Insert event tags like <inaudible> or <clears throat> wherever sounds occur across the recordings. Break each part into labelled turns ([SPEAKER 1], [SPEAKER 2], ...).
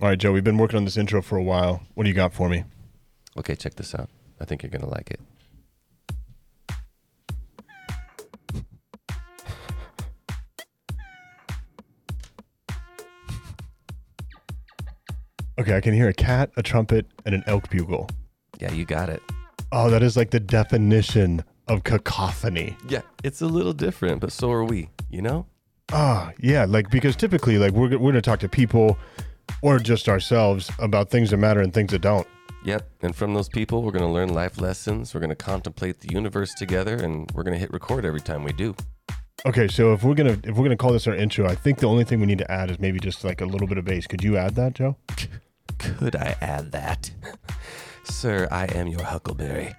[SPEAKER 1] All right, Joe, we've been working on this intro for a while. What do you got for me?
[SPEAKER 2] Okay, check this out. I think you're gonna like it.
[SPEAKER 1] Okay, I can hear a cat, a trumpet, and an elk bugle.
[SPEAKER 2] Yeah, you got it.
[SPEAKER 1] Oh, that is like the definition of cacophony.
[SPEAKER 2] Yeah, it's a little different, but so are we. You know?
[SPEAKER 1] Ah, yeah, like because typically, like we're we're gonna talk to people or just ourselves about things that matter and things that don't.
[SPEAKER 2] Yep. And from those people, we're gonna learn life lessons. We're gonna contemplate the universe together, and we're gonna hit record every time we do.
[SPEAKER 1] Okay, so if we're gonna if we're gonna call this our intro, I think the only thing we need to add is maybe just like a little bit of bass. Could you add that, Joe?
[SPEAKER 2] Could I add that, <laughs> sir? I am your huckleberry.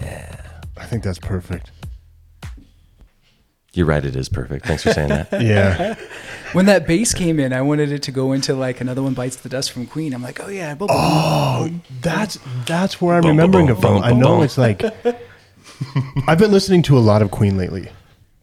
[SPEAKER 1] I think that's perfect.
[SPEAKER 2] You're right. It is perfect. Thanks for saying that.
[SPEAKER 1] Yeah.
[SPEAKER 3] When that bass came in, I wanted it to go into like another one bites the dust from Queen. I'm like, oh yeah, blah, blah, blah.
[SPEAKER 1] Oh, that's that's where I'm remembering it from. I know it's like <laughs> I've been listening to a lot of Queen lately.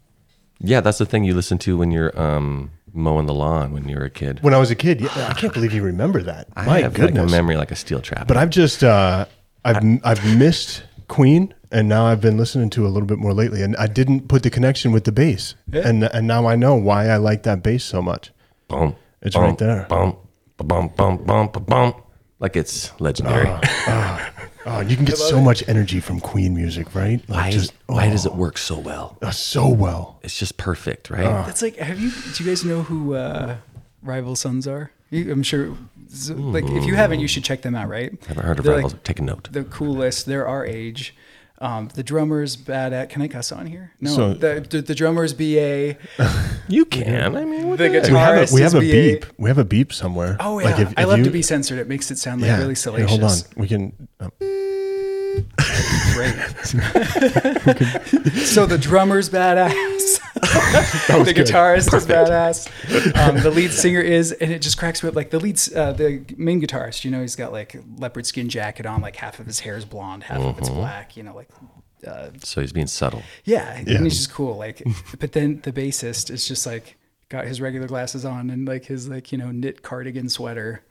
[SPEAKER 2] <laughs> yeah, that's the thing you listen to when you're um, mowing the lawn when you were a kid.
[SPEAKER 1] When I was a kid, yeah, I can't believe you remember that.
[SPEAKER 2] I
[SPEAKER 1] My
[SPEAKER 2] have like
[SPEAKER 1] goodness.
[SPEAKER 2] a memory like a steel trap.
[SPEAKER 1] but I've just uh, I've I've missed Queen, and now I've been listening to a little bit more lately, and I didn't put the connection with the bass, and and now I know why I like that bass so much.
[SPEAKER 2] boom,
[SPEAKER 1] It's
[SPEAKER 2] boom,
[SPEAKER 1] right there.
[SPEAKER 2] Boom, boom, boom, boom, boom. Like it's legendary.
[SPEAKER 1] Ah. Oh, you can get so much energy from Queen music, right? Like
[SPEAKER 2] why,
[SPEAKER 1] just oh.
[SPEAKER 2] why does it work so well?
[SPEAKER 1] uh, so well.
[SPEAKER 2] It's just perfect, right?
[SPEAKER 1] Oh.
[SPEAKER 3] That's like, have you? Do you guys know who uh, Rival Sons are? You, I'm sure. z- Like, if you haven't, you should check them out. Right?
[SPEAKER 2] Haven't heard of
[SPEAKER 3] They're,
[SPEAKER 2] Rivals?
[SPEAKER 3] Like,
[SPEAKER 2] Take a note.
[SPEAKER 3] the coolest. They're our age. Um, the drummer's bad at. Can I cuss on here? No.
[SPEAKER 1] So-
[SPEAKER 3] the, the the drummer's BA.
[SPEAKER 2] You can. I mean, what
[SPEAKER 3] The
[SPEAKER 2] the
[SPEAKER 1] We
[SPEAKER 2] heck?
[SPEAKER 1] have
[SPEAKER 3] guitarist
[SPEAKER 1] a, we have
[SPEAKER 3] is
[SPEAKER 1] a
[SPEAKER 3] BA.
[SPEAKER 1] beep. We have a beep somewhere.
[SPEAKER 3] Oh yeah,
[SPEAKER 1] Like, if-
[SPEAKER 3] I
[SPEAKER 1] if
[SPEAKER 3] love to
[SPEAKER 1] you-
[SPEAKER 3] be censored. It makes it sound like
[SPEAKER 1] yeah.
[SPEAKER 3] really
[SPEAKER 1] Here,
[SPEAKER 3] salacious.
[SPEAKER 1] hold on. We can. uh,
[SPEAKER 3] <laughs> so the drummer's badass. <laughs> the
[SPEAKER 1] good.
[SPEAKER 3] guitarist is badass. Um, the lead singer is, and it just cracks me up. Like the lead, uh, the main guitarist, you know, he's got like leopard skin jacket on, like half of his hair is blonde, half of it's black. You know, like uh,
[SPEAKER 2] So he's being subtle.
[SPEAKER 3] yeah, and he's just cool. Like, but then the bassist is just like got his regular glasses on and like his like you know knit cardigan sweater.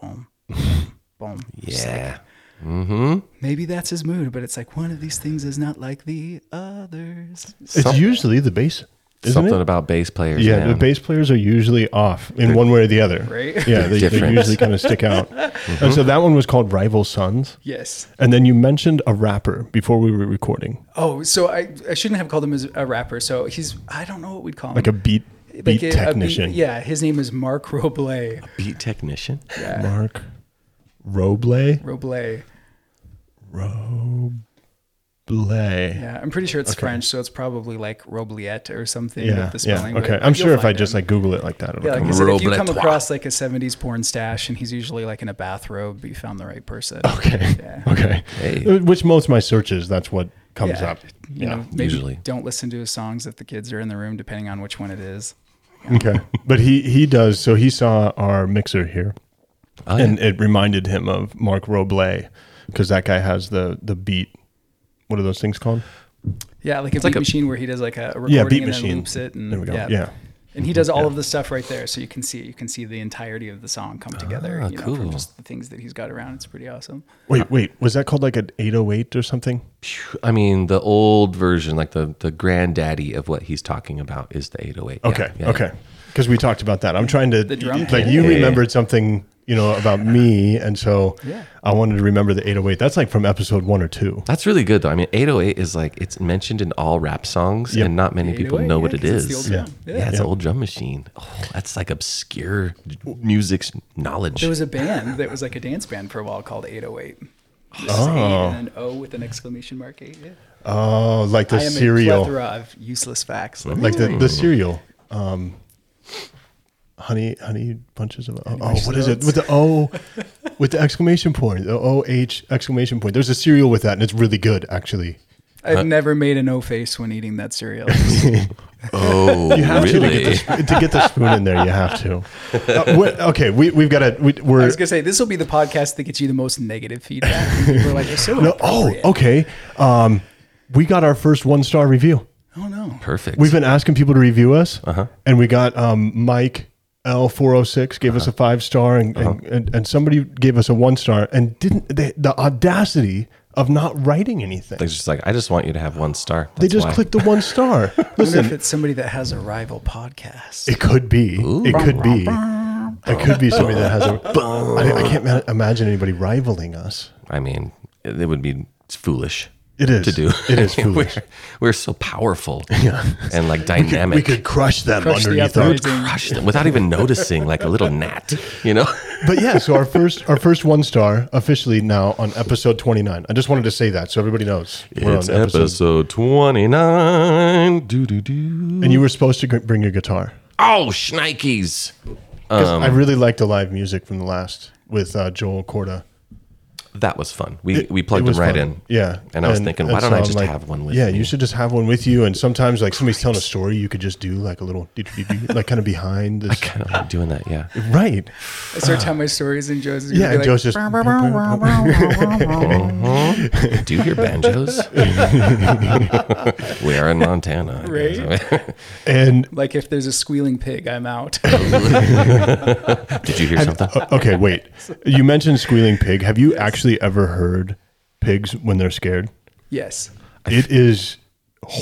[SPEAKER 3] Boom, boom. Just like,
[SPEAKER 2] Yeah.
[SPEAKER 3] maybe that's his mood, but it's like one of these things is not like the others.
[SPEAKER 1] It's usually the bass, isn't
[SPEAKER 2] Something
[SPEAKER 1] it?
[SPEAKER 2] about bass players.
[SPEAKER 1] Yeah,
[SPEAKER 2] man.
[SPEAKER 1] the bass players are usually off in one way or the other.
[SPEAKER 3] Right?
[SPEAKER 1] Yeah, they, they
[SPEAKER 2] Different.
[SPEAKER 1] usually kind of stick
[SPEAKER 3] <laughs>
[SPEAKER 1] out. And so that one was called Rival Sons.
[SPEAKER 3] Yes.
[SPEAKER 1] And then you mentioned a rapper before we were recording,
[SPEAKER 3] Oh, so I, I shouldn't have called him as a rapper. So he's I don't know what we'd call him.
[SPEAKER 1] like a beat
[SPEAKER 3] Like
[SPEAKER 1] beat
[SPEAKER 3] a- a beat-
[SPEAKER 1] technician.
[SPEAKER 3] yeah, his name is Mark Roble.
[SPEAKER 2] Beat technician.
[SPEAKER 1] Mark Roble.
[SPEAKER 3] Roble.
[SPEAKER 1] Roble.
[SPEAKER 3] Yeah, I'm pretty sure it's French, so it's probably like Robliette or something.
[SPEAKER 1] Yeah,
[SPEAKER 3] with the
[SPEAKER 1] yeah.
[SPEAKER 3] spelling, but
[SPEAKER 1] Okay, I'm
[SPEAKER 3] you'll
[SPEAKER 1] sure if I
[SPEAKER 3] find
[SPEAKER 1] just
[SPEAKER 3] him.
[SPEAKER 1] like Google it like that, it'll
[SPEAKER 3] yeah, like
[SPEAKER 1] come
[SPEAKER 3] I
[SPEAKER 1] up.
[SPEAKER 3] said, if you
[SPEAKER 2] Roble
[SPEAKER 3] come
[SPEAKER 2] toi.
[SPEAKER 3] across like a '70s porn stash, and he's usually like in a bathrobe, you found the right person.
[SPEAKER 1] Okay,
[SPEAKER 3] Yeah.
[SPEAKER 1] okay. Uh,
[SPEAKER 2] Hey.
[SPEAKER 1] Which most of my searches, that's what comes
[SPEAKER 3] Yeah.
[SPEAKER 1] up.
[SPEAKER 3] You
[SPEAKER 1] Yeah.
[SPEAKER 3] know, maybe
[SPEAKER 2] usually.
[SPEAKER 3] don't listen to his songs if the kids are in the room, depending on which one it is.
[SPEAKER 1] Okay, but he he does. So he saw our mixer here,
[SPEAKER 2] Oh, yeah.
[SPEAKER 1] and it reminded him of Mark Roble because that guy has the the beat. What are those things called?
[SPEAKER 3] Yeah, like a beat
[SPEAKER 2] like a-
[SPEAKER 3] machine where he does like a, a recording
[SPEAKER 1] Yeah, beat
[SPEAKER 3] and
[SPEAKER 1] machine.
[SPEAKER 3] then loops it, and
[SPEAKER 1] There we go.
[SPEAKER 3] Yeah.
[SPEAKER 1] Yeah.
[SPEAKER 3] and he does all of the stuff right there, so you can see it. You can see the entirety of the song come together.
[SPEAKER 2] Ah,
[SPEAKER 3] you know, from
[SPEAKER 2] cool.
[SPEAKER 3] just the things that he's got around. It's pretty awesome.
[SPEAKER 2] Uh,
[SPEAKER 1] Wait, wait. Was that called like an 808 or something?
[SPEAKER 2] I mean, the old version, like the the granddaddy of what he's talking about, is the 808. Yeah,
[SPEAKER 1] Okay,
[SPEAKER 2] yeah.
[SPEAKER 1] okay. Because we talked about that. I'm trying to
[SPEAKER 3] The drum
[SPEAKER 1] like you
[SPEAKER 2] kit.
[SPEAKER 1] remembered something you know about me, and so
[SPEAKER 3] Yeah.
[SPEAKER 1] I wanted to remember the 808. That's like from episode one or two.
[SPEAKER 2] That's really good though. I mean, 808 is like it's mentioned in all rap songs,
[SPEAKER 1] Yep.
[SPEAKER 2] and not many people
[SPEAKER 3] 808,
[SPEAKER 2] know
[SPEAKER 3] yeah,
[SPEAKER 2] what it
[SPEAKER 3] 'cause it's
[SPEAKER 2] is.
[SPEAKER 3] the old
[SPEAKER 2] yeah.
[SPEAKER 3] drum. Yeah.
[SPEAKER 2] it's
[SPEAKER 1] Yeah.
[SPEAKER 2] an old drum machine. Oh, that's like obscure music's knowledge.
[SPEAKER 3] There was a band that was like a dance band for a while called 808. Just
[SPEAKER 1] Oh.
[SPEAKER 3] eight and an O with an exclamation mark eight. Yeah.
[SPEAKER 1] Oh, like the
[SPEAKER 3] I am a
[SPEAKER 1] cereal,
[SPEAKER 3] plethora of useless facts.
[SPEAKER 1] like the the cereal. Um, honey, honey bunches of oh,
[SPEAKER 3] bunches
[SPEAKER 1] what
[SPEAKER 3] of
[SPEAKER 1] is it
[SPEAKER 3] oats.
[SPEAKER 1] with the O, with the exclamation point, the O H exclamation point. There's a cereal with that, and it's really good actually. <laughs>
[SPEAKER 3] I've never made an O face when eating that cereal.
[SPEAKER 2] Oh,
[SPEAKER 1] You have
[SPEAKER 2] really?
[SPEAKER 1] to to get, the, to get the spoon in there. You have to. <laughs> Uh, what- okay, we we've got to. We,
[SPEAKER 3] I
[SPEAKER 1] we're
[SPEAKER 3] was gonna say this will be the podcast that gets you the most negative feedback. People are like, "You're so
[SPEAKER 1] no. Oh,
[SPEAKER 3] inappropriate."
[SPEAKER 1] okay. Um, we got our first one star review.
[SPEAKER 3] oh no,
[SPEAKER 2] Perfect.
[SPEAKER 1] We've been asking people to review us,
[SPEAKER 2] Uh-huh.
[SPEAKER 1] and we got um, Mike L four hundred six gave us
[SPEAKER 2] Uh-huh.
[SPEAKER 1] a five star, and, and, and and somebody gave us a one star, and didn't they, the audacity of not writing anything?
[SPEAKER 2] They're just like, I just want you to have one star.
[SPEAKER 1] they
[SPEAKER 2] That's
[SPEAKER 1] just
[SPEAKER 2] why.
[SPEAKER 1] clicked the one
[SPEAKER 2] <laughs>
[SPEAKER 1] star.
[SPEAKER 3] I wonder if
[SPEAKER 1] Listen,
[SPEAKER 3] it's somebody that has a rival podcast.
[SPEAKER 1] it could be. It could
[SPEAKER 3] <laughs>
[SPEAKER 1] be. It could be somebody that has
[SPEAKER 2] <laughs>
[SPEAKER 1] a. I, I can't ma- imagine anybody rivaling us.
[SPEAKER 2] I mean, it would be foolish.
[SPEAKER 1] It is
[SPEAKER 2] to do.
[SPEAKER 1] It
[SPEAKER 2] <laughs>
[SPEAKER 1] is
[SPEAKER 2] I mean,
[SPEAKER 1] foolish.
[SPEAKER 2] We're, we're so
[SPEAKER 1] <laughs>
[SPEAKER 2] powerful and like dynamic.
[SPEAKER 1] We could crush them
[SPEAKER 3] Crush the
[SPEAKER 1] underneath our.
[SPEAKER 3] uprising.
[SPEAKER 2] crush them without even noticing, like a little gnat,
[SPEAKER 1] <laughs>
[SPEAKER 2] you know?
[SPEAKER 1] But yeah, so our first our first one star officially now on episode twenty nine. I just wanted to say that so everybody knows
[SPEAKER 2] It's episode 29. Doo, doo, doo.
[SPEAKER 1] And you were supposed to g- bring your guitar.
[SPEAKER 2] Oh, shnikes.
[SPEAKER 1] 'Cause
[SPEAKER 2] Um,
[SPEAKER 1] I really liked the live music from the last with uh, Joel Corda.
[SPEAKER 2] That was fun. We, we plugged
[SPEAKER 1] It
[SPEAKER 2] them
[SPEAKER 1] was
[SPEAKER 2] right
[SPEAKER 1] fun.
[SPEAKER 2] in.
[SPEAKER 1] Yeah.
[SPEAKER 2] And I was thinking, why don't I
[SPEAKER 1] I'm
[SPEAKER 2] just have one with
[SPEAKER 1] Yeah,
[SPEAKER 2] me?
[SPEAKER 1] you should just have one with you. And sometimes, like, somebody's telling a story, you could just do like a little, like, kind of
[SPEAKER 2] <laughs>
[SPEAKER 1] behind this.
[SPEAKER 2] Kind of like doing that, yeah.
[SPEAKER 1] Right.
[SPEAKER 3] I start telling my stories, and Joe's gonna
[SPEAKER 1] Yeah,
[SPEAKER 3] be
[SPEAKER 1] and
[SPEAKER 3] like,
[SPEAKER 1] Joe's just-
[SPEAKER 2] Uh-huh. Do you
[SPEAKER 1] <laughs>
[SPEAKER 2] hear banjos? <laughs> we are in Montana. I guess.
[SPEAKER 1] And
[SPEAKER 3] like if there's a squealing pig,
[SPEAKER 1] <laughs>
[SPEAKER 3] I'm out.
[SPEAKER 2] <laughs> Did you hear something?
[SPEAKER 1] o- okay,
[SPEAKER 2] <laughs>
[SPEAKER 1] wait. You mentioned squealing pig. Have you actually ever heard pigs when they're scared?
[SPEAKER 3] yes,
[SPEAKER 1] It is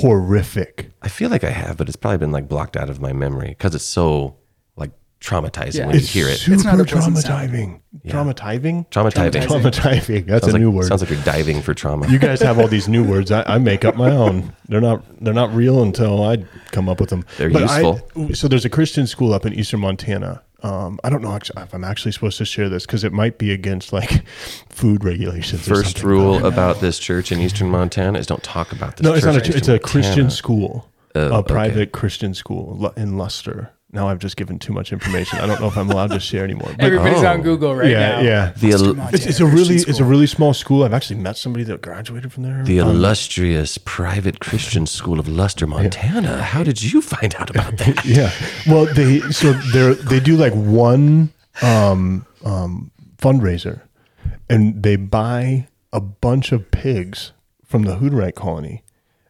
[SPEAKER 1] horrific.
[SPEAKER 2] I feel like I have, but it's probably been like blocked out of my memory because it's so like traumatizing
[SPEAKER 3] Yeah.
[SPEAKER 2] when you
[SPEAKER 1] It's
[SPEAKER 2] hear it.
[SPEAKER 1] super
[SPEAKER 3] It's not a pleasant sound.
[SPEAKER 1] traumatizing. Traumatizing?
[SPEAKER 2] Traumatizing.
[SPEAKER 3] Traumatizing.
[SPEAKER 1] Traumatizing. That's
[SPEAKER 2] Sounds
[SPEAKER 1] a new
[SPEAKER 2] like,
[SPEAKER 1] word.
[SPEAKER 2] Sounds like you're diving for trauma.
[SPEAKER 1] you guys have all these new words. I, I make up my own. They're not they're not real until I come up with them.
[SPEAKER 2] They're
[SPEAKER 1] I-
[SPEAKER 2] useful.
[SPEAKER 1] so there's a Christian school up in eastern Montana. Um, I don't know act- if I'm actually supposed to share this because it might be against like food regulations. or
[SPEAKER 2] First
[SPEAKER 1] something.
[SPEAKER 2] rule about this church in Eastern Montana is don't talk about this.
[SPEAKER 1] No, it's not a.
[SPEAKER 2] church in
[SPEAKER 1] ch- It's a
[SPEAKER 2] Eastern
[SPEAKER 1] Christian
[SPEAKER 2] Montana.
[SPEAKER 1] school,
[SPEAKER 2] Oh,
[SPEAKER 1] a private Christian school lu- in Luster. Now I've just given too much information. I don't know if I'm allowed to share anymore. But
[SPEAKER 3] everybody's
[SPEAKER 2] Oh.
[SPEAKER 3] on Google right
[SPEAKER 1] yeah,
[SPEAKER 3] now.
[SPEAKER 1] yeah.
[SPEAKER 2] The, il-
[SPEAKER 1] It's, it's a really it's a really small school. I've actually met somebody that graduated from there.
[SPEAKER 2] the illustrious private Christian school of Luster, Montana. How did you find out about
[SPEAKER 1] <laughs>
[SPEAKER 2] that?
[SPEAKER 1] Yeah. Well, they so they they do like one um, um, fundraiser, and they buy a bunch of pigs from the Hooterite colony,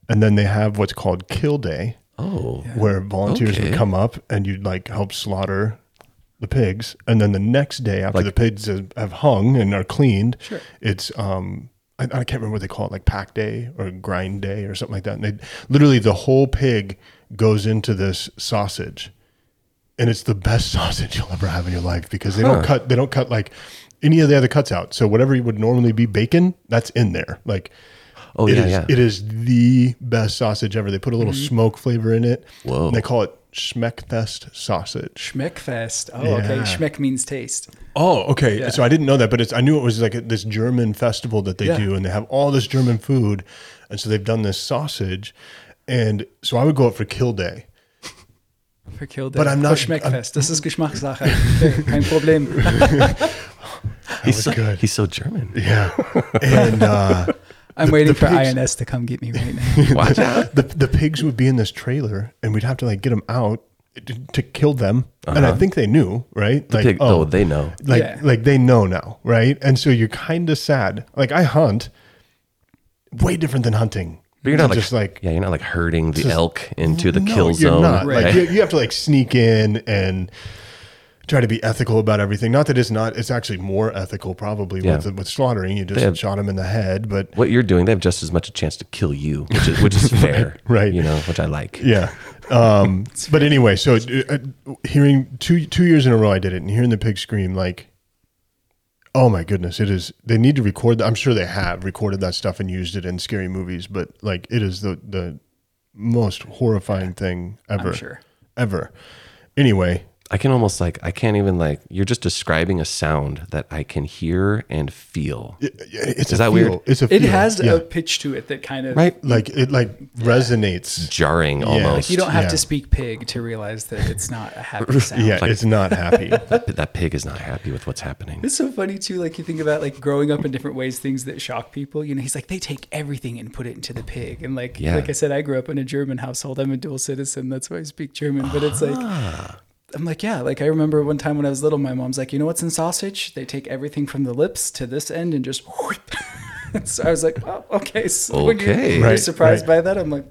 [SPEAKER 1] and then they have what's called Kill Day,
[SPEAKER 2] Oh,
[SPEAKER 1] where volunteers would
[SPEAKER 2] Okay.
[SPEAKER 1] come up and you'd like help slaughter the pigs, and then the next day after the pigs have- have hung and are cleaned,
[SPEAKER 3] Sure.
[SPEAKER 1] it's um. I, I can't remember what they call it, like pack day or grind day or something like that. And they literally the whole pig goes into this sausage, and it's the best <laughs> sausage you'll ever have in your life because they don't cut they don't cut like any of the other cuts out. So whatever would normally be bacon, that's in there. Like
[SPEAKER 2] Oh,
[SPEAKER 1] it
[SPEAKER 2] yeah,
[SPEAKER 1] is-
[SPEAKER 2] yeah.
[SPEAKER 1] it is the best sausage ever. They put a little smoke flavor in it.
[SPEAKER 2] Whoa.
[SPEAKER 1] And they call it Schmeckfest sausage.
[SPEAKER 3] Schmeckfest. Oh, okay.
[SPEAKER 1] Yeah.
[SPEAKER 3] Schmeck means taste.
[SPEAKER 1] Oh, okay. So I didn't know that, but it's I knew it was like a, this German festival that they
[SPEAKER 3] Yeah.
[SPEAKER 1] do, and they have all this German food, and so they've done this sausage, and so I would go up for kill day.
[SPEAKER 3] For Kill Day.
[SPEAKER 1] But I'm
[SPEAKER 3] Oh,
[SPEAKER 1] not-
[SPEAKER 3] Schmeckfest. das ist Geschmackssache.
[SPEAKER 1] <laughs>
[SPEAKER 3] Okay, Kein Problem.
[SPEAKER 2] he's, so,
[SPEAKER 1] was good.
[SPEAKER 2] he's so German.
[SPEAKER 1] <laughs> Yeah, and <laughs> uh,
[SPEAKER 3] I'm waiting for
[SPEAKER 1] pigs-
[SPEAKER 3] INS to come get me right
[SPEAKER 1] <laughs>
[SPEAKER 3] now.
[SPEAKER 2] Watch out.
[SPEAKER 1] the the pigs would be in this trailer, and we'd have to like get them out to, to kill them, and I think they knew, right? like,
[SPEAKER 2] Uh-huh. Pig, oh, they know.
[SPEAKER 1] like
[SPEAKER 3] Yeah.
[SPEAKER 1] like they know now, right? And so you're kind of sad. Like I hunt, way different than hunting.
[SPEAKER 2] But you're not like,
[SPEAKER 1] just like
[SPEAKER 2] yeah, you're not like herding the elk into the
[SPEAKER 1] no,
[SPEAKER 2] kill
[SPEAKER 1] you're
[SPEAKER 2] zone.
[SPEAKER 1] Not.
[SPEAKER 3] Right.
[SPEAKER 1] Like you, you have to like sneak in and try to be ethical about everything. Not that it's not; it's actually more ethical probably
[SPEAKER 2] Yeah.
[SPEAKER 1] with with slaughtering. You just
[SPEAKER 2] have-
[SPEAKER 1] shot him in the head, but
[SPEAKER 2] what you're doing, they have just as much a chance to kill you, which is,
[SPEAKER 1] <laughs>
[SPEAKER 2] which is fair,
[SPEAKER 1] right.
[SPEAKER 2] You know, which I like.
[SPEAKER 1] Yeah.
[SPEAKER 3] <laughs>
[SPEAKER 1] Um, but anyway, so uh, uh, hearing two two years in a row, I did it, and hearing the pig scream, like, oh my goodness, it is. They need to record. That. I'm sure they have recorded that stuff and used it in scary movies, but like, it is the the most horrifying thing ever.
[SPEAKER 3] sure.
[SPEAKER 1] Ever. Anyway,
[SPEAKER 2] I can almost like I can't even like you're just describing a sound that I can hear and feel.
[SPEAKER 1] It- it's
[SPEAKER 2] Is
[SPEAKER 1] a feel.
[SPEAKER 2] that weird?
[SPEAKER 1] It's a
[SPEAKER 3] It
[SPEAKER 1] feel.
[SPEAKER 3] has
[SPEAKER 1] yeah.
[SPEAKER 3] a pitch to it that kind of
[SPEAKER 2] Right?
[SPEAKER 1] like it like resonates.
[SPEAKER 2] Jarring almost.
[SPEAKER 3] You don't have
[SPEAKER 1] Yeah.
[SPEAKER 3] to speak pig to realize that it's not a happy sound.
[SPEAKER 1] <laughs> Yeah, it's not
[SPEAKER 3] <laughs>
[SPEAKER 1] happy.
[SPEAKER 2] that, that pig is not happy with what's happening.
[SPEAKER 3] It's so funny too. Like you think about like growing up in different ways, things that shock people. You know, he's like they take everything and put it into the pig. And like
[SPEAKER 2] Yeah.
[SPEAKER 3] like I said, I grew up in a German household. I'm a dual citizen. That's why I speak German. But it's like
[SPEAKER 2] Ah.
[SPEAKER 3] I'm like yeah. Like I remember one time when I was little, my mom's like, you know what's in sausage? They take everything from the lips to this end and just. whoop." <laughs> so I was like, oh, okay. So when you're,
[SPEAKER 2] Okay.
[SPEAKER 3] you're
[SPEAKER 1] Right,
[SPEAKER 3] surprised
[SPEAKER 1] right.
[SPEAKER 3] by that. I'm like,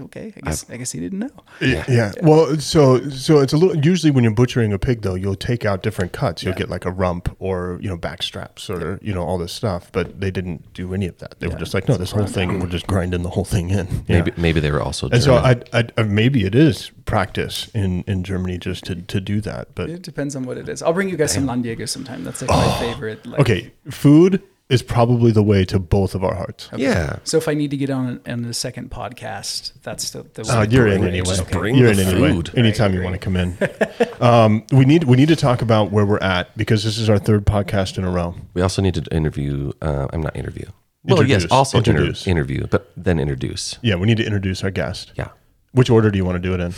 [SPEAKER 3] okay. I guess I guess he didn't know.
[SPEAKER 1] Yeah. Well, so so it's a little. Usually, when you're butchering a pig, though, you'll take out different cuts. You'll get like a rump or you know back straps or you know all this stuff. But they didn't do any of that. They were just like, no, this whole thing. We're just grinding the whole thing in. Yeah.
[SPEAKER 2] Maybe maybe they were also German.
[SPEAKER 1] And so I, I, I maybe it is practice in, in Germany just to, to do that. But
[SPEAKER 3] It depends on what it is. I'll bring you guys some Lan Diego sometime. That's like my favorite. Like,
[SPEAKER 1] Oh. okay, food is probably the way to both of our hearts.
[SPEAKER 2] yeah.
[SPEAKER 3] So if I need to get on on the second podcast, that's the the.
[SPEAKER 1] Uh, you're in anyway.
[SPEAKER 2] Just bring
[SPEAKER 1] you're in
[SPEAKER 2] the
[SPEAKER 1] anyway.
[SPEAKER 2] food.
[SPEAKER 1] Anytime you want to come in.
[SPEAKER 2] <laughs>
[SPEAKER 1] um, we need we need to talk about where we're at because this is our third podcast in a row.
[SPEAKER 2] We also need to interview. Uh, I'm not interview. Well, yes,
[SPEAKER 1] Introduce.
[SPEAKER 2] also inter-
[SPEAKER 1] Introduce.
[SPEAKER 2] interview, but then introduce.
[SPEAKER 1] Yeah, we need to introduce our guest.
[SPEAKER 2] Yeah,
[SPEAKER 1] Which order do you want to do it in?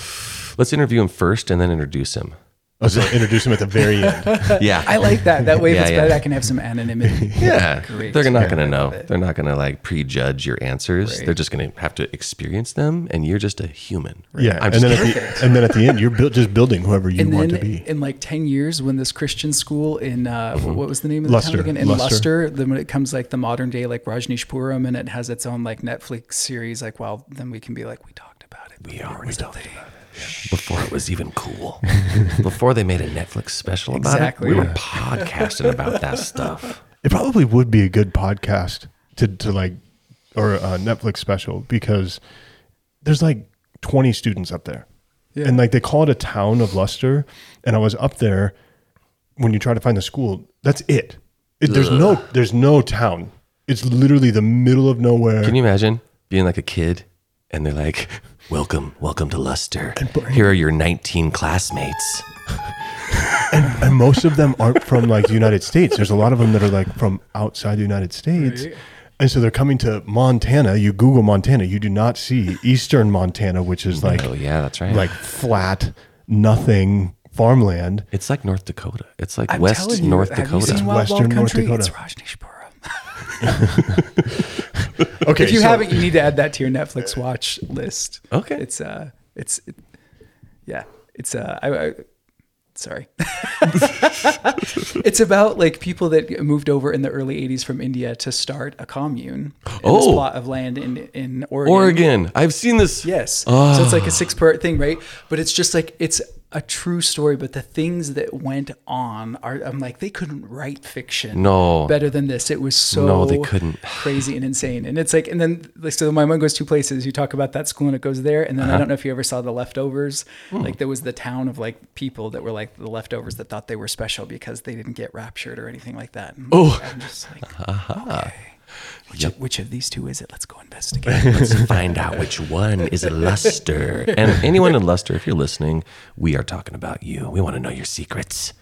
[SPEAKER 2] let's interview him first and then introduce him.
[SPEAKER 1] Oh, so introduce him at the very end.
[SPEAKER 2] Yeah,
[SPEAKER 3] I like that. That way, if
[SPEAKER 2] Yeah,
[SPEAKER 3] it's
[SPEAKER 2] yeah.
[SPEAKER 3] better, I can have some anonymity.
[SPEAKER 1] <laughs>
[SPEAKER 2] yeah.
[SPEAKER 3] Great.
[SPEAKER 2] They're not
[SPEAKER 3] Yeah.
[SPEAKER 2] gonna
[SPEAKER 3] I
[SPEAKER 2] know.
[SPEAKER 3] love it.
[SPEAKER 2] They're not gonna like prejudge your answers.
[SPEAKER 3] Right.
[SPEAKER 2] They're just gonna have to experience them, and you're just a human.
[SPEAKER 1] Yeah, and
[SPEAKER 2] I'm just
[SPEAKER 1] then at
[SPEAKER 2] kidding.
[SPEAKER 1] the and then at the end, you're buil- just building whoever you
[SPEAKER 3] And
[SPEAKER 1] want
[SPEAKER 3] then
[SPEAKER 1] to be.
[SPEAKER 3] in like ten years, when this Christian school in uh,
[SPEAKER 2] Mm-hmm.
[SPEAKER 3] wh- what was the name of
[SPEAKER 1] Luster.
[SPEAKER 3] the town again? In
[SPEAKER 1] Luster.
[SPEAKER 3] Luster. then when it comes like the modern day, like Rajneeshpuram, and it has its own like Netflix series, like well, then we can be like we talked about it. We already talked about it.
[SPEAKER 2] before it was even
[SPEAKER 1] <laughs>
[SPEAKER 2] cool. before they made a Netflix special about
[SPEAKER 3] Exactly.
[SPEAKER 2] it, we were
[SPEAKER 3] Yeah.
[SPEAKER 2] podcasting about that stuff.
[SPEAKER 1] It probably would be a good podcast to, to like, or a Netflix special because there's like 20 students up there.
[SPEAKER 3] Yeah.
[SPEAKER 1] And like they call it a town of Luster. And I was up there when you try to find the school, that's it. it there's no, there's no town. It's literally the middle of nowhere.
[SPEAKER 2] Can you imagine being like a kid and they're like, "Welcome, welcome to Luster. Here are your 19 classmates."
[SPEAKER 1] and most of them aren't from like the United States. There's a lot of them that are like from outside the United States. And so they're coming to Montana. You Google Montana, you do not see Eastern Montana, which is like
[SPEAKER 2] Oh yeah, that's right.
[SPEAKER 1] like flat, nothing farmland.
[SPEAKER 2] it's like North Dakota. It's like
[SPEAKER 3] I'm
[SPEAKER 2] West
[SPEAKER 3] telling you,
[SPEAKER 2] North
[SPEAKER 3] Have you
[SPEAKER 2] Dakota.
[SPEAKER 3] seen Wild
[SPEAKER 1] Western
[SPEAKER 3] Wild
[SPEAKER 1] North
[SPEAKER 3] Country?
[SPEAKER 1] Dakota.
[SPEAKER 3] It's Rajneeshpuram.
[SPEAKER 1] Okay,
[SPEAKER 3] if you
[SPEAKER 1] so-
[SPEAKER 3] haven't, you need to add that to
[SPEAKER 2] <laughs>
[SPEAKER 3] your Netflix watch list.
[SPEAKER 2] Okay.
[SPEAKER 3] It's uh, it's, it, yeah, it's uh, I, I sorry. <laughs> it's about like people that moved over in the early '80s from India to start a commune. in this
[SPEAKER 2] Oh.
[SPEAKER 3] plot of land in in Oregon.
[SPEAKER 2] Oregon. Ah. I've seen this.
[SPEAKER 3] Yes. So it's like a six part thing, right? But it's just like it's a true story. But the things that went on are I'm like they couldn't write fiction
[SPEAKER 2] No.
[SPEAKER 3] better than this. It was so
[SPEAKER 2] No, they couldn't. <sighs>
[SPEAKER 3] crazy and insane. And it's like and then like so my mind goes two places. You talk about that school and it goes there. And
[SPEAKER 2] Uh-huh.
[SPEAKER 3] then I don't know if you ever saw the leftovers.
[SPEAKER 2] Hmm.
[SPEAKER 3] Like there was the town of like people that were like the leftovers that thought they were special because they didn't get raptured or anything like that. And oh, I'm just like
[SPEAKER 2] Uh-huh.
[SPEAKER 3] okay. Which, which of these two is it? Let's go investigate.
[SPEAKER 2] Let's find out which one is Luster. And anyone in Luster, if you're listening, we are talking about you. We want to know your secrets.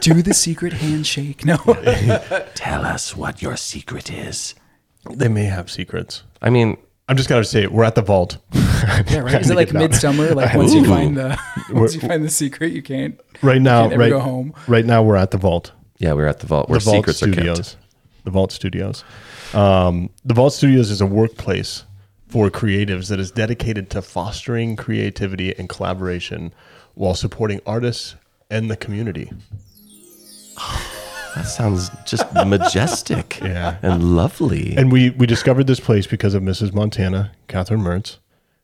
[SPEAKER 3] Do the secret
[SPEAKER 2] <laughs>
[SPEAKER 3] handshake. No.
[SPEAKER 2] Tell us what your secret is.
[SPEAKER 1] they may have secrets.
[SPEAKER 2] I mean,
[SPEAKER 1] I'm just gonna say it, we're at the vault.
[SPEAKER 3] Yeah, right. Is it
[SPEAKER 1] to
[SPEAKER 3] like
[SPEAKER 1] get out.
[SPEAKER 2] <laughs>
[SPEAKER 3] midsummer? Like once you
[SPEAKER 2] Ooh.
[SPEAKER 3] find the once you find the secret, you can't.
[SPEAKER 1] Right now,
[SPEAKER 3] Can't ever
[SPEAKER 1] right,
[SPEAKER 3] go home.
[SPEAKER 1] right now we're at the vault.
[SPEAKER 2] yeah, we're at the vault where
[SPEAKER 1] the Vault
[SPEAKER 2] secrets are kept.
[SPEAKER 1] Studios. The Vault Studios. Um, the Vault Studios is a workplace for creatives that is dedicated to fostering creativity and collaboration while supporting artists and the community.
[SPEAKER 2] That sounds
[SPEAKER 1] <laughs>
[SPEAKER 2] just majestic
[SPEAKER 1] Yeah.
[SPEAKER 2] and lovely.
[SPEAKER 1] And we we discovered this place because of Mrs. Montana, Catherine Mertz.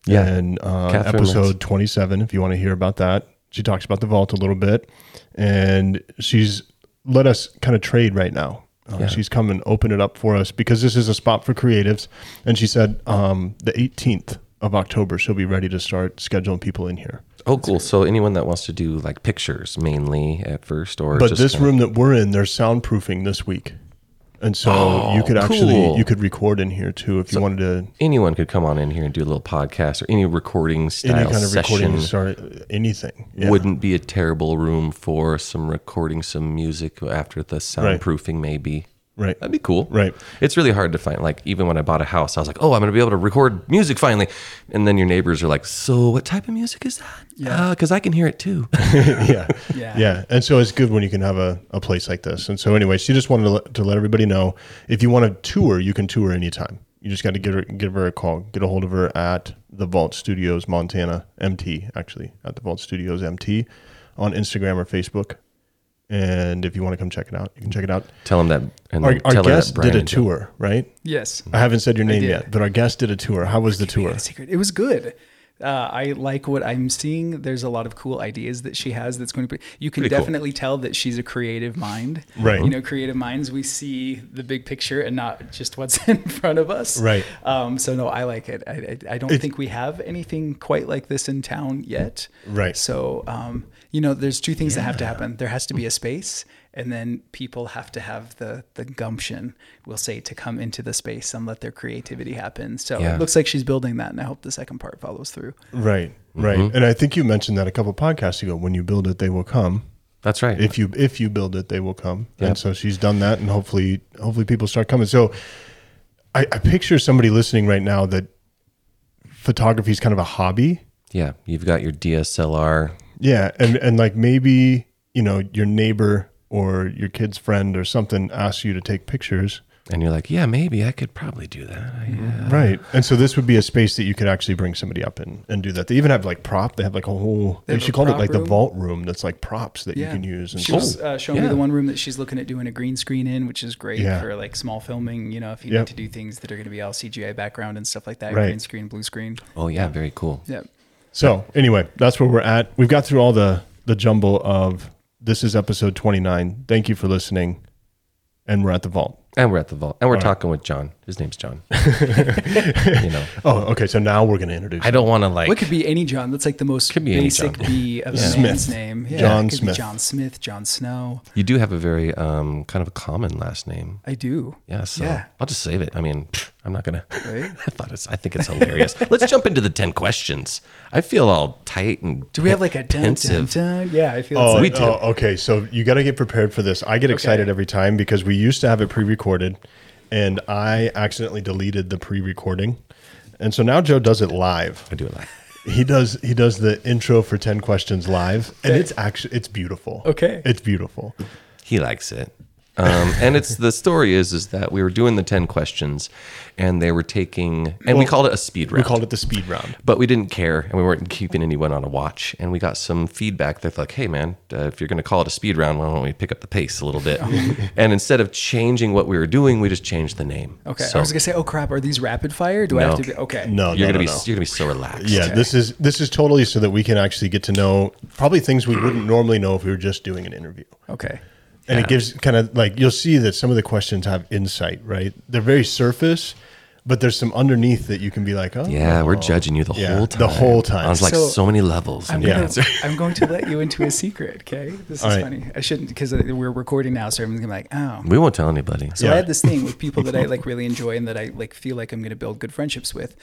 [SPEAKER 2] Yeah,
[SPEAKER 1] And uh,
[SPEAKER 2] Catherine
[SPEAKER 1] episode 27, if you want to hear about that, she talks about the vault a little bit. And she's let us kind of trade right now. Uh, She's come and open it up for us because this is a spot for creatives. And she said um, the 18th of October, she'll be ready to start scheduling people in here.
[SPEAKER 2] oh, cool. So anyone that wants to do like pictures mainly at first, or
[SPEAKER 1] But
[SPEAKER 2] just
[SPEAKER 1] this
[SPEAKER 2] kinda-
[SPEAKER 1] room that we're in, they're soundproofing this week. And so
[SPEAKER 2] Oh,
[SPEAKER 1] you could actually
[SPEAKER 2] cool.
[SPEAKER 1] you could record in here too if you wanted to
[SPEAKER 2] Anyone could come on in here and do a little podcast or any recording style
[SPEAKER 1] any kind of
[SPEAKER 2] session.
[SPEAKER 1] recording sorry anything. Yeah.
[SPEAKER 2] Wouldn't be a terrible room for some recording some music after the soundproofing, maybe.
[SPEAKER 1] right.
[SPEAKER 2] That'd be cool.
[SPEAKER 1] Right. <laughs>
[SPEAKER 2] It's really hard to find. Like, even when I bought a house, I was like, oh, I'm going to be able to record music finally. And then your neighbors are like, so what type of music is that? Yeah. Because I can hear it too. <laughs>
[SPEAKER 1] yeah.
[SPEAKER 3] Yeah.
[SPEAKER 1] Yeah. And so it's good when you can have a, a place like this. And so anyway, she just wanted to let, to let everybody know if you want to tour, you can tour anytime. You just got to give her, give her a call, get a hold of her at the Vault Studios, Montana, MT, actually, at the Vault Studios, MT on Instagram or Facebook. And if you want to come check it out, you can check it out.
[SPEAKER 2] tell them that. And
[SPEAKER 1] Our,
[SPEAKER 2] then
[SPEAKER 1] our
[SPEAKER 2] tell her that
[SPEAKER 1] guest did a
[SPEAKER 2] Brian-
[SPEAKER 1] tour, right?
[SPEAKER 3] Yes.
[SPEAKER 1] I haven't said your name
[SPEAKER 3] did.
[SPEAKER 1] yet, but our guest did a tour. How was the tour?
[SPEAKER 3] Big secret. It was good. Uh, I like what I'm seeing. There's a lot of cool ideas that she has. That's going to be. You can
[SPEAKER 2] Pretty cool.
[SPEAKER 3] definitely tell that she's a creative mind.
[SPEAKER 1] Right.
[SPEAKER 3] You know, creative minds. We see the big picture and not just what's <laughs> in front of us.
[SPEAKER 1] Right.
[SPEAKER 3] Um, so no, I like it. I, I, I don't
[SPEAKER 1] It's-
[SPEAKER 3] think we have anything quite like this in town yet.
[SPEAKER 1] Right.
[SPEAKER 3] So um, you know, there's two things that have to happen. There has to be a space, and then people have to have the the gumption, we'll say, to come into the space and let their creativity happen. So
[SPEAKER 2] Yeah.
[SPEAKER 3] it looks like she's building that, and I hope the second part follows through.
[SPEAKER 1] Right, right. And I think you mentioned that a couple podcasts ago. When you build it, they will come.
[SPEAKER 2] That's right.
[SPEAKER 1] if you if you build it, they will come. And so she's done that, and hopefully hopefully people start coming. So I, I picture somebody listening right now that photography is kind of a hobby.
[SPEAKER 2] yeah. You've got your DSLR.
[SPEAKER 1] Yeah, and and like maybe you know your neighbor or your kid's friend or something asks you to take pictures.
[SPEAKER 2] And you're like, yeah, maybe I could probably do that. I, uh, yeah.
[SPEAKER 1] Right. And so this would be a space that you could actually bring somebody up and, and do that. They even have like prop. They have like a whole, they
[SPEAKER 3] They have
[SPEAKER 1] she
[SPEAKER 3] a
[SPEAKER 1] called it
[SPEAKER 3] prop
[SPEAKER 1] like the
[SPEAKER 3] room.
[SPEAKER 1] vault room that's like props that you can use. And Oh,
[SPEAKER 3] she
[SPEAKER 1] so-
[SPEAKER 3] was uh, showing me
[SPEAKER 2] yeah.
[SPEAKER 3] the one room that she's looking at doing a green screen in, which is great
[SPEAKER 1] Yeah.
[SPEAKER 3] for like small filming. You know, if you
[SPEAKER 1] Yep.
[SPEAKER 3] need to do things that are going to be all CGI background and stuff like that,
[SPEAKER 1] Right.
[SPEAKER 3] green screen, blue screen.
[SPEAKER 2] Oh, yeah. Very cool.
[SPEAKER 3] Yeah.
[SPEAKER 1] So anyway, that's where we're at. We've got through all the the jumble of this is episode 29. Thank you for listening, and we're at the vault.
[SPEAKER 2] And we're at the vault. And we're
[SPEAKER 1] All right.
[SPEAKER 2] talking with John. His
[SPEAKER 1] <laughs>
[SPEAKER 2] name's John. <laughs> you know,
[SPEAKER 1] Oh, okay. So now we're gonna introduce
[SPEAKER 2] I don't want to like.
[SPEAKER 3] What could be any John? That's like the most
[SPEAKER 2] Could be any
[SPEAKER 3] basic
[SPEAKER 2] John.
[SPEAKER 3] B of
[SPEAKER 1] <laughs>
[SPEAKER 3] a
[SPEAKER 1] Smith.
[SPEAKER 3] man's name. Yeah,
[SPEAKER 1] John
[SPEAKER 3] it could
[SPEAKER 1] Smith.
[SPEAKER 3] Be John Smith. John Snow.
[SPEAKER 2] You do have a very um, kind of a common last name.
[SPEAKER 3] I do.
[SPEAKER 2] Yeah, so
[SPEAKER 3] Yeah.
[SPEAKER 2] I'll just save it. I mean, pfft, I'm not gonna. <laughs>
[SPEAKER 3] Right?
[SPEAKER 2] I thought it's. I think it's hilarious. <laughs> Let's jump into the ten questions. I feel all tight and.
[SPEAKER 3] Do we have like a dun, dun,
[SPEAKER 2] pensive?
[SPEAKER 3] dun? Yeah, I feel
[SPEAKER 1] Oh,
[SPEAKER 2] We
[SPEAKER 3] it's
[SPEAKER 2] do.
[SPEAKER 1] oh, okay. So you got to get prepared for this. I get excited every time because we used to have it pre-recorded, and I accidentally deleted the pre-recording, and so now Joe does it live.
[SPEAKER 2] I do it live.
[SPEAKER 1] He does he does the intro for ten questions live, and it's actually it's beautiful.
[SPEAKER 3] Okay.
[SPEAKER 1] it's beautiful.
[SPEAKER 2] He likes it. Um, and it's the story is is that we were doing the ten questions, and they were taking and we called it a speed round.
[SPEAKER 1] We called it the speed round.
[SPEAKER 2] but we didn't care and we weren't keeping anyone on a watch and we got some feedback that's like hey man uh, if you're going to call it a speed round why don't we pick up the pace a little
[SPEAKER 3] <laughs>
[SPEAKER 2] bit and instead of changing what we were doing we just changed the name
[SPEAKER 3] okay.
[SPEAKER 2] so
[SPEAKER 3] I was gonna say, oh crap, are these rapid fire? Do I
[SPEAKER 2] No.
[SPEAKER 3] have to be okay?
[SPEAKER 1] No,
[SPEAKER 2] you're
[SPEAKER 1] Oh, no,
[SPEAKER 2] gonna
[SPEAKER 1] no,
[SPEAKER 2] be
[SPEAKER 1] no.
[SPEAKER 2] you're gonna be so relaxed
[SPEAKER 1] Yeah, this is this is totally so that we can actually get to know probably things we wouldn't normally know if we were just doing an interview.
[SPEAKER 3] Okay.
[SPEAKER 1] And it gives kind of like you'll see that some of the questions have insight, right? They're very surface, but there's some underneath that you can be like, oh,
[SPEAKER 2] yeah we're judging you the
[SPEAKER 1] Yeah,
[SPEAKER 2] whole
[SPEAKER 1] the
[SPEAKER 2] time
[SPEAKER 1] whole time.
[SPEAKER 2] I was like
[SPEAKER 3] So-
[SPEAKER 2] so, many levels
[SPEAKER 3] I'm,
[SPEAKER 2] in the
[SPEAKER 1] Yeah.
[SPEAKER 3] gonna,
[SPEAKER 2] answer.
[SPEAKER 3] I'm going to let you into a
[SPEAKER 1] <laughs>
[SPEAKER 3] secret, okay? This is
[SPEAKER 1] All right.
[SPEAKER 3] funny. I shouldn't because we're recording now, so everyone's gonna be like, oh.
[SPEAKER 2] we won't tell anybody
[SPEAKER 3] So
[SPEAKER 1] Yeah.
[SPEAKER 3] I had this thing with people that I
[SPEAKER 1] <laughs>
[SPEAKER 3] like really enjoy and that I like feel like I'm going to build good friendships with.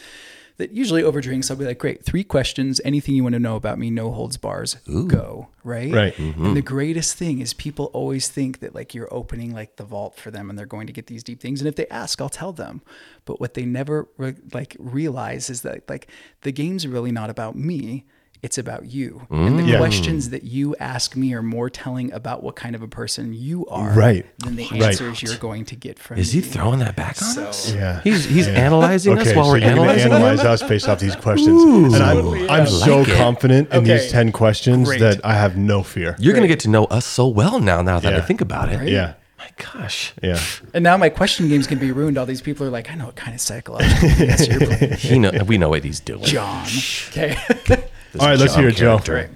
[SPEAKER 3] That usually over drinks, I'll be like, great, three questions, anything you want to know about me, no holds bars, go, right?
[SPEAKER 1] Right. Mm-hmm.
[SPEAKER 3] And the greatest thing is people always think that like you're opening like the vault for them and they're going to get these deep things. And if they ask, I'll tell them. But what they never re- like realize is that like the game's really not about me. It's about you. And the
[SPEAKER 1] Mm. Yeah.
[SPEAKER 3] questions that you ask me are more telling about what kind of a person you are
[SPEAKER 1] Right.
[SPEAKER 3] than the
[SPEAKER 1] Right.
[SPEAKER 3] answers you're going to get from
[SPEAKER 2] is he
[SPEAKER 3] me.
[SPEAKER 2] throwing that back on
[SPEAKER 3] So-
[SPEAKER 2] us
[SPEAKER 1] Yeah.
[SPEAKER 2] he's he's analyzing us while
[SPEAKER 1] so
[SPEAKER 2] we're
[SPEAKER 1] you're gonna
[SPEAKER 2] analyzing
[SPEAKER 1] analyze
[SPEAKER 2] him?
[SPEAKER 1] us based off these questions, and I'm, I'm so confident in
[SPEAKER 3] Okay.
[SPEAKER 1] these ten questions
[SPEAKER 3] Great.
[SPEAKER 1] that I have no fear.
[SPEAKER 2] you're gonna get to know us so well now now that i
[SPEAKER 1] Yeah.
[SPEAKER 2] think about it
[SPEAKER 1] Yeah,
[SPEAKER 2] my gosh
[SPEAKER 1] yeah,
[SPEAKER 3] And now my question game's gonna be ruined. All these people are like, I know what kind of psychological yes,
[SPEAKER 1] <laughs>
[SPEAKER 3] you're playing
[SPEAKER 2] he know we know what he's
[SPEAKER 3] <laughs>
[SPEAKER 2] doing
[SPEAKER 3] John. Okay. <laughs>
[SPEAKER 1] All right, let's
[SPEAKER 2] John
[SPEAKER 1] hear it, Joe.
[SPEAKER 2] character.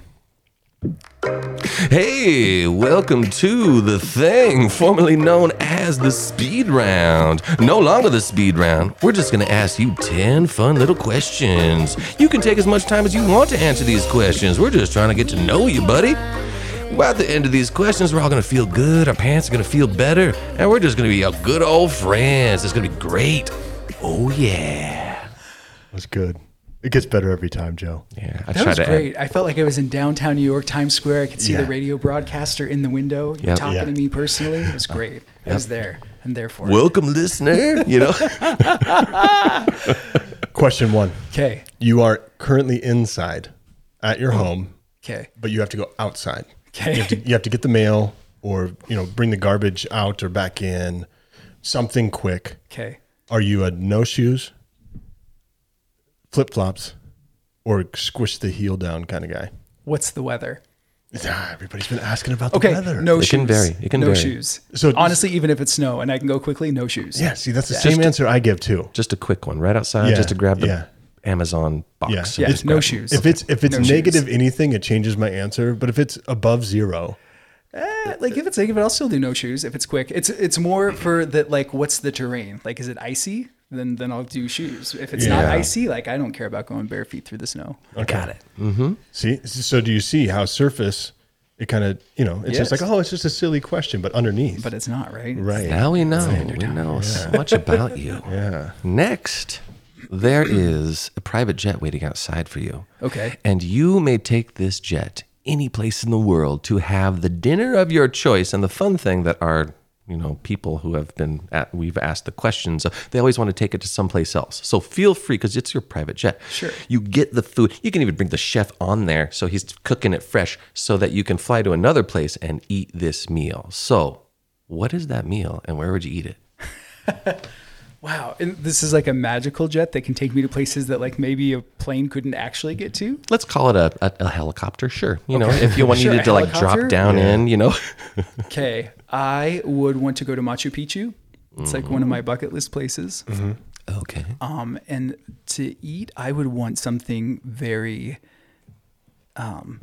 [SPEAKER 2] Hey, welcome to the thing formerly known as the speed round. No longer the speed round. We're just going to ask you 10 fun little questions. You can take as much time as you want to answer these questions. We're just trying to get to know you, buddy. Well, at the end of these questions, we're all gonna feel good. Our pants are gonna feel better, and we're just gonna be a good old friends. It's gonna be great. Oh yeah.
[SPEAKER 1] That's good. It gets better every time, Joe.
[SPEAKER 2] Yeah, I
[SPEAKER 3] That
[SPEAKER 2] tried
[SPEAKER 3] was
[SPEAKER 2] to
[SPEAKER 3] great. I felt like I was in downtown New York, Times Square. I could see the
[SPEAKER 1] Yeah.
[SPEAKER 3] radio broadcaster in the window
[SPEAKER 2] Yep.
[SPEAKER 3] talking
[SPEAKER 1] Yeah.
[SPEAKER 3] to me personally. It
[SPEAKER 1] <laughs>
[SPEAKER 3] was great. I was there. I'm there for
[SPEAKER 2] add welcome listener. You know,
[SPEAKER 1] Question one.
[SPEAKER 3] it. Okay.
[SPEAKER 1] You are currently inside at your home,
[SPEAKER 3] Okay.
[SPEAKER 1] but you have to go outside.
[SPEAKER 3] Okay.
[SPEAKER 1] You have to, you have to get the mail or, you know, bring the garbage out or back in, something quick.
[SPEAKER 3] <laughs> Okay.
[SPEAKER 1] Are you a no shoes, flip flops, or squish the heel down kind of guy?
[SPEAKER 3] What's the weather?
[SPEAKER 1] Ah, everybody's been asking about the
[SPEAKER 3] Okay.
[SPEAKER 1] weather.
[SPEAKER 3] No
[SPEAKER 2] It
[SPEAKER 3] shoes.
[SPEAKER 2] can vary. It can
[SPEAKER 3] no
[SPEAKER 2] vary.
[SPEAKER 3] shoes.
[SPEAKER 1] So-
[SPEAKER 3] So honestly, even if it's snow and I can go quickly, no shoes.
[SPEAKER 1] Yeah, see, that's the
[SPEAKER 2] Just
[SPEAKER 1] same
[SPEAKER 2] to-
[SPEAKER 1] answer I give too.
[SPEAKER 2] just a quick one right outside,
[SPEAKER 1] Yeah,
[SPEAKER 2] just to grab the
[SPEAKER 1] yeah.
[SPEAKER 2] Amazon box.
[SPEAKER 1] Yeah.
[SPEAKER 2] and
[SPEAKER 1] Yeah,
[SPEAKER 2] just
[SPEAKER 3] no
[SPEAKER 2] grab it.
[SPEAKER 3] shoes.
[SPEAKER 1] If it's if it's
[SPEAKER 3] No shoes.
[SPEAKER 1] negative anything, it changes my answer. But if it's above zero,
[SPEAKER 3] Eh, like if it's like if it, I'll still do no shoes if it's quick. It's it's more for that like what's the terrain? Like is it icy? Then then I'll do shoes. If it's not
[SPEAKER 2] Yeah.
[SPEAKER 3] icy, like I don't care about going bare feet through the snow.
[SPEAKER 1] got it. See, so do you see how surface? It kind of you know, it's just
[SPEAKER 3] Yes.
[SPEAKER 1] like oh, it's just a silly question, but underneath,
[SPEAKER 3] But it's not right.
[SPEAKER 1] right?
[SPEAKER 2] Now we know. We know so much about you.
[SPEAKER 1] Yeah.
[SPEAKER 2] Next, there is a private jet waiting outside for you.
[SPEAKER 3] Okay.
[SPEAKER 2] And you may take this jet any place in the world to have the dinner of your choice and the fun thing that our you know people who have been at we've asked the questions of, they always want to take it to someplace else so feel free because it's your private jet
[SPEAKER 3] Sure.
[SPEAKER 2] you get the food you can even bring the chef on there so he's cooking it fresh so that you can fly to another place and eat this meal so what is that meal and where would you eat it
[SPEAKER 3] Wow. And this is like a magical jet that can take me to places that like maybe a plane couldn't actually get to.
[SPEAKER 2] let's call it a, a, a helicopter sure you know if
[SPEAKER 1] <laughs>
[SPEAKER 2] you wanted
[SPEAKER 3] Sure, a
[SPEAKER 2] to like drop
[SPEAKER 3] helicopter?
[SPEAKER 2] down in you know
[SPEAKER 3] Okay. I would want to go to Machu Picchu. It's like one of my bucket list places.
[SPEAKER 2] okay
[SPEAKER 3] Um, and to eat, I would want something very um,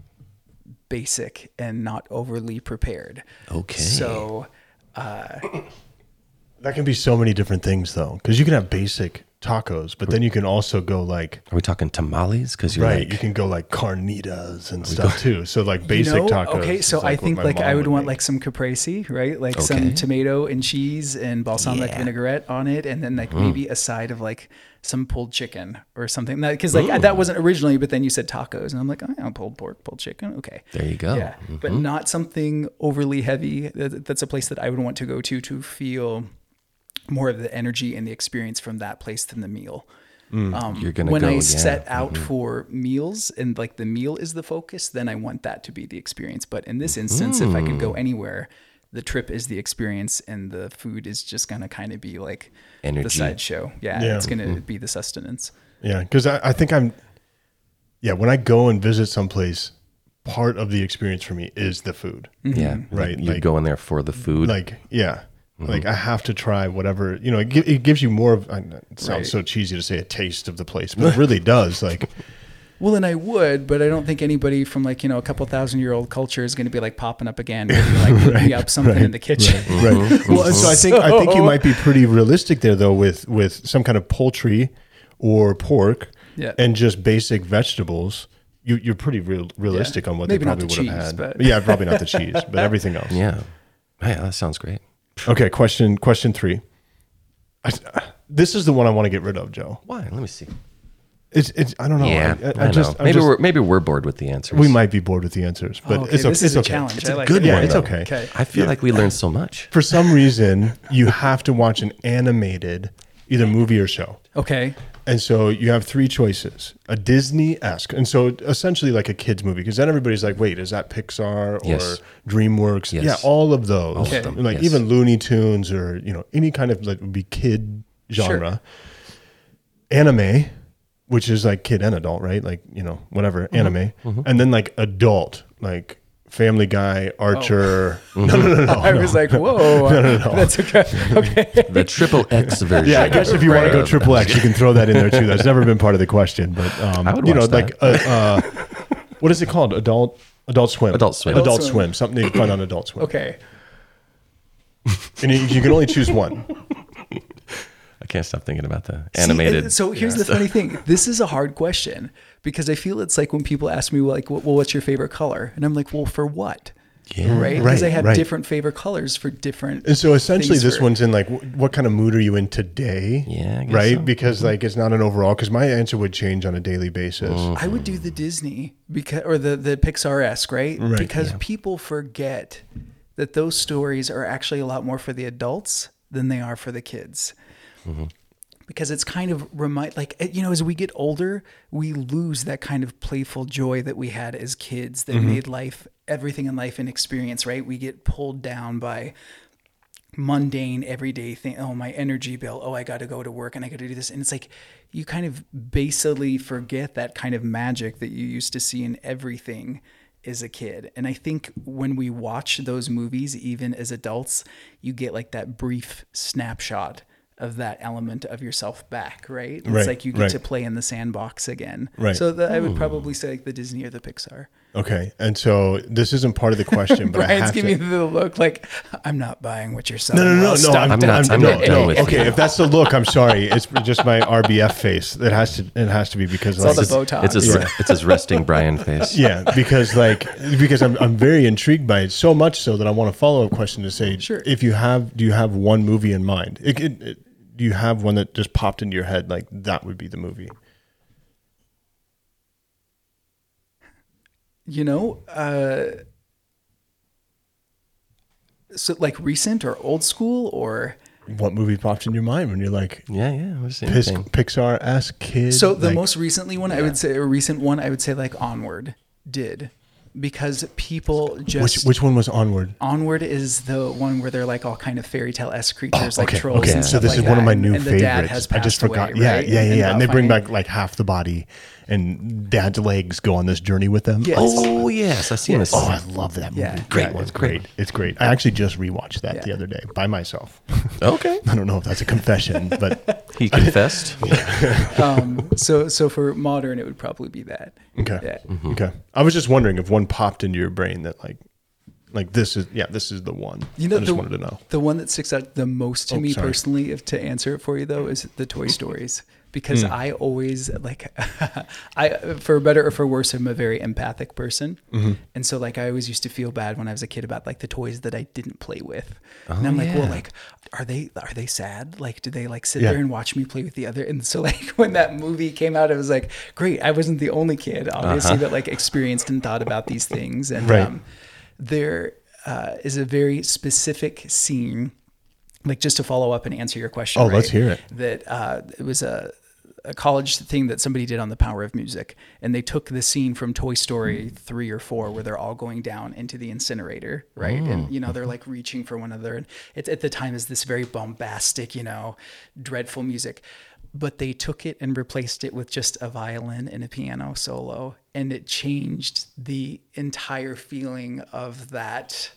[SPEAKER 3] basic and not overly prepared.
[SPEAKER 2] Okay.
[SPEAKER 3] So
[SPEAKER 1] That can be so many different things though, because you can have basic tacos, but then you can also go like
[SPEAKER 2] Are we talking tamales? Because you're
[SPEAKER 1] right,
[SPEAKER 2] like,
[SPEAKER 1] you can go like carnitas and stuff too. So like
[SPEAKER 3] you
[SPEAKER 1] basic
[SPEAKER 3] know,
[SPEAKER 1] tacos.
[SPEAKER 3] okay.
[SPEAKER 1] is,
[SPEAKER 3] So I
[SPEAKER 1] what
[SPEAKER 3] think
[SPEAKER 1] my
[SPEAKER 3] like I
[SPEAKER 1] mom
[SPEAKER 3] would want
[SPEAKER 1] make.
[SPEAKER 3] like some caprese, right? Like
[SPEAKER 2] Okay.
[SPEAKER 3] some tomato and cheese and balsamic
[SPEAKER 2] Yeah. Hmm.
[SPEAKER 3] vinaigrette on it, and then like maybe a side of like some pulled chicken or something. Because like that wasn't originally, but then you said tacos, and I'm like, oh, yeah, pulled pork, pulled chicken. Okay.
[SPEAKER 2] there you go. Mm-hmm.
[SPEAKER 3] Yeah, but not something overly heavy. That- That's a place that I would want to go to to feel more of the energy and the experience from that place than the meal. Um,
[SPEAKER 2] Mm, You're gonna
[SPEAKER 3] when
[SPEAKER 2] go,
[SPEAKER 3] I
[SPEAKER 2] yeah. Mm-hmm.
[SPEAKER 3] set out for meals and like the meal is the focus, then I want that to be the experience. But in
[SPEAKER 2] Mm-hmm.
[SPEAKER 3] this instance, if I could go anywhere, the trip is the experience and the food is just gonna kind of be like
[SPEAKER 2] Energy. Mm-hmm.
[SPEAKER 3] the sideshow. Yeah,
[SPEAKER 1] Yeah.
[SPEAKER 3] it's gonna be the sustenance.
[SPEAKER 1] Yeah, because I, I think I'm. Yeah, when I go and visit someplace, part of the experience for me is the food.
[SPEAKER 3] Mm-hmm.
[SPEAKER 2] Yeah.
[SPEAKER 1] Mm-hmm. Right,
[SPEAKER 2] You
[SPEAKER 1] like-
[SPEAKER 2] go in there for the food.
[SPEAKER 1] Like, yeah,
[SPEAKER 3] Mm-hmm.
[SPEAKER 1] like I have to try whatever you know. It, gi- it gives you more of. I know It sounds
[SPEAKER 3] Right.
[SPEAKER 1] so cheesy to say a taste of the place,
[SPEAKER 3] <laughs>
[SPEAKER 1] but it really does. Like,
[SPEAKER 3] Well, and I would, but I don't think anybody from like you know a couple thousand year old culture is going to be like popping up again, with,
[SPEAKER 1] <laughs>
[SPEAKER 3] like picking up something in the kitchen. <laughs>
[SPEAKER 1] right.
[SPEAKER 3] Mm-hmm.
[SPEAKER 1] Well, and so I think I think you might be pretty realistic there though with with some kind of poultry or pork
[SPEAKER 3] Yeah.
[SPEAKER 1] and just basic vegetables. You, you're pretty real, realistic on what
[SPEAKER 3] Maybe
[SPEAKER 1] they
[SPEAKER 3] not
[SPEAKER 1] probably
[SPEAKER 3] the
[SPEAKER 1] would have
[SPEAKER 3] cheese,
[SPEAKER 1] had.
[SPEAKER 3] but-
[SPEAKER 1] Yeah, probably
[SPEAKER 3] <laughs>
[SPEAKER 1] not the cheese, but everything else.
[SPEAKER 2] yeah. Yeah, that sounds great.
[SPEAKER 1] Okay, question question three. I, this is the one I want to get rid of, Joe.
[SPEAKER 2] Why? Let me see.
[SPEAKER 1] It's, it's I don't know.
[SPEAKER 2] yeah.
[SPEAKER 1] I, I, I just
[SPEAKER 2] know. Maybe,
[SPEAKER 1] I just,
[SPEAKER 2] we're, maybe we're bored with the answers.
[SPEAKER 1] we might be bored with the answers, but
[SPEAKER 3] Oh, okay,
[SPEAKER 1] it's, o-
[SPEAKER 3] this
[SPEAKER 1] it's
[SPEAKER 3] is a
[SPEAKER 1] okay.
[SPEAKER 3] challenge.
[SPEAKER 1] It's a
[SPEAKER 3] I like
[SPEAKER 1] good
[SPEAKER 3] it.
[SPEAKER 1] one.
[SPEAKER 2] Yeah,
[SPEAKER 1] it's
[SPEAKER 2] though.
[SPEAKER 1] okay.
[SPEAKER 3] Okay.
[SPEAKER 2] I feel like we learned
[SPEAKER 1] <laughs>
[SPEAKER 2] so much.
[SPEAKER 1] For some reason, you have to watch an animated either movie or show.
[SPEAKER 3] Okay.
[SPEAKER 1] And so you have three choices: a Disney-esque, and so essentially like a kids movie, because then everybody's like, "Wait, is that Pixar or
[SPEAKER 2] Yes.
[SPEAKER 1] DreamWorks?"
[SPEAKER 2] Yes.
[SPEAKER 1] Yeah, all of those.
[SPEAKER 2] of
[SPEAKER 3] them,
[SPEAKER 1] Like
[SPEAKER 2] yes.
[SPEAKER 1] even Looney Tunes or you know any kind of like would be kid genre. Anime, which is like kid and adult, right? Like you know whatever
[SPEAKER 2] Mm-hmm.
[SPEAKER 1] anime, and then like adult, like Family Guy,
[SPEAKER 2] Oh. <laughs>
[SPEAKER 1] Archer. No, no, Oh, <laughs> no, no.
[SPEAKER 3] I was like, whoa, <laughs> that's
[SPEAKER 1] <laughs>
[SPEAKER 3] okay. Okay. <laughs>
[SPEAKER 2] The triple X version.
[SPEAKER 1] Yeah, I guess if you want to go
[SPEAKER 2] of-
[SPEAKER 1] triple X, you can throw that in there too. That's never been part of the question, but um,
[SPEAKER 2] I would
[SPEAKER 1] you know,
[SPEAKER 2] watch
[SPEAKER 1] like
[SPEAKER 2] that.
[SPEAKER 1] uh, uh, what is it called? Adult Adult Swim.
[SPEAKER 2] Adult Swim.
[SPEAKER 1] Adult,
[SPEAKER 3] Adult
[SPEAKER 1] Swim.
[SPEAKER 3] Swim.
[SPEAKER 1] Something you can find on Adult Swim.
[SPEAKER 3] Okay.
[SPEAKER 1] and you, you can only choose one.
[SPEAKER 2] I can't stop thinking about the
[SPEAKER 3] See,
[SPEAKER 2] animated.
[SPEAKER 3] and so here's the funny thing. This is a hard question because I feel it's like when people ask me, like, well, what's your favorite color? And I'm like, well, for what?
[SPEAKER 2] Yeah.
[SPEAKER 3] right? Because
[SPEAKER 1] Right,
[SPEAKER 3] they have
[SPEAKER 1] right.
[SPEAKER 3] different favorite colors for different.
[SPEAKER 1] And so essentially,
[SPEAKER 3] things
[SPEAKER 1] this
[SPEAKER 3] for-
[SPEAKER 1] one's in like, wh- what kind of mood are you in today?
[SPEAKER 2] Yeah, I guess
[SPEAKER 1] right.
[SPEAKER 2] so. Mm-hmm.
[SPEAKER 1] Because like, it's not an overall. Because my answer would change on a daily basis.
[SPEAKER 2] Mm.
[SPEAKER 3] I would do the Disney because or the the Pixar esque, right? Because people forget that those stories are actually a lot more for the adults than they are for the kids. Because it's kind of remind like eh, you know as we get older we lose that kind of playful joy that we had as kids that made life everything in life an experience right we get pulled down by mundane everyday thing oh my energy bill oh i got to go to work and i got to do this and it's like you kind of basically forget that kind of magic that you used to see in everything as a kid and i think when we watch those movies even as adults you get like that brief snapshot of that element of yourself back right it's
[SPEAKER 1] Right,
[SPEAKER 3] like you get
[SPEAKER 1] right.
[SPEAKER 3] to play in the sandbox again
[SPEAKER 1] Right.
[SPEAKER 3] so the, i would probably say like the disney or the pixar
[SPEAKER 1] Okay. And so this isn't part of the question, but I
[SPEAKER 3] brian's
[SPEAKER 1] have to.
[SPEAKER 3] giving me the look like i'm not buying what you're selling
[SPEAKER 1] no, no, no,
[SPEAKER 3] Well,
[SPEAKER 1] no.
[SPEAKER 3] stop
[SPEAKER 2] I'm
[SPEAKER 3] that.
[SPEAKER 2] not- I'm not done with
[SPEAKER 1] okay,
[SPEAKER 2] you.
[SPEAKER 1] if that's the look, I'm sorry. It's just my RBF face. It has to. It has to be because
[SPEAKER 3] all
[SPEAKER 1] like,
[SPEAKER 3] the Botox.
[SPEAKER 2] It's his,
[SPEAKER 1] Yeah.
[SPEAKER 2] it's his resting Brian
[SPEAKER 1] <laughs>
[SPEAKER 2] face.
[SPEAKER 1] yeah, because like because I'm I'm very intrigued by it so much so that I want a follow up question to say
[SPEAKER 3] Sure.
[SPEAKER 1] if you have do you have one movie in mind? It, it, it, do you have one that just popped into your head like that would be the movie?
[SPEAKER 3] you know uh so like recent or old school or
[SPEAKER 1] What movie pops in your mind when you're like
[SPEAKER 2] Yeah, yeah. It was
[SPEAKER 1] Pis-
[SPEAKER 2] anything.
[SPEAKER 1] Pixar ass kid?
[SPEAKER 3] so the
[SPEAKER 1] like,
[SPEAKER 3] most recently one i would say a recent one i would say like onward did because people
[SPEAKER 1] which
[SPEAKER 3] just
[SPEAKER 1] which one was Onward?
[SPEAKER 3] Onward is the one where they're like all kind of fairy tale esque creatures, like
[SPEAKER 1] Oh, okay,
[SPEAKER 3] trolls.
[SPEAKER 1] okay.
[SPEAKER 3] And
[SPEAKER 1] so
[SPEAKER 3] stuff
[SPEAKER 1] this
[SPEAKER 3] like
[SPEAKER 1] is one of
[SPEAKER 3] that.
[SPEAKER 1] my
[SPEAKER 3] And-
[SPEAKER 1] new
[SPEAKER 3] and the
[SPEAKER 1] favorites.
[SPEAKER 3] Dad has
[SPEAKER 1] I just
[SPEAKER 3] passed away,
[SPEAKER 1] forgot. yeah,
[SPEAKER 3] right?
[SPEAKER 1] yeah, yeah, yeah.
[SPEAKER 3] about
[SPEAKER 1] And they bring
[SPEAKER 3] finding-
[SPEAKER 1] back like half the body, and dad's legs go on this journey with them.
[SPEAKER 3] Yes.
[SPEAKER 2] Oh, yes. I've seen this.
[SPEAKER 1] Oh, I love that movie.
[SPEAKER 3] Yeah.
[SPEAKER 2] Great
[SPEAKER 1] That
[SPEAKER 2] one.
[SPEAKER 1] was great. It's great. I actually just rewatched that the
[SPEAKER 3] Yeah.
[SPEAKER 1] other day by myself. <laughs>
[SPEAKER 2] Okay.
[SPEAKER 1] I don't know if that's a confession,
[SPEAKER 3] <laughs>
[SPEAKER 1] but <laughs>
[SPEAKER 2] He confessed.
[SPEAKER 3] Um, so, so for modern, it would probably be that.
[SPEAKER 1] okay.
[SPEAKER 3] Yeah.
[SPEAKER 2] Mm-hmm.
[SPEAKER 1] Okay. I was just wondering if one popped into your brain that like like this is yeah, this is the one.
[SPEAKER 3] You know,
[SPEAKER 1] I just
[SPEAKER 3] the,
[SPEAKER 1] wanted to know.
[SPEAKER 3] the one that sticks out the most to
[SPEAKER 1] Oh,
[SPEAKER 3] me
[SPEAKER 1] sorry.
[SPEAKER 3] personally, if to answer it for you though, is the Toy Stories because
[SPEAKER 1] Hmm.
[SPEAKER 3] I always like, <laughs> I for better or for worse, I'm a very empathic person,
[SPEAKER 1] Mm-hmm.
[SPEAKER 3] and so like I always used to feel bad when I was a kid about like the toys that I didn't play with,
[SPEAKER 1] Oh,
[SPEAKER 3] and I'm like, well,
[SPEAKER 2] yeah.
[SPEAKER 3] like are they are they sad? Like, do they like sit
[SPEAKER 1] Yeah.
[SPEAKER 3] there and watch me play with the other? And so like <laughs> when that movie came out, it was like, great, I wasn't the only kid obviously
[SPEAKER 1] Uh-huh.
[SPEAKER 3] that like experienced and thought about these things, and
[SPEAKER 1] Right.
[SPEAKER 3] um, there uh, is a very specific scene, like just to follow up and answer your question.
[SPEAKER 1] Oh, let's hear it.
[SPEAKER 3] That uh, it was a, a college thing that somebody did on the power of music, and they took the scene from Toy Story
[SPEAKER 1] Mm.
[SPEAKER 3] three or four where they're all going down into the incinerator, right?
[SPEAKER 1] Mm.
[SPEAKER 3] And you know
[SPEAKER 1] <laughs>
[SPEAKER 3] they're like reaching for one another, and it's at the time is this very bombastic, you know, dreadful music. But they took it and replaced it with just a violin and a piano solo, and it changed the entire feeling of that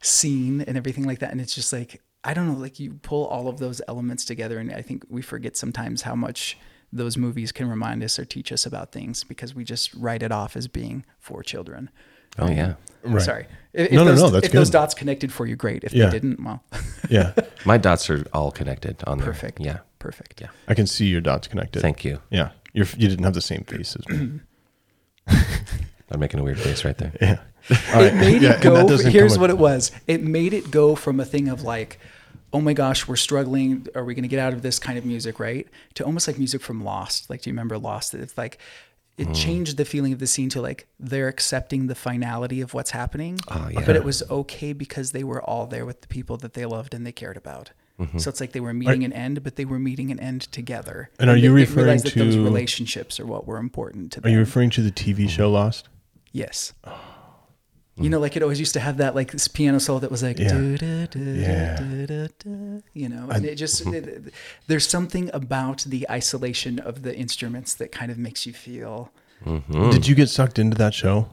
[SPEAKER 3] scene and everything like that. And it's just like, I don't know, like you pull all of those elements together. And I think we forget sometimes how much those movies can remind us or teach us about things because we just write it off as being for children.
[SPEAKER 2] Oh, yeah.
[SPEAKER 1] Right.
[SPEAKER 3] Sorry. If, if
[SPEAKER 1] No, no,
[SPEAKER 3] those,
[SPEAKER 1] no, that's
[SPEAKER 3] If those
[SPEAKER 1] good.
[SPEAKER 3] dots connected for you, great. If
[SPEAKER 1] Yeah.
[SPEAKER 3] they didn't, well, <laughs>
[SPEAKER 1] Yeah.
[SPEAKER 2] My dots are all connected on there.
[SPEAKER 3] perfect.
[SPEAKER 2] Yeah.
[SPEAKER 3] Perfect. Yeah.
[SPEAKER 1] I can see your dots connected.
[SPEAKER 2] Thank you.
[SPEAKER 1] Yeah. You're, you didn't have the same face as
[SPEAKER 3] <clears throat>
[SPEAKER 1] me.
[SPEAKER 2] I'm making a weird face right there.
[SPEAKER 1] Yeah. All right.
[SPEAKER 3] It made
[SPEAKER 1] Yeah,
[SPEAKER 3] it
[SPEAKER 1] and
[SPEAKER 3] go.
[SPEAKER 1] that doesn't
[SPEAKER 3] Here's
[SPEAKER 1] come
[SPEAKER 3] what
[SPEAKER 1] ac-
[SPEAKER 3] it was. It made it go from a thing of like, oh my gosh, we're struggling. Are we going to get out of this kind of music, right? To almost like music from Lost. Like, do you remember Lost? It's like, it
[SPEAKER 1] Mm.
[SPEAKER 3] changed the feeling of the scene to like they're accepting the finality of what's happening.
[SPEAKER 1] Ah,
[SPEAKER 2] Oh, yeah.
[SPEAKER 3] But it was okay because they were all there with the people that they loved and they cared about.
[SPEAKER 1] Mm-hmm.
[SPEAKER 3] So it's like they were meeting an end, but they were meeting an end together.
[SPEAKER 1] And are
[SPEAKER 3] they-
[SPEAKER 1] you
[SPEAKER 3] they
[SPEAKER 1] referring
[SPEAKER 3] realized that those
[SPEAKER 1] to-
[SPEAKER 3] relationships are what were important to them?
[SPEAKER 1] Are you referring to the TV show Lost?
[SPEAKER 3] Yes. You know, like it always used to have that like this piano solo that was like,
[SPEAKER 1] Yeah.
[SPEAKER 3] "Du- du- du-
[SPEAKER 1] Yeah.
[SPEAKER 3] du- du- du," you know, and it just it- there's something about the isolation of the instruments that kind of makes you feel.
[SPEAKER 1] Did you get sucked into that show?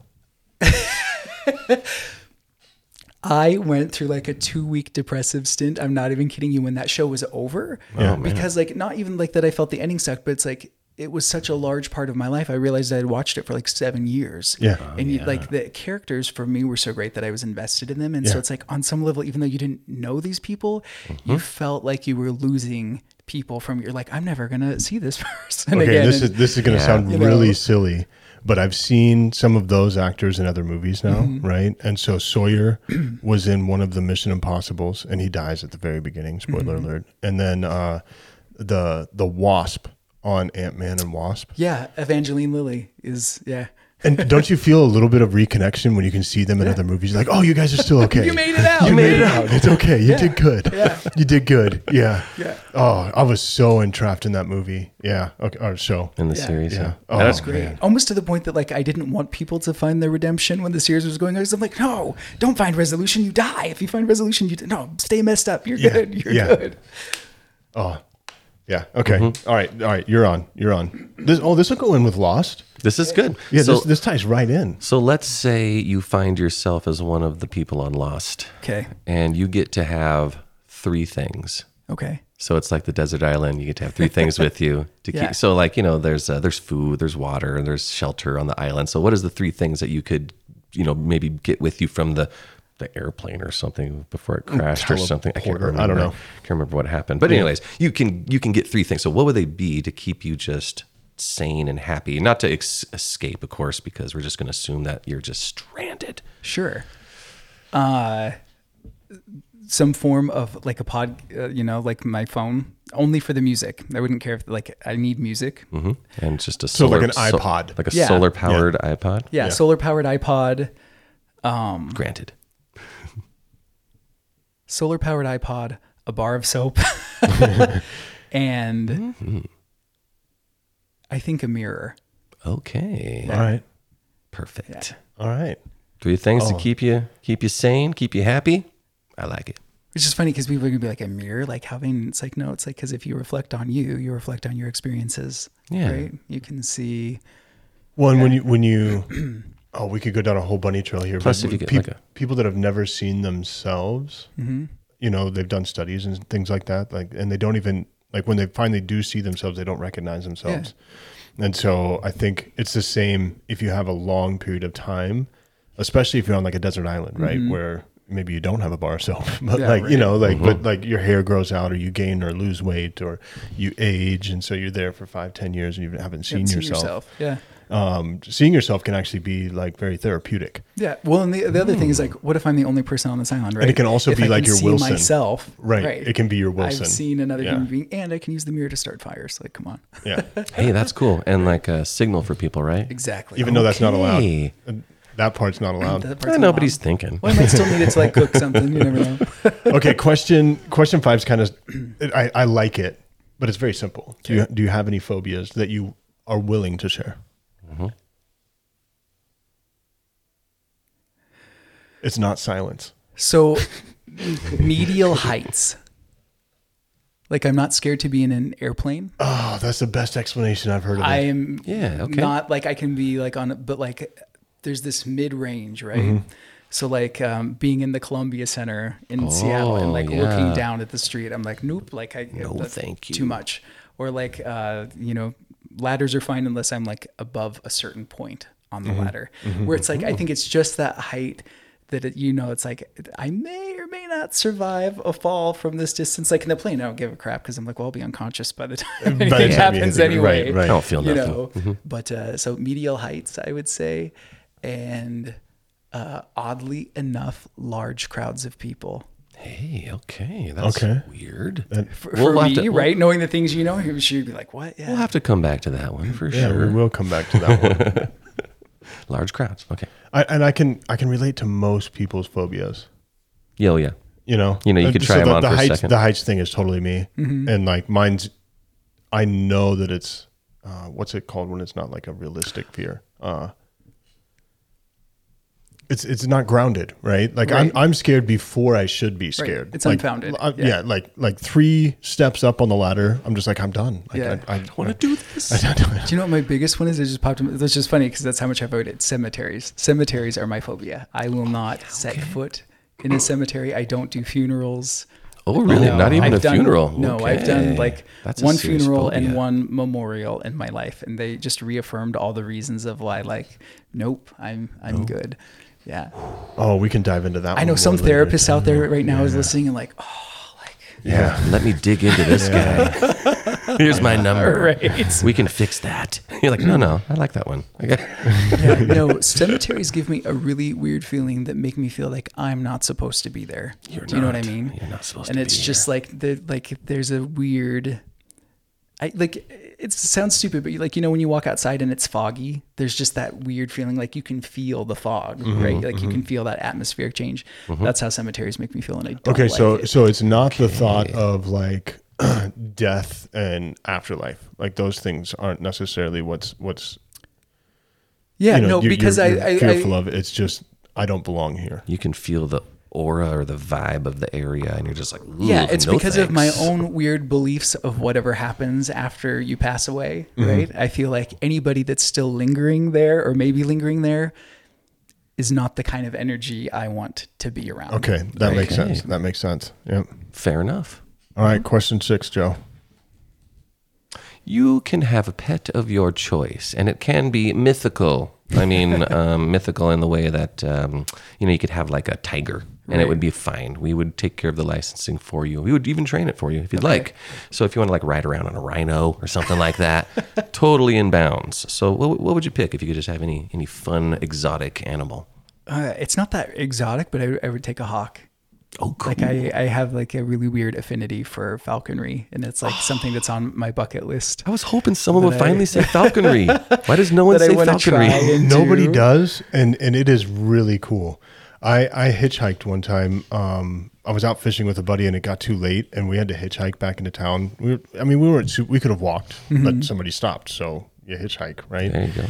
[SPEAKER 3] I went through like a two week depressive stint. I'm not even kidding you. When that show was over,
[SPEAKER 1] Yeah.
[SPEAKER 3] because like not even like that, I felt the ending sucked, but it's like it was such a large part of my life. I realized I had watched it for like seven years.
[SPEAKER 1] Yeah.
[SPEAKER 3] and you, like the characters for me were so great that I was invested in them. And
[SPEAKER 1] Yeah.
[SPEAKER 3] so
[SPEAKER 1] Mm-hmm.
[SPEAKER 3] it's like on some level, even though you didn't know these people, you felt like you were losing people from you're like I'm never gonna see this <laughs> person
[SPEAKER 1] okay,
[SPEAKER 3] again.
[SPEAKER 1] this
[SPEAKER 3] And-
[SPEAKER 1] is this is going to
[SPEAKER 2] Yeah.
[SPEAKER 1] sound
[SPEAKER 3] You know.
[SPEAKER 1] really silly, but I've seen some of those actors in other movies now,
[SPEAKER 3] Mm-hmm.
[SPEAKER 1] right? And so Sawyer <clears throat> was in one of the Mission Impossible's, and he dies at the very beginning. Spoiler
[SPEAKER 3] Mm-hmm.
[SPEAKER 1] alert! And then uh, the the Wasp on Ant Man and Wasp.
[SPEAKER 3] yeah, Evangeline Lilly is yeah.
[SPEAKER 1] And don't you feel a little bit of reconnection when you can see them in other movies? Like, oh, you guys are still okay.
[SPEAKER 3] You made it out.
[SPEAKER 1] You made it out. It's okay. You did good. You did good. Yeah.
[SPEAKER 3] Yeah.
[SPEAKER 1] Oh, I was so entrapped in that movie. Yeah. Okay. Or show.
[SPEAKER 2] in the
[SPEAKER 3] Yeah.
[SPEAKER 2] series.
[SPEAKER 1] Yeah.
[SPEAKER 2] Yeah,
[SPEAKER 1] Oh,
[SPEAKER 2] that's
[SPEAKER 1] man.
[SPEAKER 2] great.
[SPEAKER 3] Almost to the point that like I didn't want people to find their redemption when the series was going on. 'Cause I'm like, no, don't find resolution. You die if you find resolution. You no, stay messed up. You're
[SPEAKER 1] Yeah.
[SPEAKER 3] good. You're
[SPEAKER 1] Yeah.
[SPEAKER 3] good.
[SPEAKER 1] Oh, yeah. Okay.
[SPEAKER 2] Mm-hmm.
[SPEAKER 1] All right. All right. You're on. You're on. This. Oh, this will go in with Lost.
[SPEAKER 2] This is good.
[SPEAKER 1] Yeah.
[SPEAKER 2] so,
[SPEAKER 1] this, this ties right in.
[SPEAKER 2] so let's say you find yourself as one of the people on Lost,
[SPEAKER 3] Okay.
[SPEAKER 2] and you get to have three things.
[SPEAKER 3] Okay.
[SPEAKER 2] So it's like the desert island. You get to have three things with you to
[SPEAKER 3] Yeah.
[SPEAKER 2] keep. So like you know, there's uh, there's food, there's water, and there's shelter on the island. So what is the three things that you could you know maybe get with you from the the airplane or something before it crashed or something? I can't
[SPEAKER 1] Teleporter.
[SPEAKER 2] remember.
[SPEAKER 1] I don't know.
[SPEAKER 2] Can't remember what happened. But anyways, you can you can get three things. So what would they be to keep you just sane and happy? Not to ex- escape, of course, because we're just going to assume that you're just stranded.
[SPEAKER 3] Sure. Uh, some form of like a pod, uh, you know, like my phone, only for the music. I wouldn't care if like I need music.
[SPEAKER 2] hmm And just a
[SPEAKER 1] Mm-hmm. So
[SPEAKER 2] solar,
[SPEAKER 1] like an
[SPEAKER 2] so-
[SPEAKER 1] iPod.
[SPEAKER 2] like a
[SPEAKER 3] Yeah.
[SPEAKER 2] solar powered iPod.
[SPEAKER 3] Yeah,
[SPEAKER 1] Yeah.
[SPEAKER 3] solar powered iPod,
[SPEAKER 2] Granted.
[SPEAKER 3] solar powered iPod, a bar
[SPEAKER 1] <laughs>
[SPEAKER 3] of soap, <laughs> and
[SPEAKER 1] Mm-hmm.
[SPEAKER 3] I think a mirror.
[SPEAKER 2] Okay.
[SPEAKER 1] All right.
[SPEAKER 2] Perfect.
[SPEAKER 1] All right.
[SPEAKER 2] Three things
[SPEAKER 1] Oh.
[SPEAKER 2] to keep you keep you sane, keep you happy. I like it.
[SPEAKER 3] Which is funny because people are gonna be like a mirror, like having. It's like no, it's like because if you reflect on you, you reflect on your experiences.
[SPEAKER 2] Yeah.
[SPEAKER 3] right? You can see.
[SPEAKER 1] Well, and when you when you <clears throat> oh, we could go down a whole bunny trail here.
[SPEAKER 2] Plus, if you get
[SPEAKER 1] peop-
[SPEAKER 2] like a- Mm-hmm.
[SPEAKER 1] people that have never seen themselves, you know, they've done studies and things like that. Like, and they don't even like when they finally do see themselves, they don't recognize themselves. And so I think it's the same if you have a long period of time, especially if you're on like a desert island, right?
[SPEAKER 2] Mm-hmm.
[SPEAKER 1] Where maybe you don't have a bar of soap, <laughs> but
[SPEAKER 3] Yeah,
[SPEAKER 1] like,
[SPEAKER 3] right.
[SPEAKER 1] you know, like,
[SPEAKER 2] Mm-hmm.
[SPEAKER 1] but like your hair grows out or you gain or lose weight or you age. And so you're there for five, ten years and you haven't seen,
[SPEAKER 3] and see
[SPEAKER 1] yourself
[SPEAKER 3] Yeah.
[SPEAKER 1] um, seeing yourself can actually be like very therapeutic.
[SPEAKER 3] Yeah. Well, and the, the other thing is like, what if I'm the only person on this island, right?
[SPEAKER 1] it can also
[SPEAKER 3] If
[SPEAKER 1] be
[SPEAKER 3] I
[SPEAKER 1] like
[SPEAKER 3] can
[SPEAKER 1] your
[SPEAKER 3] see
[SPEAKER 1] Wilson.
[SPEAKER 3] myself,
[SPEAKER 1] Right. It can be your Wilson.
[SPEAKER 3] I've seen another
[SPEAKER 1] Yeah.
[SPEAKER 3] human being, and I can use the mirror to start fires. Like, come on.
[SPEAKER 1] Yeah. <laughs>
[SPEAKER 2] Hey, that's cool. And like a signal for people, right?
[SPEAKER 3] Exactly. Oh,
[SPEAKER 1] Even though Oh, that's not allowed.
[SPEAKER 2] Hey.
[SPEAKER 1] And That part's not allowed.
[SPEAKER 3] <clears throat> That part's
[SPEAKER 2] Eh,
[SPEAKER 3] allowed.
[SPEAKER 2] nobody's thinking.
[SPEAKER 3] Well, I might still need it to like cook something. You never know.
[SPEAKER 1] okay. Question question five's kind of I, I like it, but it's very simple. Do you do you have any phobias that you are willing to share? It's not silence.
[SPEAKER 3] So, medial heights. Like, I'm not scared to be in an airplane.
[SPEAKER 1] Oh, that's the best explanation I've heard of.
[SPEAKER 3] I
[SPEAKER 1] it.
[SPEAKER 3] am
[SPEAKER 2] Yeah, okay.
[SPEAKER 3] not like I can be like on, but like there's this mid range, right?
[SPEAKER 2] Mm-hmm.
[SPEAKER 3] So like um, being in the Columbia Center in Seattle and
[SPEAKER 2] Oh,
[SPEAKER 3] like
[SPEAKER 2] yeah.
[SPEAKER 3] looking down at the street, I'm like, nope, like I
[SPEAKER 2] No, thank you.
[SPEAKER 3] too much. Or like uh, you know, ladders are fine unless I'm like above a certain point on the
[SPEAKER 2] Mm-hmm.
[SPEAKER 3] ladder, where it's like
[SPEAKER 2] Oh.
[SPEAKER 3] I think it's just that height that it, you know it's like I may or may not survive a fall from this distance. Like in the plane, I don't give a crap because I'm like, well, I'll be unconscious by the <laughs> time
[SPEAKER 1] By the
[SPEAKER 3] it
[SPEAKER 1] time you-
[SPEAKER 3] happens
[SPEAKER 1] right,
[SPEAKER 3] anyway
[SPEAKER 1] right. Mm-hmm.
[SPEAKER 2] I don't feel
[SPEAKER 3] you
[SPEAKER 2] nothing.
[SPEAKER 3] know. But uh, so medial heights, I would say, and uh, oddly enough, large crowds of people.
[SPEAKER 2] Hey, okay. That's
[SPEAKER 1] Okay.
[SPEAKER 2] weird.
[SPEAKER 3] For,
[SPEAKER 2] We'll
[SPEAKER 3] for
[SPEAKER 2] have
[SPEAKER 3] me,
[SPEAKER 2] to- we'll-
[SPEAKER 3] right? Knowing the things you know, you should be like, what?
[SPEAKER 2] We'll
[SPEAKER 3] Yeah.
[SPEAKER 2] have to come back to that one for
[SPEAKER 1] yeah,
[SPEAKER 2] sure.
[SPEAKER 1] we will come back to that one.
[SPEAKER 2] Large crowds. Okay.
[SPEAKER 1] I, and I can I can relate to most people's phobias.
[SPEAKER 2] Yeah, oh, yeah.
[SPEAKER 1] you know
[SPEAKER 2] You know, you
[SPEAKER 1] And
[SPEAKER 2] could try 'em
[SPEAKER 1] the,
[SPEAKER 2] on
[SPEAKER 1] the
[SPEAKER 2] for a
[SPEAKER 1] heights
[SPEAKER 2] second.
[SPEAKER 1] the heights thing is totally me
[SPEAKER 3] Mm-hmm.
[SPEAKER 1] and like mine's i know that it's uh, what's it called when it's not like a realistic fear uh it's it's not grounded right like i'm
[SPEAKER 3] Right.
[SPEAKER 1] i'm scared before i should be scared
[SPEAKER 3] It's
[SPEAKER 1] Like,
[SPEAKER 3] unfounded.
[SPEAKER 1] I- yeah.
[SPEAKER 3] Yeah.
[SPEAKER 1] like like three steps up on the ladder i'm just like i'm done like,
[SPEAKER 3] Yeah.
[SPEAKER 1] i, I
[SPEAKER 2] I want to do this.
[SPEAKER 1] I-
[SPEAKER 3] Do you know what my biggest one is? It just popped. in- That's just funny because that's how much I've avoided cemeteries. Cemeteries are my phobia. I will not set foot in a cemetery. I don't do funerals.
[SPEAKER 2] Oh, really?
[SPEAKER 3] No,
[SPEAKER 2] Not even
[SPEAKER 3] I've
[SPEAKER 2] a
[SPEAKER 3] done-
[SPEAKER 2] funeral.
[SPEAKER 3] No, I've done
[SPEAKER 2] Okay.
[SPEAKER 3] like
[SPEAKER 2] That's a
[SPEAKER 3] one
[SPEAKER 2] serious
[SPEAKER 3] funeral and
[SPEAKER 2] phobia.
[SPEAKER 3] one memorial in my life, and they just reaffirmed all the reasons of why. Like, nope, I'm I'm good. Yeah,
[SPEAKER 1] oh we can dive into that
[SPEAKER 3] I know
[SPEAKER 1] one
[SPEAKER 3] some
[SPEAKER 1] more later.
[SPEAKER 3] therapist out there right now is listening and like, oh, like
[SPEAKER 2] Yeah. <laughs>
[SPEAKER 3] <laughs>
[SPEAKER 2] Let me dig
[SPEAKER 1] <laughs>
[SPEAKER 2] into this guy. Here's my number.
[SPEAKER 3] Right.
[SPEAKER 2] We can fix that. <laughs> You're like, no, no, I like that one. Okay.
[SPEAKER 3] Yeah, <laughs> no, cemeteries give me a really weird feeling that make me feel like I'm not supposed to be there. Do you know what
[SPEAKER 2] not.
[SPEAKER 3] I mean?
[SPEAKER 2] You're not supposed
[SPEAKER 3] and
[SPEAKER 2] to
[SPEAKER 3] it's
[SPEAKER 2] be
[SPEAKER 3] just like the like there's a weird I like it sounds stupid, but you, like you know when you walk outside and it's foggy, there's just that weird feeling like you can feel the fog,
[SPEAKER 2] Mm-hmm,
[SPEAKER 3] right? Like you can feel that atmospheric change. That's how cemeteries make me feel, and I don't
[SPEAKER 1] Okay,
[SPEAKER 3] like
[SPEAKER 1] so
[SPEAKER 3] it.
[SPEAKER 1] so it's not the thought of like <clears throat> death and afterlife. Like those things aren't necessarily what's what's
[SPEAKER 3] yeah,
[SPEAKER 1] you know,
[SPEAKER 3] no,
[SPEAKER 1] you-
[SPEAKER 3] because
[SPEAKER 1] you're,
[SPEAKER 3] I,
[SPEAKER 1] you're
[SPEAKER 3] I, I
[SPEAKER 1] fearful of. It's just I don't belong here.
[SPEAKER 2] You can feel the aura or the vibe of the area, and you're just like, "Ooh,
[SPEAKER 3] yeah it's
[SPEAKER 2] no
[SPEAKER 3] because of my
[SPEAKER 2] thanks."
[SPEAKER 3] own weird beliefs of whatever happens after you pass away
[SPEAKER 1] Mm-hmm.
[SPEAKER 3] right i feel like anybody that's still lingering there or maybe lingering there is not the kind of energy i want to be around
[SPEAKER 1] Okay, that makes
[SPEAKER 2] Okay.
[SPEAKER 1] sense. That makes sense. Yep.
[SPEAKER 2] Fair enough.
[SPEAKER 1] All right, question six, Joe.
[SPEAKER 2] You can have a pet of your choice, and it can be mythical. I
[SPEAKER 3] <laughs>
[SPEAKER 2] mean, um, mythical in the way that um, you know you could have like a tiger, and it would be fine. We would take care of the licensing for you. We would even train it for you if you'd like. So if you want to like ride around on a rhino or something like
[SPEAKER 3] <laughs>
[SPEAKER 2] that, totally in bounds. So what, what would you pick if you could just have any any fun exotic animal?
[SPEAKER 3] uh, it's not that exotic but i, I would take a hawk
[SPEAKER 2] Oh, cool.
[SPEAKER 3] like I, I have like a really weird affinity for falconry and it's like something that's on my bucket list
[SPEAKER 1] <gasps>
[SPEAKER 2] I was hoping someone would
[SPEAKER 3] That I-
[SPEAKER 2] finally say falconry. Why does no one
[SPEAKER 3] that I
[SPEAKER 2] say
[SPEAKER 3] wanna
[SPEAKER 2] falconry?
[SPEAKER 3] try and
[SPEAKER 1] Nobody
[SPEAKER 3] do.
[SPEAKER 1] does, and and it is really cool. I I hitchhiked one time. Um, I was out fishing with a buddy, and it got too late, and we had to hitchhike back into town. We, were, I mean, we weren't. su- We could have walked,
[SPEAKER 3] Mm-hmm.
[SPEAKER 1] but somebody stopped, so you hitchhike, right?
[SPEAKER 2] There you go.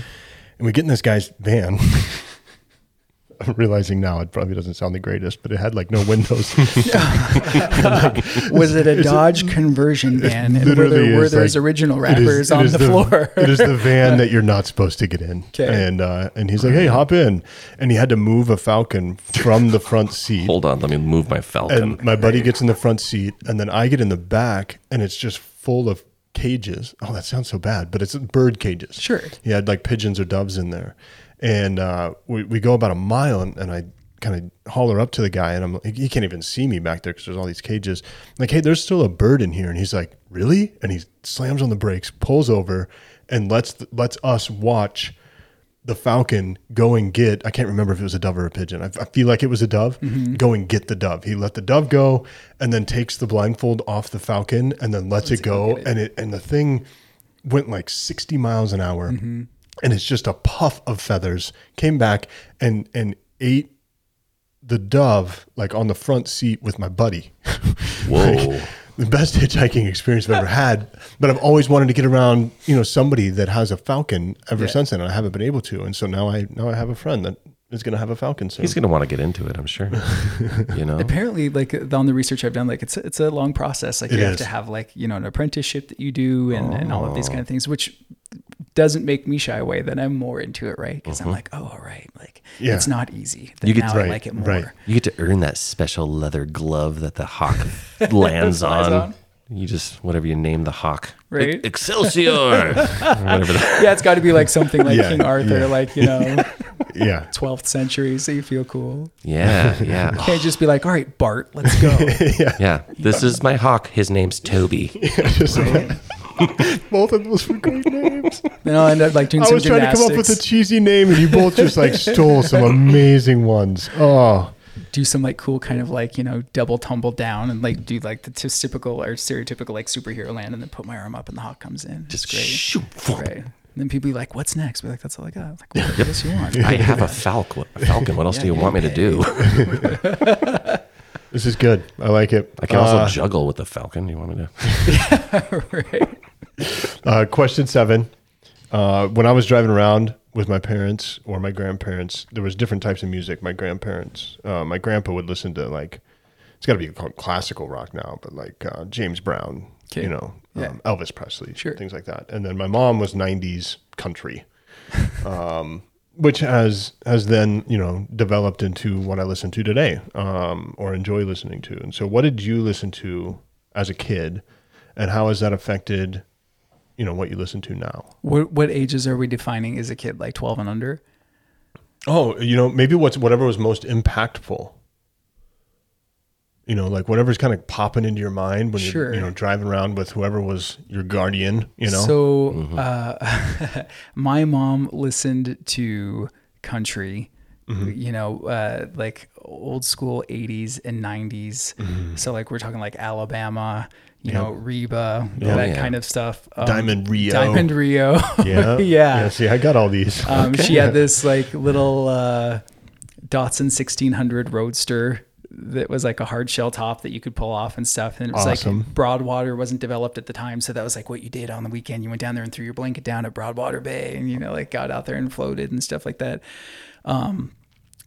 [SPEAKER 1] And we get in this guy's van. <laughs> I'm realizing now it probably doesn't sound the greatest, but it had like no windows.
[SPEAKER 3] was it a
[SPEAKER 1] <laughs>
[SPEAKER 3] dodge conversion van <laughs> and were there, were
[SPEAKER 1] is,
[SPEAKER 3] those
[SPEAKER 1] like,
[SPEAKER 3] original
[SPEAKER 1] it is-
[SPEAKER 3] wrappers
[SPEAKER 1] it
[SPEAKER 3] on
[SPEAKER 1] is <laughs>
[SPEAKER 3] the, floor
[SPEAKER 1] it is the van that you're not supposed to get in.
[SPEAKER 3] 'Kay.
[SPEAKER 1] And uh, and he's like, hey, hop in. And he had to move a falcon from the front seat.
[SPEAKER 2] Hold on, let me move my falcon.
[SPEAKER 1] and my buddy gets in the front seat, and then I get in the back, and it's just full of cages. Oh, that sounds so bad, but it's bird cages.
[SPEAKER 3] Sure.
[SPEAKER 1] He had like pigeons or doves in there, and uh, we we go about a mile, and, and I kind of holler up to the guy, and I'm like, he can't even see me back there because there's all these cages. I'm like, hey, there's still a bird in here, and he's like, really? And he slams on the brakes, pulls over, and lets lets us watch the falcon go and get i can't remember if it was a dove or a pigeon i, I feel like it was a dove go and get the dove he let the dove go and then takes the blindfold off the falcon and then lets it go and it and the thing went like 60 miles an hour and it's just a puff of feathers came back and and ate the dove like on the front seat with my buddy <laughs>
[SPEAKER 2] Whoa.
[SPEAKER 1] the best hitchhiking experience
[SPEAKER 2] <laughs>
[SPEAKER 1] I've ever had. But I've always wanted to get around, you know, somebody that has a Falcon ever since then, and I haven't been able to. And so now I now I have a friend that is going to have a Falcon soon.
[SPEAKER 2] He's going to want to get into it, I'm sure. you know?
[SPEAKER 3] apparently like on the research i've done like it's it's a long process like
[SPEAKER 1] It
[SPEAKER 3] you have
[SPEAKER 1] is. Oh.
[SPEAKER 3] to have like you know an apprenticeship that you do and, and all of these kind of things which doesn't make me shy away then i'm more into it right because i'm like oh all right like
[SPEAKER 1] Mm-hmm. Yeah.
[SPEAKER 3] it's not easy then
[SPEAKER 2] You get-
[SPEAKER 3] now i
[SPEAKER 1] right,
[SPEAKER 3] like it more
[SPEAKER 1] right.
[SPEAKER 2] You get to earn that special leather glove that the <laughs> hawk lands on.
[SPEAKER 3] on.
[SPEAKER 2] You just, whatever you name the hawk.
[SPEAKER 3] Right.
[SPEAKER 2] Ex- Excelsior! Or whatever the, <laughs>
[SPEAKER 3] yeah it's got to be like something
[SPEAKER 1] <laughs>
[SPEAKER 3] like
[SPEAKER 1] Yeah,
[SPEAKER 3] king
[SPEAKER 1] <laughs>
[SPEAKER 3] arthur
[SPEAKER 1] yeah.
[SPEAKER 3] like you know
[SPEAKER 2] <laughs>
[SPEAKER 1] yeah,
[SPEAKER 3] 12th century so you
[SPEAKER 1] <sighs>
[SPEAKER 3] feel cool
[SPEAKER 2] yeah, yeah. Oh,
[SPEAKER 3] can't just be like all right bart
[SPEAKER 1] <laughs>
[SPEAKER 3] let's go
[SPEAKER 2] yeah, this is my hawk. His name's Toby.
[SPEAKER 1] Just- <laughs> both of those were great
[SPEAKER 2] <laughs>
[SPEAKER 1] names.
[SPEAKER 3] then i'll end up like doing
[SPEAKER 1] I
[SPEAKER 3] some
[SPEAKER 1] was trying to come up with a
[SPEAKER 3] gymnastics,
[SPEAKER 1] cheesy name, and you both just
[SPEAKER 2] <laughs>
[SPEAKER 1] like stole some amazing ones. Oh,
[SPEAKER 3] do some like cool kind of like you know double tumble down and like do like the t- typical or stereotypical like superhero land and then put my arm up and the hawk comes in it's great
[SPEAKER 2] Shoot, thump.
[SPEAKER 3] Right. And then people be like, "What's next?" We're like, "That's all I got." Like, what else you want?
[SPEAKER 2] I have a falcon. Falcon. What else do you want me to do?
[SPEAKER 1] this is good. I like it.
[SPEAKER 2] I can also
[SPEAKER 1] Uh,
[SPEAKER 2] juggle with the falcon. You want me to?
[SPEAKER 3] right.
[SPEAKER 1] Uh, question seven. Uh, when I was driving around with my parents or my grandparents, there was different types of music. My grandparents, uh, my grandpa would listen to like, it's got to be called classical rock now, but like uh, James Brown,
[SPEAKER 3] Okay.
[SPEAKER 1] you know,
[SPEAKER 3] Yeah.
[SPEAKER 1] um, Elvis Presley,
[SPEAKER 3] Sure.
[SPEAKER 1] things like that. And then my mom was '90s country, um, which has has then you know developed into what I listen to today um, or enjoy listening to. And so, what did you listen to as a kid, and how has that affected? you know what you listen to now.
[SPEAKER 3] What what ages are we defining as a kid? Like twelve and under?
[SPEAKER 1] Oh, you know, maybe what's whatever was most impactful. you know, like whatever's kind of popping into your mind when
[SPEAKER 3] Sure.
[SPEAKER 1] you're, you know, driving around with whoever was your guardian, you know? Mm-hmm.
[SPEAKER 3] So uh, <laughs> my mom listened to country,
[SPEAKER 1] Mm-hmm.
[SPEAKER 3] you know, uh, like old school 80s and 90s.
[SPEAKER 1] Mm-hmm.
[SPEAKER 3] So like we're talking like Alabama, you know, Reba, that
[SPEAKER 2] yeah.
[SPEAKER 3] kind of stuff. Um,
[SPEAKER 1] Oh, Diamond Rio.
[SPEAKER 3] Diamond Rio. <laughs>
[SPEAKER 1] yeah.
[SPEAKER 3] yeah.
[SPEAKER 1] See, I got all these.
[SPEAKER 3] Um, She had this like little uh, Datsun 1600 Roadster that was like a hard shell top that you could pull off and stuff. And it was
[SPEAKER 1] Awesome.
[SPEAKER 3] like Broadwater wasn't developed at the time. So that was like what you did on the weekend. You went down there and threw your blanket down at Broadwater Bay and, you know, like got out there and floated and stuff like that. Um,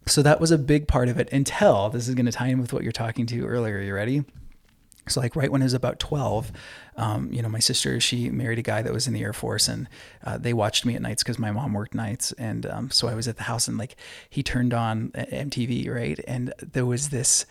[SPEAKER 3] so that was a big part of it until this is going to tie in with what you're talking to earlier. You ready? So like right when I was about 12, um, you know, my sister, she married a guy that was in the Air Force and uh, they watched me at nights cause my mom worked nights. And um, so I was at the house and like he turned on uh, MTV. Right. And there was this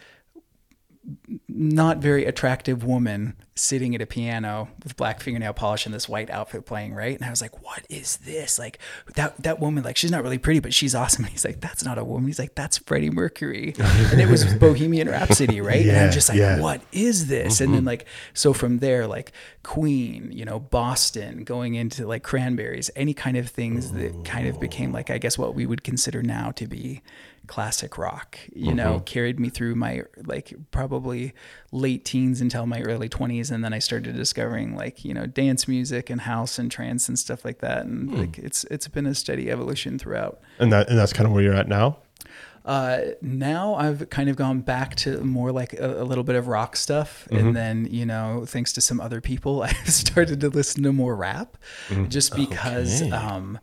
[SPEAKER 3] not very attractive woman sitting at a piano with black fingernail polish and this white outfit playing, right? And I was like, "What is this? Like that that woman, like she's not really pretty, but she's awesome." <laughs> And he's like, "That's not a woman." He's like, "That's Freddie Mercury," and it was Bohemian Rhapsody, right? and
[SPEAKER 1] Yeah,
[SPEAKER 3] I'm just like,
[SPEAKER 1] yeah.
[SPEAKER 3] "What is this?" And then like, so from there, like Queen, you know, Boston, going into like Cranberries, any kind of things that kind of became like, I guess, what we would consider now to be classic rock you know carried me through my like probably late teens until my early 20s and then i started discovering like you know dance music and house and trance and stuff like that and like it's it's been a steady evolution throughout
[SPEAKER 1] and that, and that's kind of where you're at now.
[SPEAKER 3] uh now i've kind of gone back to more like a, a little bit of rock stuff and then you know thanks to some other people <laughs> i've started to listen to more rap just because um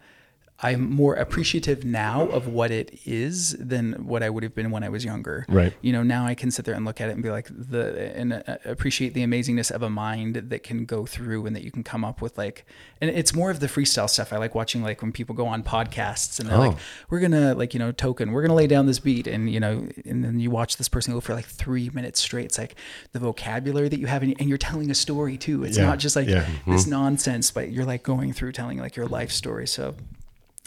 [SPEAKER 3] I'm more appreciative now of what it is than what I would have been when I was younger.
[SPEAKER 1] Right.
[SPEAKER 3] You know, now I can sit there and look at it and be like the and uh, appreciate the amazingness of a mind that can go through and that you can come up with like and it's more of the freestyle stuff. I like watching like when people go on podcasts and they're
[SPEAKER 1] Oh.
[SPEAKER 3] like we're going to like, you know, token, we're going to lay down this beat and you know and then you watch this person go for like 3 minutes straight. It's like the vocabulary that you have and, and you're telling a story too. It's
[SPEAKER 1] Yeah.
[SPEAKER 3] not just like
[SPEAKER 1] Yeah. Mm-hmm.
[SPEAKER 3] this nonsense, but you're like going through telling like your life story. So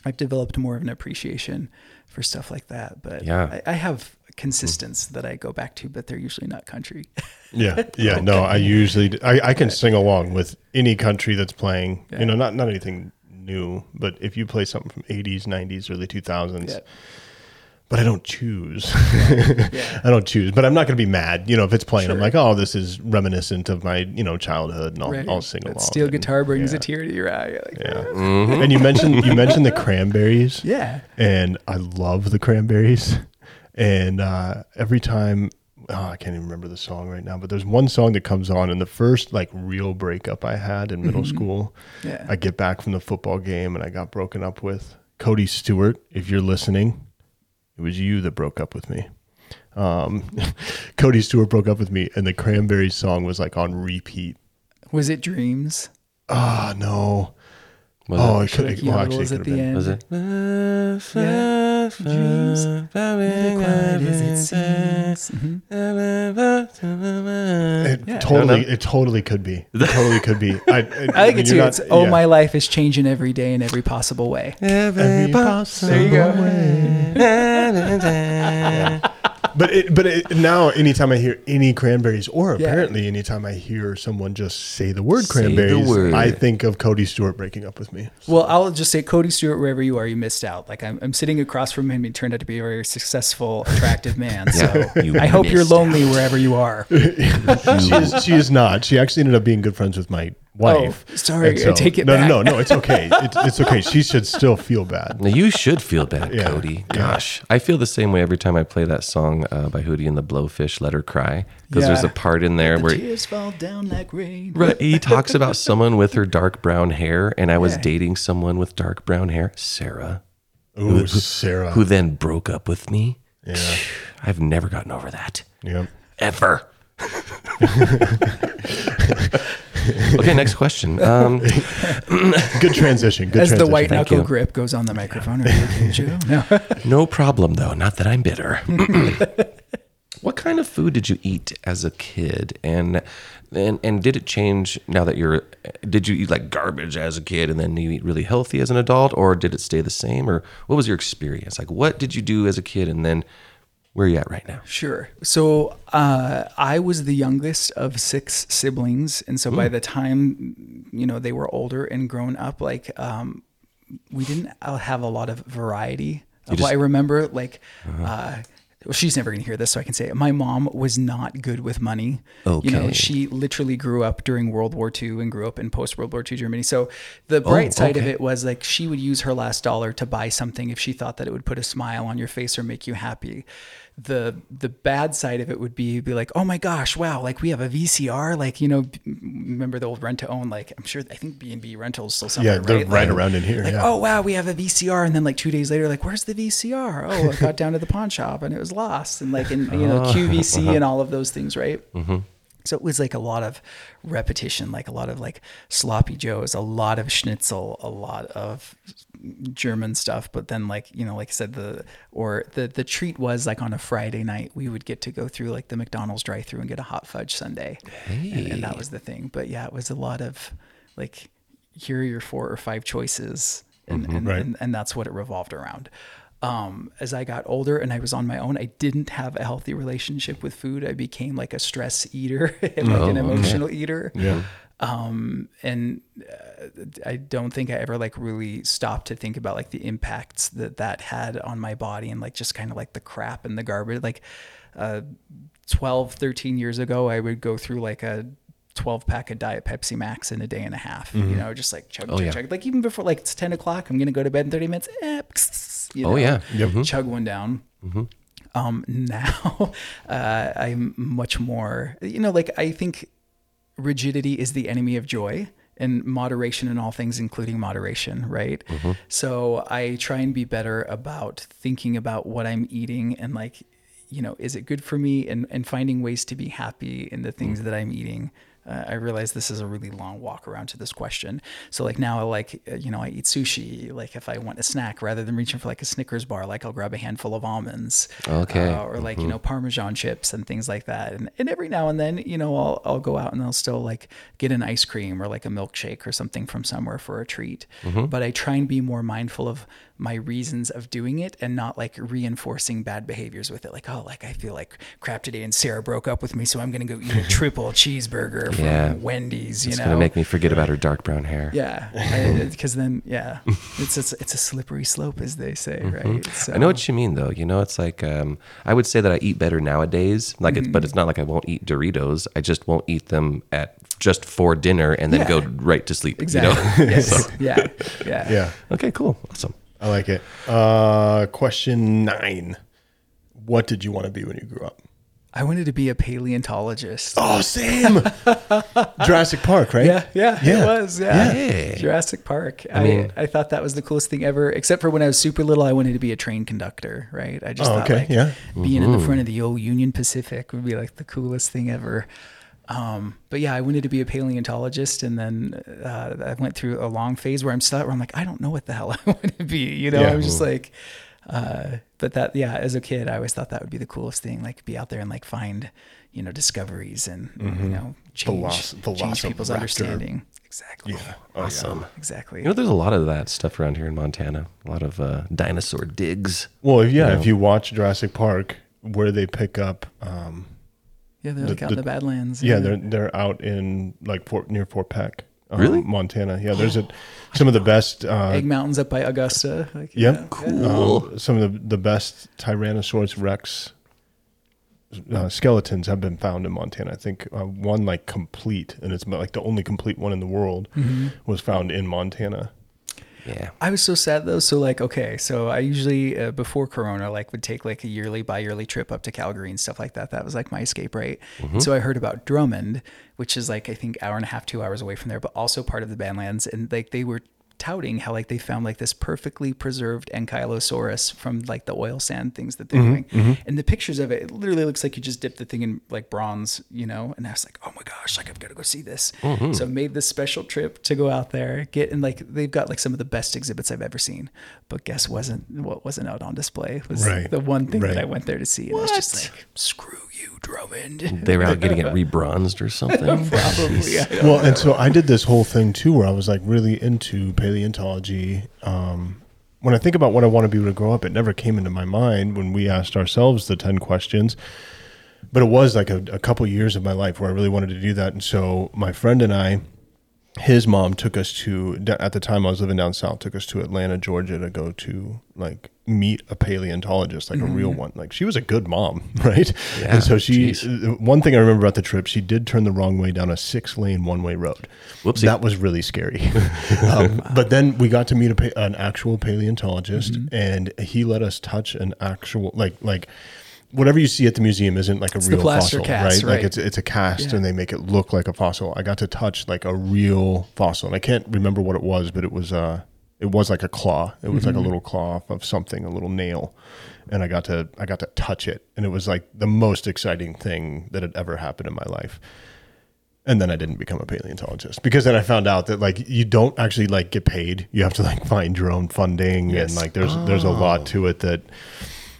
[SPEAKER 3] I've developed more of an appreciation for stuff like that. But
[SPEAKER 2] Yeah.
[SPEAKER 3] I, I have consistence that I go back to, but they're usually not country.
[SPEAKER 1] Yeah,
[SPEAKER 3] <laughs>
[SPEAKER 1] yeah. No, I usually d- I, I can sing along with any country that's playing. You know, not not anything new, but if you play something from eighties, nineties, early two thousands.
[SPEAKER 3] Yeah.
[SPEAKER 1] But I don't choose. <laughs>
[SPEAKER 3] <laughs>
[SPEAKER 1] I don't choose. But I'm not going to be mad. You know, if it's playing, I'm
[SPEAKER 3] Sure.
[SPEAKER 1] like, oh, this is reminiscent of my you know childhood, and I'll, I'll sing
[SPEAKER 3] That
[SPEAKER 1] along.
[SPEAKER 3] steel
[SPEAKER 1] and-
[SPEAKER 3] guitar brings
[SPEAKER 1] yeah.
[SPEAKER 3] a tear to your eye. You're like,
[SPEAKER 1] Yeah. And you mentioned you mentioned the cranberries.
[SPEAKER 3] Yeah.
[SPEAKER 1] And I love the cranberries. And uh, every time oh, I can't even remember the song right now, but there's one song that comes on and the first like real breakup I had in middle
[SPEAKER 3] Mm-hmm.
[SPEAKER 1] school.
[SPEAKER 3] Yeah.
[SPEAKER 1] I get back from the football game and I got broken up with. Cody Stewart, if you're listening, it was you that broke up with me. Um, <laughs> Cody Stewart broke up with me, and the Cranberries song was like on repeat.
[SPEAKER 3] Was it dreams?
[SPEAKER 1] Ah, no.
[SPEAKER 2] Was
[SPEAKER 1] oh, it,
[SPEAKER 3] Should
[SPEAKER 1] could,
[SPEAKER 3] I
[SPEAKER 1] it,
[SPEAKER 3] keep
[SPEAKER 1] well,
[SPEAKER 3] it
[SPEAKER 1] actually, it
[SPEAKER 3] was
[SPEAKER 1] could
[SPEAKER 3] at
[SPEAKER 1] have
[SPEAKER 3] the
[SPEAKER 1] been.
[SPEAKER 3] end?
[SPEAKER 2] Was it?
[SPEAKER 3] Yeah. Dreams, never quiet as it seems. Mhm.
[SPEAKER 1] It
[SPEAKER 3] Yeah.
[SPEAKER 1] totally, it totally could
[SPEAKER 2] <laughs>
[SPEAKER 1] be. It totally could be. I, I,
[SPEAKER 3] I like
[SPEAKER 1] mean,
[SPEAKER 3] it
[SPEAKER 1] you're
[SPEAKER 3] too.
[SPEAKER 1] not-
[SPEAKER 3] It's, oh,
[SPEAKER 1] yeah.
[SPEAKER 3] my life is changing every day in every possible way.
[SPEAKER 1] Every
[SPEAKER 3] There you
[SPEAKER 1] possible
[SPEAKER 3] go.
[SPEAKER 1] way.
[SPEAKER 3] <laughs>
[SPEAKER 1] But it, but it, now, anytime I hear any cranberries, or
[SPEAKER 3] Yeah.
[SPEAKER 1] apparently anytime I hear someone just say the word
[SPEAKER 2] Say the
[SPEAKER 1] cranberries,
[SPEAKER 2] word.
[SPEAKER 1] I think of Cody Stewart breaking up with me.
[SPEAKER 3] Well, I'll just say, Cody Stewart, wherever you are, you missed out. Like I'm, I'm sitting across from him. He turned out to be a very successful, attractive man. So
[SPEAKER 2] <laughs> You
[SPEAKER 3] I hope you're
[SPEAKER 2] missed
[SPEAKER 3] lonely wherever
[SPEAKER 2] <laughs>
[SPEAKER 3] you are.
[SPEAKER 1] She is, she is not. She actually ended up being good friends with my wife.
[SPEAKER 3] Oh, sorry,
[SPEAKER 1] And
[SPEAKER 3] I take it
[SPEAKER 1] no,
[SPEAKER 3] back.
[SPEAKER 1] No, no, no. It's okay. It's, it's okay. She should still feel
[SPEAKER 2] <laughs>
[SPEAKER 1] bad.
[SPEAKER 2] Now, you should feel bad,
[SPEAKER 1] Yeah,
[SPEAKER 2] Cody.
[SPEAKER 1] yeah.
[SPEAKER 2] Gosh, I feel the same way every time I play that song uh, by Hootie and the Blowfish, "Let Her Cry," because there's
[SPEAKER 3] Yeah.
[SPEAKER 2] a part in there where
[SPEAKER 3] Tears fall down like rain.
[SPEAKER 2] Right. He talks about someone with her dark brown hair, and I was
[SPEAKER 3] Yeah.
[SPEAKER 2] dating someone with dark brown hair, Sarah,
[SPEAKER 1] Ooh, Sarah.
[SPEAKER 2] who then broke up with me.
[SPEAKER 1] Yeah.
[SPEAKER 2] I've never gotten over that.
[SPEAKER 1] yeah.
[SPEAKER 2] Ever. <laughs> okay, next question. Um,
[SPEAKER 1] Good transition. Good
[SPEAKER 3] As
[SPEAKER 1] transition.
[SPEAKER 3] the white
[SPEAKER 2] Thank
[SPEAKER 3] knuckle
[SPEAKER 2] you.
[SPEAKER 3] grip goes on the microphone, are you
[SPEAKER 2] <laughs>
[SPEAKER 3] okay, Joe? No.
[SPEAKER 2] no problem, though. Not that I'm bitter. <clears throat> what kind of food did you eat as a kid? And, and, and did it change now that you're, did you eat like garbage as a kid and then you eat really healthy as an adult? Or did it stay the same? Or what was your experience? Like, what did you do as a kid and then Where are you at right now?
[SPEAKER 3] Sure. So uh, I was the youngest of six siblings, and so
[SPEAKER 2] Hmm.
[SPEAKER 3] by the time you know they were older and grown up, like um, we didn't have a lot of variety. Of
[SPEAKER 2] just- Uh-huh.
[SPEAKER 3] what I remember, like, uh well, she's never going to hear this, so I can say it. My mom was not good with money. You know,
[SPEAKER 2] Okay.
[SPEAKER 3] she literally grew up during World War II and grew up in post World War II Germany. So the bright side of
[SPEAKER 2] okay.
[SPEAKER 3] it was like she would use her last dollar to buy something if she thought that it would put a smile on your face or make you happy. The the bad side of it would be be like, oh my gosh, wow, like we have a VCR, like you know, b- remember the old rent to own, like I'm sure I think B and B rentals still somewhere.
[SPEAKER 1] Yeah, they're
[SPEAKER 3] right,
[SPEAKER 1] right
[SPEAKER 3] Like-
[SPEAKER 1] around in here.
[SPEAKER 3] Like,
[SPEAKER 1] yeah.
[SPEAKER 3] oh wow, we have a VCR, and then like two days later, like where's the VCR? Oh, I got down to the pawn shop and it was lost, and like in you know
[SPEAKER 1] Ah.
[SPEAKER 3] QVC and all of those things, right?
[SPEAKER 1] Mm-hmm.
[SPEAKER 3] So it was like a lot of repetition, like a lot of like sloppy joes, a lot of schnitzel, a lot of German stuff. But then like, you know, like I said, the or the the treat was like on a Friday night, we would get to go through like the McDonald's drive through and get a hot fudge Sunday. And, and that was the thing. But yeah, it was a lot of like here are your four or five choices. And and,
[SPEAKER 1] Right.
[SPEAKER 3] and and that's what it revolved around. Um, as I got older and I was on my own, I didn't have a healthy relationship with food. I became like a stress eater, <laughs> and like an
[SPEAKER 2] Oh, okay.
[SPEAKER 3] emotional eater.
[SPEAKER 1] yeah.
[SPEAKER 3] Um, and uh, I don't think I ever like really stopped to think about like the impacts that that had on my body and like just kind of like the crap and the garbage. Like uh, 12, 13 years ago, I would go through like a 12 pack of Diet Pepsi Max in a day and a half, you know, just like chug, chug,
[SPEAKER 2] Mm-hmm. Oh, yeah.
[SPEAKER 3] chug. Like even before like it's 10 o'clock, I'm going to go to bed in 30 minutes. Eh, you
[SPEAKER 2] Oh,
[SPEAKER 3] know,
[SPEAKER 2] yeah. Yep.
[SPEAKER 3] Chug one down um, <laughs> now uh, I'm much more, you know, like I think rigidity is the enemy of joy and moderation in all things, including moderation, right? So I try and be better about thinking about what I'm eating and like, you know, is it good for me and, and finding ways to be happy in the things that I'm eating. Uh, I realize this is a really long walk around to this question. So like now I like, uh, you know, I eat sushi, like if I want a snack rather than reaching for like a Snickers bar, like I'll grab a handful of almonds
[SPEAKER 2] Okay. Mm-hmm.
[SPEAKER 3] uh, or like you know parmesan chips and things like that and, and every now and then you know I'll, I'll go out and i'll still like get an ice cream or like a milkshake or something from somewhere for a treat
[SPEAKER 2] Mm-hmm.
[SPEAKER 3] but i try and be more mindful of my reasons of doing it and not like reinforcing bad behaviors with it like oh like i feel like crap today and sarah broke up with me so i'm gonna go
[SPEAKER 2] <laughs>
[SPEAKER 3] eat a triple cheeseburger from
[SPEAKER 2] Yeah.
[SPEAKER 3] wendy's you
[SPEAKER 2] It's
[SPEAKER 3] know
[SPEAKER 2] gonna make me forget about her dark brown hair. <laughs>
[SPEAKER 3] yeah because then yeah it's, it's it's a slippery slope as they say right so
[SPEAKER 2] Mm-hmm. I know what you mean, though. You know, it's like um, I would say that I eat better nowadays. Like, it's,
[SPEAKER 3] Mm-hmm.
[SPEAKER 2] but it's not like I won't eat Doritos. I just won't eat them at just for dinner and then
[SPEAKER 3] Yeah.
[SPEAKER 2] go right to sleep.
[SPEAKER 3] exactly
[SPEAKER 2] You know? <laughs>
[SPEAKER 3] yes. yeah yeah
[SPEAKER 1] Yeah.
[SPEAKER 2] okay, cool, awesome.
[SPEAKER 1] I like it. Uh, question nine. What did you want to be when you grew up?
[SPEAKER 3] I wanted to be a paleontologist.
[SPEAKER 1] Oh, same. <laughs> Jurassic Park, right?
[SPEAKER 3] Yeah, yeah,
[SPEAKER 1] Yeah.
[SPEAKER 3] it was. Yeah.
[SPEAKER 2] Yeah.
[SPEAKER 3] Jurassic Park. I, I thought that was the coolest thing ever, except for when I was super little, I wanted to be a train conductor, right? I just
[SPEAKER 1] Oh,
[SPEAKER 3] thought
[SPEAKER 1] okay,
[SPEAKER 3] like
[SPEAKER 1] yeah. Mm-hmm.
[SPEAKER 3] being in the front of the old Union Pacific would be like the coolest thing ever. Um, but yeah, I wanted to be a paleontologist, and then uh, I went through a long phase where I'm stuck. Where I'm like, I don't know what the hell <laughs> I want to be. You know,
[SPEAKER 1] Yeah.
[SPEAKER 3] I was just like, uh, but that yeah, as a kid, I always thought that would be the coolest thing, like be out there and like find, you know, discoveries and
[SPEAKER 1] Mm-hmm.
[SPEAKER 3] you know change,
[SPEAKER 1] Veloc-
[SPEAKER 3] change people's
[SPEAKER 1] Velociraptor. Oh,
[SPEAKER 3] understanding. Exactly.
[SPEAKER 2] awesome.
[SPEAKER 3] Exactly.
[SPEAKER 2] You know, there's a lot of that stuff around here in Montana. A lot of uh, dinosaur digs.
[SPEAKER 1] Well, if- yeah. If you watch Jurassic Park, where they pick up, um,
[SPEAKER 3] yeah, they're like out in
[SPEAKER 1] the-
[SPEAKER 3] the Badlands.
[SPEAKER 1] yeah,
[SPEAKER 3] and-
[SPEAKER 1] they're they're out in like Fort near Fort Peck, um,
[SPEAKER 2] Really?
[SPEAKER 1] Montana. Yeah, there's a, some of the best. Uh,
[SPEAKER 3] Egg Mountains up by Augusta. Like,
[SPEAKER 1] Yep.
[SPEAKER 3] yeah.
[SPEAKER 2] Cool.
[SPEAKER 1] um, some of the, the best Tyrannosaurus Rex uh, skeletons have been found in Montana. I think uh, one like complete, and it's like the only complete one in the world, was found in Montana.
[SPEAKER 2] yeah.
[SPEAKER 3] I was so sad though. So like, okay, so I usually uh, before Corona, like, would take like a yearly, bi-yearly trip up to Calgary and stuff like that. That was like my escape, right?
[SPEAKER 1] Mm-hmm.
[SPEAKER 3] And so I heard about Drummond, which is like I think hour and a half, two hours away from there, but also part of the Badlands, and like they were touting how like they found like this perfectly preserved ankylosaurus from like the oil sand things that they're
[SPEAKER 1] Mm-hmm,
[SPEAKER 3] doing and the pictures of it it literally looks like you just dipped the thing in like bronze you know and i was like oh my gosh like i've got to go see this
[SPEAKER 1] Mm-hmm.
[SPEAKER 3] so i made this special trip to go out there get and like they've got like some of the best exhibits i've ever seen but guess wasn't what wasn't out on display was
[SPEAKER 1] Right.
[SPEAKER 3] the one thing
[SPEAKER 1] Right.
[SPEAKER 3] that i went there to see and it was just like screw you
[SPEAKER 1] Mm.
[SPEAKER 3] drummond
[SPEAKER 2] They were out getting it rebronzed or something.
[SPEAKER 3] <laughs> probably I don't
[SPEAKER 1] well, and so I did this whole thing too, where I was like really into paleontology um, when I think about what I want to be when I grow up, it never came into my mind when we asked ourselves the 10 questions. But it was like a, a couple years of my life where I really wanted to do that. And so my friend and I, his mom took us to, da- at the time I was living down south, took us to Atlanta, Georgia to go to like meet a paleontologist, like a real one. Like she was a good mom, <laughs> right?
[SPEAKER 2] Mm-hmm. Yeah,
[SPEAKER 1] and so she,
[SPEAKER 2] jeez.
[SPEAKER 1] one thing I remember about the trip, she did turn the wrong way down a six lane one way road.
[SPEAKER 2] Whoopsie.
[SPEAKER 1] That was really scary. <laughs>
[SPEAKER 3] <laughs>
[SPEAKER 1] um, but then we got to meet a, pa- an actual paleontologist,
[SPEAKER 3] Mm-hmm.
[SPEAKER 1] and he let us touch an actual like like whatever you see at the museum isn't like a
[SPEAKER 3] the
[SPEAKER 1] real
[SPEAKER 3] plaster
[SPEAKER 1] fossil,
[SPEAKER 3] cast,
[SPEAKER 1] right? Like
[SPEAKER 3] right.
[SPEAKER 1] it's it's a cast,
[SPEAKER 3] Yeah.
[SPEAKER 1] and they make it look like a fossil. I got to touch like a real fossil, and I can't remember what it was, but it was uh it was like a claw. It was like a
[SPEAKER 3] Mm-hmm.
[SPEAKER 1] little claw off of something, a little nail. And I got to I got to touch it, and it was like the most exciting thing that had ever happened in my life and then I didn't become a paleontologist because then I found out that like you don't actually like get paid. You have to like find your own funding and like there's there's a
[SPEAKER 3] Oh.
[SPEAKER 1] lot to it that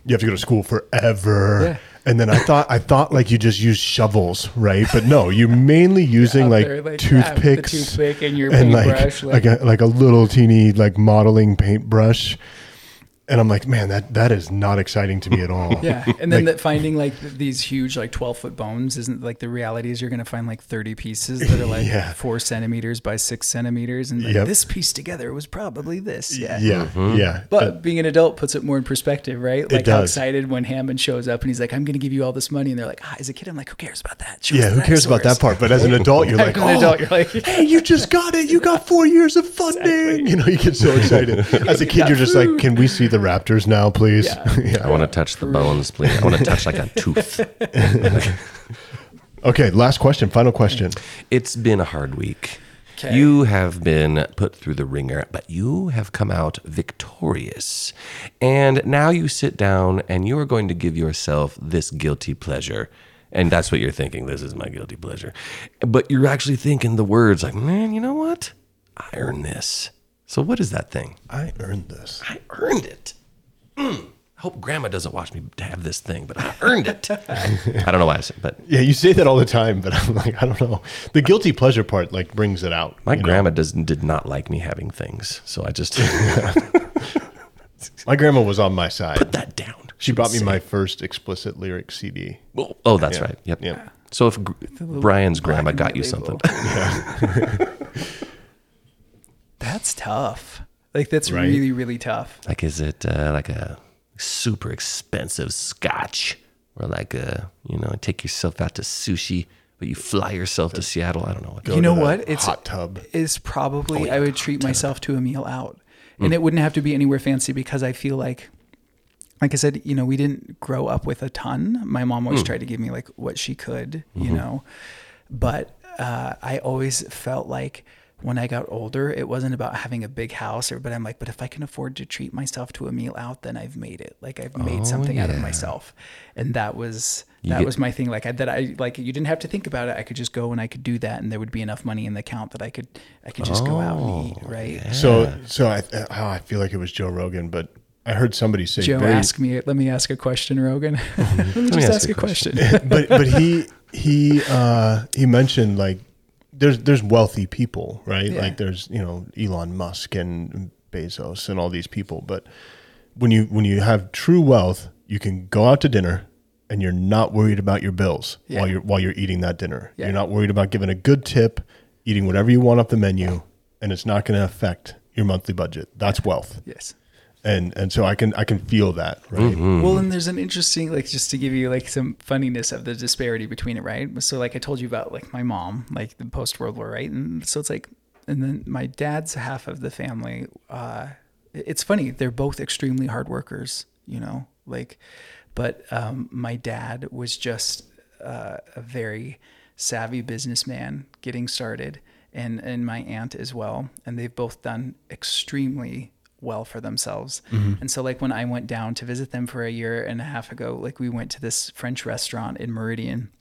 [SPEAKER 1] you have to go to school forever.
[SPEAKER 3] Yeah.
[SPEAKER 1] And then I thought I thought like you just use shovels, right? But no, you're
[SPEAKER 3] <laughs>
[SPEAKER 1] mainly using
[SPEAKER 3] out
[SPEAKER 1] like,
[SPEAKER 3] there, like, yeah, the
[SPEAKER 1] toothpicks,
[SPEAKER 3] toothpick and your paintbrush,
[SPEAKER 1] like like
[SPEAKER 3] like-
[SPEAKER 1] a, like a little teeny like modeling paintbrush. And I'm like, man, that that is not exciting to me at all.
[SPEAKER 3] <laughs> Yeah, and then
[SPEAKER 1] <laughs> Like-
[SPEAKER 3] that finding like th- these huge like twelve foot bones isn't like the reality is you're gonna find like thirty pieces that are
[SPEAKER 1] <laughs>
[SPEAKER 3] like
[SPEAKER 1] Yeah.
[SPEAKER 3] four centimeters by six centimeters, and like,
[SPEAKER 1] Yep.
[SPEAKER 3] this piece together was probably this. Yeah.
[SPEAKER 1] yeah, yeah.
[SPEAKER 3] But being an adult puts it more in perspective, right? Like how
[SPEAKER 1] does.
[SPEAKER 3] excited when Hammond shows up and he's like, "I'm going to give you all this money," and they're like, ah, "As a kid, I'm like, who cares about that?" Show us
[SPEAKER 1] yeah,
[SPEAKER 3] the
[SPEAKER 1] who cares about that
[SPEAKER 3] dinosaurs."
[SPEAKER 1] part? But as an adult, you're like,
[SPEAKER 3] As an
[SPEAKER 1] oh,
[SPEAKER 3] adult, you're like,
[SPEAKER 1] hey, you just got it. You got four years of funding. You know, you get so excited. As a kid,
[SPEAKER 3] got
[SPEAKER 1] you're just
[SPEAKER 3] food.
[SPEAKER 1] like, can we see the Raptors now, please? <laughs>
[SPEAKER 3] Yeah.
[SPEAKER 2] I want to touch the bones, please. I want to touch like a tooth.
[SPEAKER 1] Okay, last question, final question.
[SPEAKER 2] It's been a hard week.
[SPEAKER 3] 'Kay.
[SPEAKER 2] You have been put through the ringer, but you have come out victorious. And now you sit down and you are going to give yourself this guilty pleasure. And that's what you're thinking. This is my guilty pleasure. But you're actually thinking the words like, man, you know what? I earned this. So what is that thing?
[SPEAKER 1] I earned this.
[SPEAKER 2] I earned it. Mm. I hope grandma doesn't watch me have this thing, but I earned
[SPEAKER 1] <laughs>
[SPEAKER 2] it. I don't know why I said, but
[SPEAKER 1] Yeah, you say that all the time, but <laughs> I'm like, I don't know. The guilty pleasure part like brings it out.
[SPEAKER 2] my
[SPEAKER 1] you know?
[SPEAKER 2] grandma does did not like me having things. So I just <laughs>
[SPEAKER 1] my grandma was on my side.
[SPEAKER 2] put that down.
[SPEAKER 1] She brought me my first explicit lyric CD.
[SPEAKER 2] Oh, oh, that's right. Yep.
[SPEAKER 1] Yeah.
[SPEAKER 2] So if gr- Brian's grandma got you something, <laughs>
[SPEAKER 3] That's tough. Like that's
[SPEAKER 1] Right?
[SPEAKER 3] really really tough.
[SPEAKER 2] like is it uh, like a super expensive scotch or like a, you know, take yourself out to sushi, but you fly yourself to Seattle? I don't know what.
[SPEAKER 1] Go
[SPEAKER 3] you know
[SPEAKER 1] to the
[SPEAKER 3] what? It's
[SPEAKER 1] hot tub. Oh,
[SPEAKER 3] Is probably I would treat myself to a meal out,
[SPEAKER 1] Mm.
[SPEAKER 3] and it wouldn't have to be anywhere fancy because I feel like, like I said, you know, we didn't grow up with a ton. My mom always tried to give me like what she could, you know, but uh, I always felt like when I got older, it wasn't about having a big house, or but I'm like, but if I can afford to treat myself to a meal out, then I've made it. Like I've made something out of myself, and that was that
[SPEAKER 2] get-
[SPEAKER 3] was my thing like I, that i like you didn't have to think about it i could just go and i could do that and there would be enough money in the account that i could i could just go out and eat right
[SPEAKER 1] So, so I, oh, I feel like it was Joe Rogan, but I heard somebody say
[SPEAKER 3] joe
[SPEAKER 1] very
[SPEAKER 3] ask me let me ask a question rogan <laughs> let me just ask, a question,
[SPEAKER 1] but but he he uh he mentioned like there's there's wealthy people right
[SPEAKER 3] Yeah.
[SPEAKER 1] like there's you know Elon Musk and Bezos and all these people but when you when you have true wealth you can go out to dinner and you're not worried about your bills while you're while you're eating that dinner
[SPEAKER 3] Yeah.
[SPEAKER 1] you're not worried about giving a good tip eating whatever you want off the menu and it's not going to affect your monthly budget that's wealth
[SPEAKER 3] yes
[SPEAKER 1] and and so I can I can feel that right
[SPEAKER 3] Well, and there's an interesting, like, just to give you like some funniness of the disparity between it, right? So, like, I told you about like my mom, like the post World War, right? And so it's like, and then my dad's half of the family. Uh, it- it's funny; they're both extremely hard workers, you know. Like, but um, my dad was just uh, a very savvy businessman getting started, and and my aunt as well, and they've both done extremely well for themselves. And so like when I went down to visit them for a year and a half ago, like we went to this French restaurant in Meridian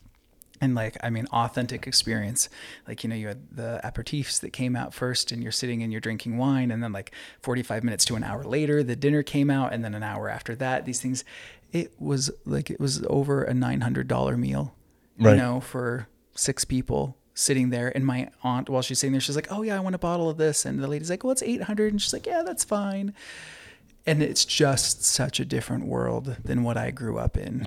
[SPEAKER 3] and like I mean authentic experience. Like you know you had the aperitifs that came out first and you're sitting and you're drinking wine and then like 45 minutes to an hour later the dinner came out and then an hour after that these things it was like it was over a $900 meal.
[SPEAKER 1] Right.
[SPEAKER 3] You know know, for six people sitting there. And my aunt, while she's sitting there, she's like, Oh, yeah, I want a bottle of this. And the lady's like, Well, it's 800. And she's like, Yeah, that's fine. and it's just such a different world than what I grew up in.
[SPEAKER 1] <laughs>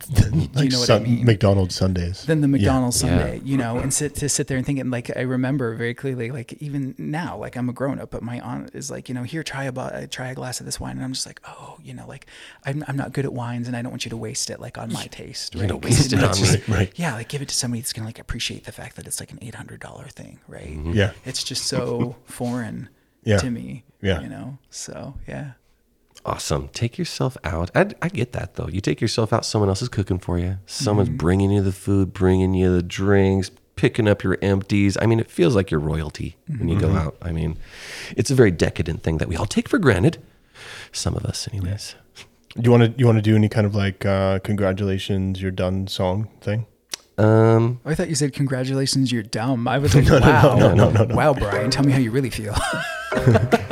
[SPEAKER 1] like
[SPEAKER 3] you know what I
[SPEAKER 1] Sun-
[SPEAKER 3] mean?
[SPEAKER 1] McDonald's Sundays.
[SPEAKER 3] than the
[SPEAKER 1] Yeah.
[SPEAKER 3] McDonald's
[SPEAKER 2] Yeah.
[SPEAKER 3] someday, you know, and sit to sit there and think and like I remember very clearly, like even now, like I'm a grown up, but my aunt is like, you know, here try a bo- uh, try a glass of this wine, and I'm just like, oh, you know, like I'm I'm not good at wines, and I don't want you to waste it like on my taste. Right?
[SPEAKER 2] don't waste it on
[SPEAKER 3] It's
[SPEAKER 2] me.
[SPEAKER 3] just-
[SPEAKER 1] Right, right.
[SPEAKER 3] Yeah, like give it to somebody that's gonna like appreciate the fact that it's like an eight hundred dollar thing, right?
[SPEAKER 2] Mm-hmm.
[SPEAKER 1] Yeah.
[SPEAKER 3] It's just
[SPEAKER 2] <laughs>
[SPEAKER 3] so foreign
[SPEAKER 1] Yeah.
[SPEAKER 3] to me.
[SPEAKER 1] Yeah.
[SPEAKER 3] you know. So yeah,
[SPEAKER 2] Awesome. Take yourself out. I, I get that though. You take yourself out. Someone else is cooking for you. Someone's bringing you the food, bringing you the drinks, picking up your empties. I mean, it feels like you're royalty when you go out. I mean, it's a very decadent thing that we all take for granted. Some of us, anyways.
[SPEAKER 1] Do you want to you want to do any kind of like uh, congratulations, you're done song thing?
[SPEAKER 2] Um,
[SPEAKER 3] Oh, I thought you said congratulations, you're dumb. I was
[SPEAKER 1] <laughs>
[SPEAKER 3] like,
[SPEAKER 1] no,
[SPEAKER 3] wow,
[SPEAKER 1] no, no, no, no.
[SPEAKER 3] wow, Brian, tell me how you really feel.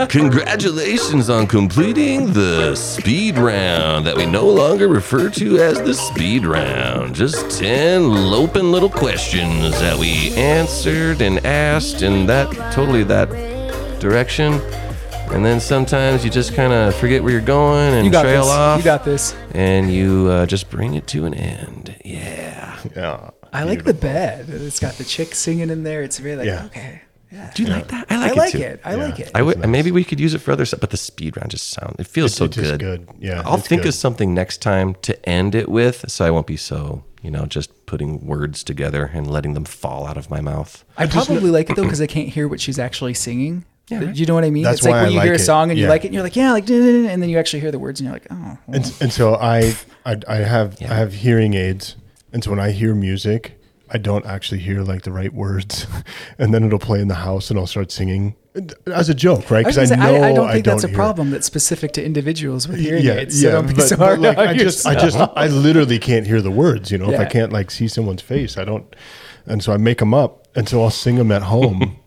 [SPEAKER 2] Congratulations on completing the speed round that we no longer refer to as the speed round. Just 10 loping little questions that we answered and asked in that totally that direction. And then sometimes you just kind of forget where you're going and
[SPEAKER 3] You got
[SPEAKER 2] trail
[SPEAKER 3] this.
[SPEAKER 2] off.
[SPEAKER 3] You got this.
[SPEAKER 2] and you uh, just bring it to an end. Yeah.
[SPEAKER 1] Yeah.
[SPEAKER 3] I like the bed. It's got the chick singing in there. It's really like
[SPEAKER 1] Yeah.
[SPEAKER 3] okay, yeah.
[SPEAKER 2] Do you like that? I
[SPEAKER 3] I
[SPEAKER 2] like
[SPEAKER 3] like,
[SPEAKER 2] it. too.
[SPEAKER 3] it. I
[SPEAKER 1] Yeah.
[SPEAKER 3] like it.
[SPEAKER 2] I would, maybe we could use it for other stuff, but the speed round just sound it feels
[SPEAKER 1] It's-
[SPEAKER 2] so
[SPEAKER 1] it is
[SPEAKER 2] good.
[SPEAKER 1] good. Yeah,
[SPEAKER 2] I'll
[SPEAKER 1] it's
[SPEAKER 2] think
[SPEAKER 1] good.
[SPEAKER 2] of something next time to end it with, so I won't be so you know just putting words together and letting them fall out of my mouth.
[SPEAKER 3] I probably
[SPEAKER 1] <clears throat>
[SPEAKER 3] like it though because I can't hear what she's actually singing.
[SPEAKER 2] Yeah,
[SPEAKER 3] Do
[SPEAKER 2] right.
[SPEAKER 3] you know what I mean?
[SPEAKER 1] That's
[SPEAKER 3] it's like
[SPEAKER 1] why
[SPEAKER 3] when
[SPEAKER 1] I
[SPEAKER 3] you hear
[SPEAKER 1] like
[SPEAKER 3] a
[SPEAKER 1] it.
[SPEAKER 3] song and you
[SPEAKER 1] Yeah.
[SPEAKER 3] like it, and you're like, yeah, like, "Duh," and then you actually hear the words and you're like, oh, well,
[SPEAKER 1] And, and so I, I I have I have hearing aids, and so when I hear music, I don't actually hear like the right words, <laughs> and then it'll play in the house, and I'll start singing as a joke, right?
[SPEAKER 3] I, was
[SPEAKER 1] Because I,
[SPEAKER 3] gonna
[SPEAKER 1] know
[SPEAKER 3] say, I, I don't think that's a
[SPEAKER 1] hear.
[SPEAKER 3] problem that's specific to individuals with hearing aids. So don't be
[SPEAKER 1] but,
[SPEAKER 3] so
[SPEAKER 1] but
[SPEAKER 3] hard
[SPEAKER 1] like
[SPEAKER 3] on
[SPEAKER 1] I just, I
[SPEAKER 3] yourself.
[SPEAKER 1] just, I literally can't hear the words. You know, if I
[SPEAKER 3] Yeah.
[SPEAKER 1] can't like see someone's face, I don't, and so I make them up, and so I'll sing them at
[SPEAKER 3] <laughs>
[SPEAKER 1] home,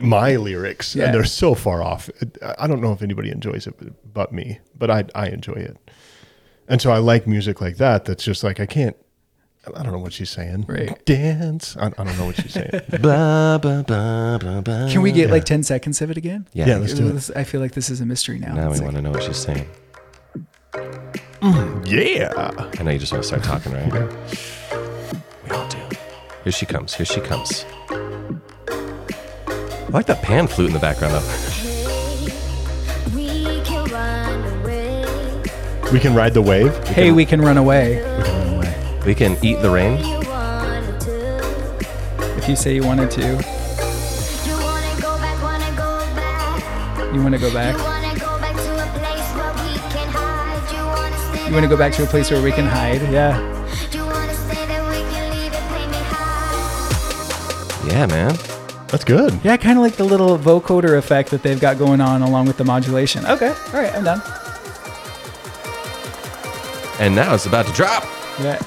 [SPEAKER 1] my lyrics,
[SPEAKER 3] Yeah.
[SPEAKER 1] and they're so far off. It- I I don't know if anybody enjoys it, but- but me. But I, I enjoy it, and so I like music like that. That's just like I can't. I don't know what she's saying.
[SPEAKER 3] Right.
[SPEAKER 1] Dance. I, I don't know what she's
[SPEAKER 3] <laughs>
[SPEAKER 1] saying.
[SPEAKER 2] Ba, ba, ba, ba, ba.
[SPEAKER 3] <laughs> Can we get like ten seconds of it again?
[SPEAKER 2] Yeah.
[SPEAKER 1] Yeah, let's do it.
[SPEAKER 3] This- I feel like this is a mystery now.
[SPEAKER 2] Now
[SPEAKER 3] It's
[SPEAKER 2] we
[SPEAKER 3] like-
[SPEAKER 2] want to know what she's saying.
[SPEAKER 1] Yeah.
[SPEAKER 2] I know you just want to start talking, right? we all do. Here she comes. Here she comes. I like that pan flute in the background though.
[SPEAKER 4] We can run away.
[SPEAKER 1] We can ride the wave.
[SPEAKER 3] hey, we can run away.
[SPEAKER 2] We can eat the rain.
[SPEAKER 4] You wanted to.
[SPEAKER 3] If you say you wanted to,
[SPEAKER 4] You wanna go back, wanna go back.
[SPEAKER 3] you want to go back.
[SPEAKER 4] You wanna go back to a place where we can hide. You wanna stay
[SPEAKER 3] You want to go back to a place where we can hide. Yeah.
[SPEAKER 4] there. You wanna stay there, we can leave it, play me high.
[SPEAKER 2] Yeah, man.
[SPEAKER 1] That's good.
[SPEAKER 3] Yeah, kind of like the little vocoder effect that they've got going on along with the modulation. Okay. All right. I'm done.
[SPEAKER 2] And now it's about to drop.
[SPEAKER 3] Yeah.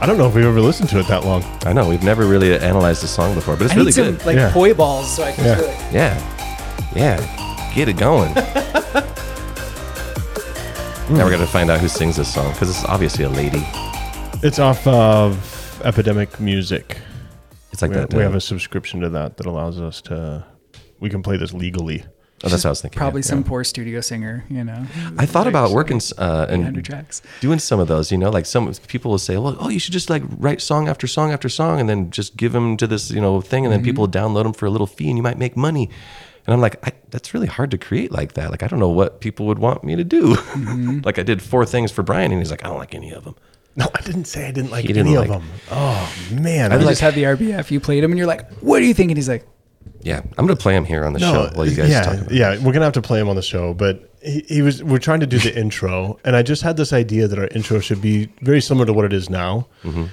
[SPEAKER 1] I don't know if we've ever listened to it that long.
[SPEAKER 2] I know we've never really analyzed the song before, but it's
[SPEAKER 3] I
[SPEAKER 2] really
[SPEAKER 3] need some
[SPEAKER 2] good.
[SPEAKER 3] like
[SPEAKER 1] Yeah.
[SPEAKER 3] poi balls so I can
[SPEAKER 1] Yeah.
[SPEAKER 3] feel it.
[SPEAKER 2] yeah, yeah, get it
[SPEAKER 3] <laughs>
[SPEAKER 2] going. now we're gonna find out who sings this song because it's obviously a lady.
[SPEAKER 1] It's off of Epidemic Music.
[SPEAKER 2] It's like
[SPEAKER 1] we,
[SPEAKER 2] that.
[SPEAKER 1] we
[SPEAKER 2] uh,
[SPEAKER 1] have a subscription to that that allows us to we can play this legally
[SPEAKER 2] oh, that's what I was thinking.
[SPEAKER 3] Probably
[SPEAKER 2] yeah.
[SPEAKER 3] some poor studio singer, you know.
[SPEAKER 2] I thought about working uh,
[SPEAKER 3] under
[SPEAKER 2] and
[SPEAKER 3] tracks.
[SPEAKER 2] doing some of those. You know, like some people will say, "Well, oh, you should just like write song after song after song, and then just give them to this you know thing, and
[SPEAKER 1] Mm-hmm.
[SPEAKER 2] then people will download them for a little fee, and you might make money." And I'm like, I, that's really hard to create like that. Like, I don't know what people would want me to do.
[SPEAKER 1] Mm-hmm.
[SPEAKER 2] <laughs> like, I did four things for Brian, and he's like, I don't like any of them.
[SPEAKER 1] no i didn't say i didn't like
[SPEAKER 2] He didn't like-
[SPEAKER 1] oh man
[SPEAKER 3] I
[SPEAKER 1] was
[SPEAKER 3] just had the RBF. You played him, and you're like, "What do you think?" And he's like,
[SPEAKER 2] Yeah, I'm gonna play him here on the show while you guys
[SPEAKER 1] yeah,
[SPEAKER 2] talk about. it.
[SPEAKER 1] yeah, we're gonna have to play him on the show. But he, he was we're trying to do the <laughs> intro, and I just had this idea that our intro should be very similar to what it is now.
[SPEAKER 2] Mm-hmm.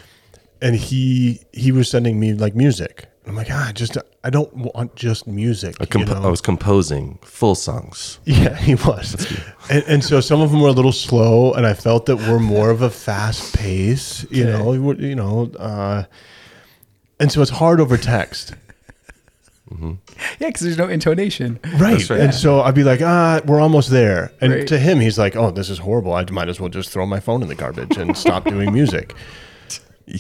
[SPEAKER 1] And he he was sending me like music. I'm like, ah, just I don't want just music.
[SPEAKER 2] I, comp-
[SPEAKER 1] you know?
[SPEAKER 2] I was composing full songs.
[SPEAKER 1] <laughs> Yeah, he was. And, and so some of them were a little slow, and I felt that we're more of a fast pace. You know, we're- you know, uh, and so it's hard over text,
[SPEAKER 3] "Yeah," because there's no intonation.
[SPEAKER 1] right?
[SPEAKER 2] right.
[SPEAKER 1] And so I'd be like, ah, we're almost there. And
[SPEAKER 3] Right.
[SPEAKER 1] to him, he's like, oh, this is horrible. I might as well just throw my phone in the garbage and stop doing music.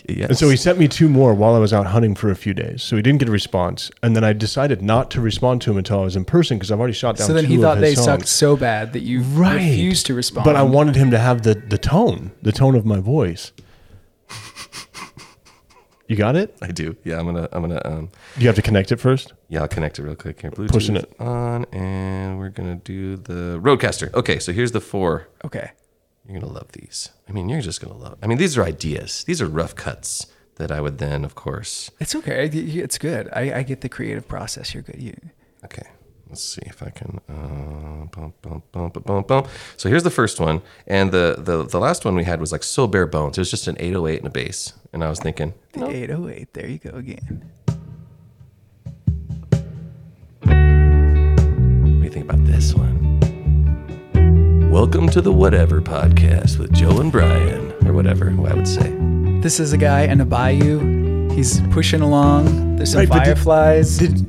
[SPEAKER 2] Yes.
[SPEAKER 1] And so he sent me two more while I was out hunting for a few days. So he didn't get a response. And then I decided not to respond to him until I was in person because I've already shot down.
[SPEAKER 3] So then he
[SPEAKER 1] two
[SPEAKER 3] thought
[SPEAKER 1] of
[SPEAKER 3] they
[SPEAKER 1] his songs.
[SPEAKER 3] sucked so bad that you refused to respond.
[SPEAKER 1] But I wanted him to have the the tone, the tone of my voice. You got it?
[SPEAKER 2] I do. Yeah, I'm gonna. I'm gonna. Um,
[SPEAKER 1] You have to connect it first.
[SPEAKER 2] yeah, I'll connect it real quick here. Bluetooth
[SPEAKER 1] Pushing it.
[SPEAKER 2] on, and we're gonna do the Roadcaster. Okay, so here's the four.
[SPEAKER 3] okay.
[SPEAKER 2] You're gonna love these. I mean, you're just gonna love. I mean, these are ideas. These are rough cuts that I would then, of course.
[SPEAKER 3] It's okay. I- you- It's good. I, I get the creative process. You're good. You,
[SPEAKER 2] Okay, let's see if I can. Uh, bump, bump, bump, bump, bump, bump. So here's the first one, and the, the the last one we had was like so bare bones. It was just an 808 and a bass, and I was thinking,
[SPEAKER 3] the 808. There you go again.
[SPEAKER 2] what do you think about this one? Welcome to the Whatever Podcast with Joe and Brian, or whatever I would say.
[SPEAKER 3] This is a guy in a bayou. He's pushing along. There's some
[SPEAKER 1] Right, but did-
[SPEAKER 3] fireflies.
[SPEAKER 1] Did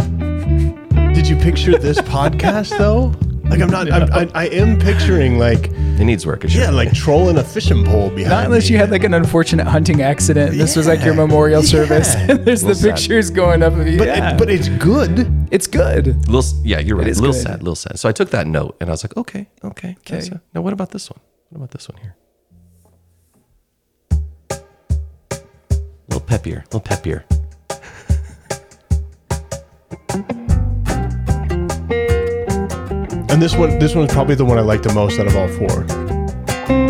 [SPEAKER 1] Did you picture <laughs> this podcast though? Like I'm not. I'm, I, I am picturing like
[SPEAKER 2] It needs work. it should
[SPEAKER 1] yeah,
[SPEAKER 2] be.
[SPEAKER 1] like trolling a fishing pole behind.
[SPEAKER 3] Not unless
[SPEAKER 1] me.
[SPEAKER 3] you had like an unfortunate hunting accident. and This was like your
[SPEAKER 1] Yeah.
[SPEAKER 3] memorial
[SPEAKER 1] Yeah.
[SPEAKER 3] service. <laughs> There's the
[SPEAKER 2] Little sad.
[SPEAKER 3] pictures going up of you.
[SPEAKER 1] But
[SPEAKER 3] yeah.
[SPEAKER 1] it, but it's good.
[SPEAKER 3] it's good.
[SPEAKER 2] Little, yeah, you're right.
[SPEAKER 3] is
[SPEAKER 2] Little
[SPEAKER 3] good.
[SPEAKER 2] sad, little sad. So I took that note and I was like, okay, okay,
[SPEAKER 3] Okay.
[SPEAKER 2] that's it. Now what about this one? What about this one here? A little peppier, a little peppier.
[SPEAKER 1] And this one, this one's probably the one I like the most out of all four.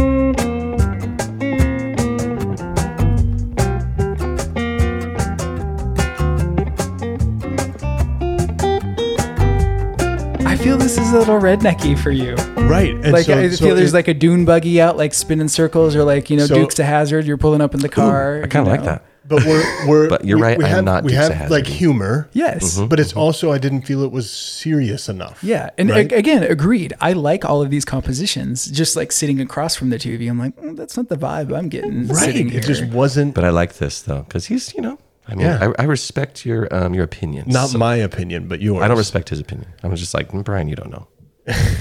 [SPEAKER 3] I feel this is a little rednecky for you.
[SPEAKER 1] Right. And
[SPEAKER 3] Like
[SPEAKER 1] so,
[SPEAKER 3] I
[SPEAKER 1] so
[SPEAKER 3] feel there's
[SPEAKER 1] it-
[SPEAKER 3] like a dune buggy out, like spinning circles, or like you know
[SPEAKER 1] So-
[SPEAKER 3] Dukes to Hazard. You're pulling up in the car.
[SPEAKER 2] I kind of like that.
[SPEAKER 1] But we're we're.
[SPEAKER 2] But you're
[SPEAKER 1] we-
[SPEAKER 2] right,
[SPEAKER 1] We
[SPEAKER 2] I am
[SPEAKER 1] have,
[SPEAKER 2] not
[SPEAKER 1] We
[SPEAKER 2] Dukes of
[SPEAKER 1] have like
[SPEAKER 2] Hazzard.
[SPEAKER 1] humor.
[SPEAKER 3] Yes.
[SPEAKER 1] But it's also I didn't feel it was serious enough.
[SPEAKER 3] Yeah, and
[SPEAKER 1] Right?
[SPEAKER 3] ag- again, agreed. I like all of these compositions. Just like sitting across from the two of you, I'm like, "Mm, that's not the vibe I'm getting.
[SPEAKER 1] right.
[SPEAKER 3] sitting here.
[SPEAKER 1] It just wasn't.
[SPEAKER 2] But I like this though, because he's, you know, I mean,
[SPEAKER 1] Yeah.
[SPEAKER 2] I, I respect your um, your opinions.
[SPEAKER 1] Not
[SPEAKER 2] So-
[SPEAKER 1] my opinion, but yours.
[SPEAKER 2] I don't respect his opinion. I'm just like "Mm, Brian. You don't know.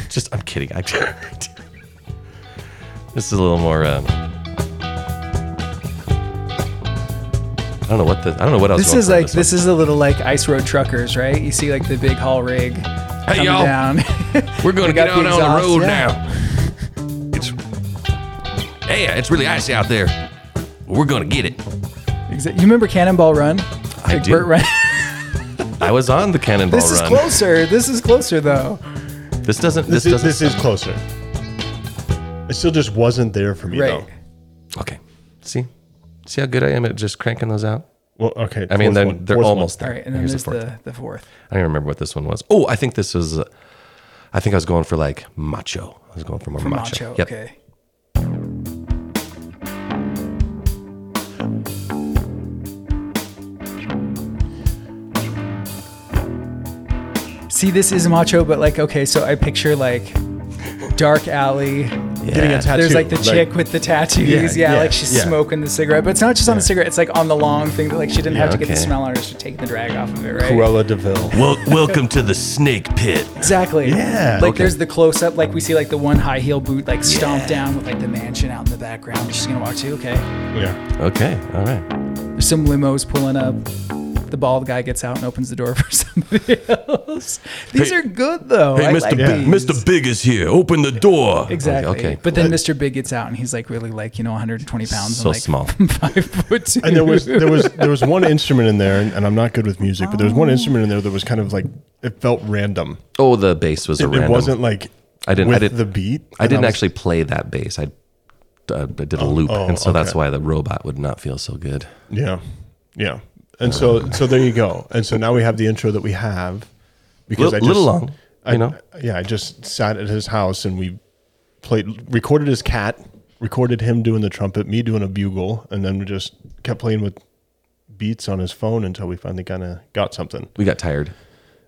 [SPEAKER 2] just I'm kidding. I, this is a little more. Um, I don't know what the I don't know what else.
[SPEAKER 3] this is like this is a little like ice road truckers, right? You see like the big haul rig coming
[SPEAKER 2] y'all.
[SPEAKER 3] <laughs> down.
[SPEAKER 2] We're going to
[SPEAKER 3] got
[SPEAKER 2] get out
[SPEAKER 3] the
[SPEAKER 2] on
[SPEAKER 3] exhaust,
[SPEAKER 2] the road
[SPEAKER 3] yeah.
[SPEAKER 2] now. It's hey, it's really icy out there. We're gonna get it.
[SPEAKER 3] Exa- you remember Cannonball Run? <laughs>
[SPEAKER 2] I
[SPEAKER 3] Like
[SPEAKER 2] do.
[SPEAKER 3] Burt Reynolds-
[SPEAKER 2] I was on the cannonball
[SPEAKER 3] this is
[SPEAKER 2] run.
[SPEAKER 3] closer. This is closer though.
[SPEAKER 2] This doesn't.
[SPEAKER 1] This,
[SPEAKER 2] This,
[SPEAKER 1] is,
[SPEAKER 2] doesn't.
[SPEAKER 1] this is closer. It still just wasn't there for me
[SPEAKER 3] Right.
[SPEAKER 1] though.
[SPEAKER 2] okay. See, see how good I am at just cranking those out.
[SPEAKER 1] Well, okay.
[SPEAKER 2] I mean,
[SPEAKER 1] fourth
[SPEAKER 2] they're,
[SPEAKER 1] one,
[SPEAKER 2] they're
[SPEAKER 1] fourth one.
[SPEAKER 2] almost
[SPEAKER 3] All
[SPEAKER 2] there.
[SPEAKER 3] right, and then
[SPEAKER 2] Here's the
[SPEAKER 3] there's
[SPEAKER 2] fourth.
[SPEAKER 3] the the fourth.
[SPEAKER 2] I don't remember what this one was. Oh, I think this was. Uh, I think I was going for like macho. I was going for more macho.
[SPEAKER 3] Macho.
[SPEAKER 2] Yep.
[SPEAKER 3] Okay. See, this is macho, but like, okay, so I picture like dark alley.
[SPEAKER 1] Getting a tattoo.
[SPEAKER 3] There's like the chick with the tattoos.
[SPEAKER 1] Yeah,
[SPEAKER 3] Yeah,
[SPEAKER 1] yeah,
[SPEAKER 3] like she's
[SPEAKER 1] yeah.
[SPEAKER 3] smoking the cigarette, but it's not just on the cigarette. It's like on the long thing that like she didn't have to get the
[SPEAKER 2] okay.
[SPEAKER 3] smell on her. She taking the drag off of it, right?
[SPEAKER 1] Cruella
[SPEAKER 3] <laughs>
[SPEAKER 1] Deville.
[SPEAKER 2] Well, welcome to the snake pit.
[SPEAKER 3] Exactly.
[SPEAKER 1] Yeah.
[SPEAKER 3] Like
[SPEAKER 2] Okay.
[SPEAKER 3] there's the close up, like we see like the one high heel boot like stomped down with like the mansion out in the background. She's gonna walk to. Okay.
[SPEAKER 1] Yeah.
[SPEAKER 2] Okay. All right.
[SPEAKER 3] There's some limos pulling up. The bald guy gets out and opens the door <laughs> for somebody else. These
[SPEAKER 2] Hey-
[SPEAKER 3] are good though. I like
[SPEAKER 1] Big-
[SPEAKER 3] these.
[SPEAKER 2] Big is here. Open the door.
[SPEAKER 3] Exactly.
[SPEAKER 2] Okay.
[SPEAKER 3] But then Mr. Big gets out and he's like really like you know 120 pounds.
[SPEAKER 2] So
[SPEAKER 3] and like
[SPEAKER 2] small.
[SPEAKER 3] <laughs> Five foot two.
[SPEAKER 1] And there was there was there was one instrument in there, and, and I'm not good with music, but there was
[SPEAKER 3] Oh.
[SPEAKER 1] one instrument in there that was kind of like it felt random.
[SPEAKER 2] oh, the bass was a
[SPEAKER 1] It,
[SPEAKER 2] random.
[SPEAKER 1] it wasn't like
[SPEAKER 2] I didn't- I
[SPEAKER 1] with
[SPEAKER 2] didn't-
[SPEAKER 1] the beat.
[SPEAKER 2] I
[SPEAKER 1] and
[SPEAKER 2] didn't
[SPEAKER 1] was-
[SPEAKER 2] actually play that bass. I, uh, I did a loop,
[SPEAKER 1] oh,
[SPEAKER 2] and so that's
[SPEAKER 1] okay.
[SPEAKER 2] why the robot would not feel so good.
[SPEAKER 1] Yeah, yeah. And so so there you go. And so now we have the intro that we have because
[SPEAKER 2] Lit-
[SPEAKER 1] I just,
[SPEAKER 2] little long,
[SPEAKER 1] I,
[SPEAKER 2] you know?
[SPEAKER 1] Yeah, I just sat at his house and we played, recorded his cat, recorded him doing the trumpet, me doing a bugle, and then we just kept playing with beats on his phone until we finally kind of got something.
[SPEAKER 2] We got tired.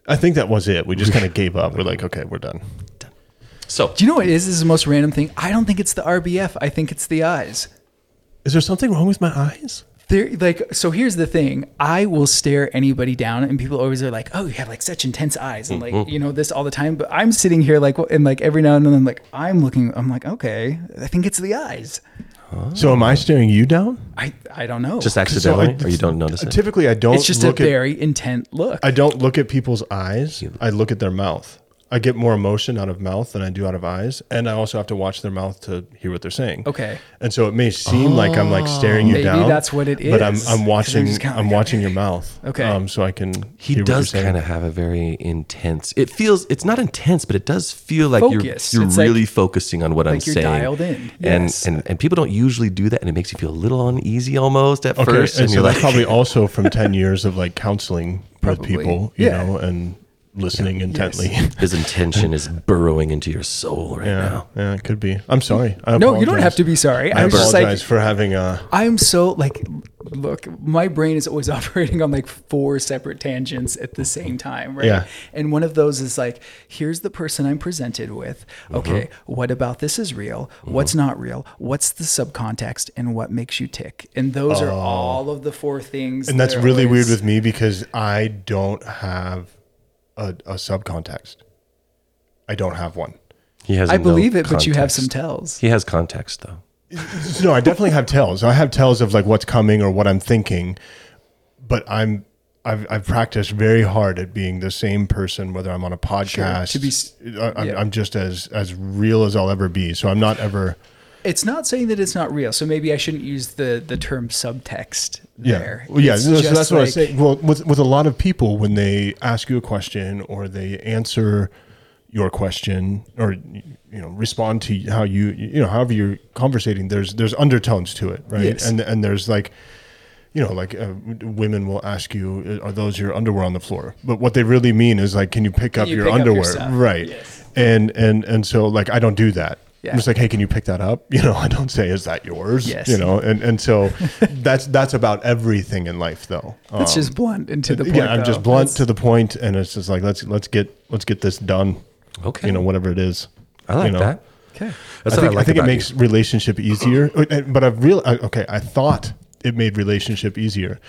[SPEAKER 1] I think that was it. We just kind of gave up. We're like, okay, we're done.
[SPEAKER 2] So
[SPEAKER 3] <laughs> Do you know what it is? This is the most random thing. I don't think it's the RBF. I think it's the eyes.
[SPEAKER 1] Is there something wrong with my eyes?
[SPEAKER 3] there like so here's the thing i will stare anybody down and people always are like oh you have like such intense eyes and
[SPEAKER 1] Mm-hmm.
[SPEAKER 3] like you know this all the time but i'm sitting here like and like every now and then i'm like i'm looking i'm like okay i think it's the eyes
[SPEAKER 1] So am I staring you down?
[SPEAKER 3] I I don't know.
[SPEAKER 2] Just
[SPEAKER 1] So I-
[SPEAKER 2] accidentally, or you don't notice it.
[SPEAKER 1] Typically, I don't.
[SPEAKER 3] it's just a
[SPEAKER 1] look at,
[SPEAKER 3] very intent look.
[SPEAKER 1] I don't look at people's eyes. I look at their mouth. I get more emotion out of mouth than I do out of eyes, and I also have to watch their mouth to hear what they're saying.
[SPEAKER 3] Okay. Oh,
[SPEAKER 1] And so it may seem like I'm like staring you
[SPEAKER 3] Maybe
[SPEAKER 1] down.
[SPEAKER 3] that's what it
[SPEAKER 1] But I'm
[SPEAKER 3] is. 'Cause
[SPEAKER 1] I'm
[SPEAKER 3] I'm
[SPEAKER 1] watching
[SPEAKER 3] just kinda
[SPEAKER 1] I'm
[SPEAKER 3] like,
[SPEAKER 1] watching
[SPEAKER 3] <laughs>
[SPEAKER 1] your mouth.
[SPEAKER 3] Okay.
[SPEAKER 1] Um, so I can.
[SPEAKER 2] he does kind of have a very intense. It feels it's not intense, but it does feel like
[SPEAKER 3] Focus.
[SPEAKER 2] you're you're
[SPEAKER 3] It's like-
[SPEAKER 2] really focusing on what I'm
[SPEAKER 3] like you're
[SPEAKER 2] saying.
[SPEAKER 3] dialed in.
[SPEAKER 2] and,
[SPEAKER 3] Yes.
[SPEAKER 2] and and people don't usually do that, and it makes you feel a little uneasy almost at
[SPEAKER 1] Okay.
[SPEAKER 2] first.
[SPEAKER 1] and, so
[SPEAKER 2] you're
[SPEAKER 1] that's
[SPEAKER 2] like,
[SPEAKER 3] <laughs>
[SPEAKER 1] probably also from ten years of like counseling
[SPEAKER 3] Probably.
[SPEAKER 1] with people, you
[SPEAKER 3] Yeah.
[SPEAKER 1] know, and listening intently.
[SPEAKER 2] his intention is burrowing into your soul
[SPEAKER 1] <laughs>
[SPEAKER 2] right
[SPEAKER 1] Yeah,
[SPEAKER 2] now.
[SPEAKER 1] yeah, it could be. I'm sorry. I
[SPEAKER 3] No, you don't
[SPEAKER 1] apologize.
[SPEAKER 3] have to be sorry.
[SPEAKER 1] I,
[SPEAKER 3] I was just
[SPEAKER 1] apologize
[SPEAKER 3] like-
[SPEAKER 1] for having uh, a.
[SPEAKER 3] I'm so like, look, my brain is always <laughs> operating on like four separate tangents at the same time, right?
[SPEAKER 1] Yeah.
[SPEAKER 3] And one of those is like, here's the person I'm presented with.
[SPEAKER 1] Mm-hmm.
[SPEAKER 3] Okay, what about this is real? What's not real? What's the subcontext? And what makes you tick? And those are all of the four
[SPEAKER 1] Oh.
[SPEAKER 3] things.
[SPEAKER 1] And that's
[SPEAKER 3] that are
[SPEAKER 1] really
[SPEAKER 3] always-
[SPEAKER 1] weird with me because I don't have a, a subcontext. I don't have one.
[SPEAKER 2] He has.
[SPEAKER 3] I
[SPEAKER 2] no
[SPEAKER 3] believe it, but you have some
[SPEAKER 2] context.
[SPEAKER 3] tells.
[SPEAKER 2] He has context though.
[SPEAKER 1] No, I definitely have tells. I have tells of like what's coming or what I'm thinking, but I'm I've I've practiced very hard at being the same person whether I'm on a podcast.
[SPEAKER 3] to be s-
[SPEAKER 1] I, I'm,
[SPEAKER 3] yeah.
[SPEAKER 1] I'm just as as real as I'll ever be. So I'm not ever.
[SPEAKER 3] It's not saying that it's not real, so maybe I shouldn't use the the term subtext
[SPEAKER 1] Yeah.
[SPEAKER 3] there.
[SPEAKER 1] Well, yeah.
[SPEAKER 3] It's
[SPEAKER 1] no, so
[SPEAKER 3] just
[SPEAKER 1] that's what I was
[SPEAKER 3] like-
[SPEAKER 1] saying. Well, with, with a lot of people, when they ask you a question or they answer your question or, you know, respond to how you, you know, however you're conversating, there's, there's undertones to it. Right.
[SPEAKER 3] Yes.
[SPEAKER 1] And, and there's like, you know, like uh, women will ask you, "Uh, are those your underwear on the floor? But what they really mean is like, can you pick up
[SPEAKER 3] you
[SPEAKER 1] your
[SPEAKER 3] pick up your
[SPEAKER 1] underwear?
[SPEAKER 3] stuff?
[SPEAKER 1] right.
[SPEAKER 3] Yes.
[SPEAKER 1] And, and, and so like, I don't do that.
[SPEAKER 3] Yeah.
[SPEAKER 1] I'm just like, hey, can you pick that up? <laughs> You know, I don't say, is that yours?
[SPEAKER 3] Yes.
[SPEAKER 1] You know, know, Oh, and and
[SPEAKER 3] <laughs>
[SPEAKER 1] so that's that's about everything in life, though.
[SPEAKER 3] That's
[SPEAKER 1] Um,
[SPEAKER 3] just blunt and to the point.
[SPEAKER 1] yeah, I'm just
[SPEAKER 3] though.
[SPEAKER 1] blunt
[SPEAKER 3] That's-
[SPEAKER 1] to the point, and it's just like let's let's get let's get this done.
[SPEAKER 2] Okay.
[SPEAKER 1] you know whatever it is.
[SPEAKER 2] I like
[SPEAKER 1] you know?
[SPEAKER 2] that.
[SPEAKER 3] Okay.
[SPEAKER 1] I
[SPEAKER 2] That's
[SPEAKER 1] think,
[SPEAKER 2] what I like
[SPEAKER 1] I think it
[SPEAKER 2] about
[SPEAKER 1] makes
[SPEAKER 2] you.
[SPEAKER 1] relationship easier. Uh, and- But I've real I- okay. I thought it made relationship easier.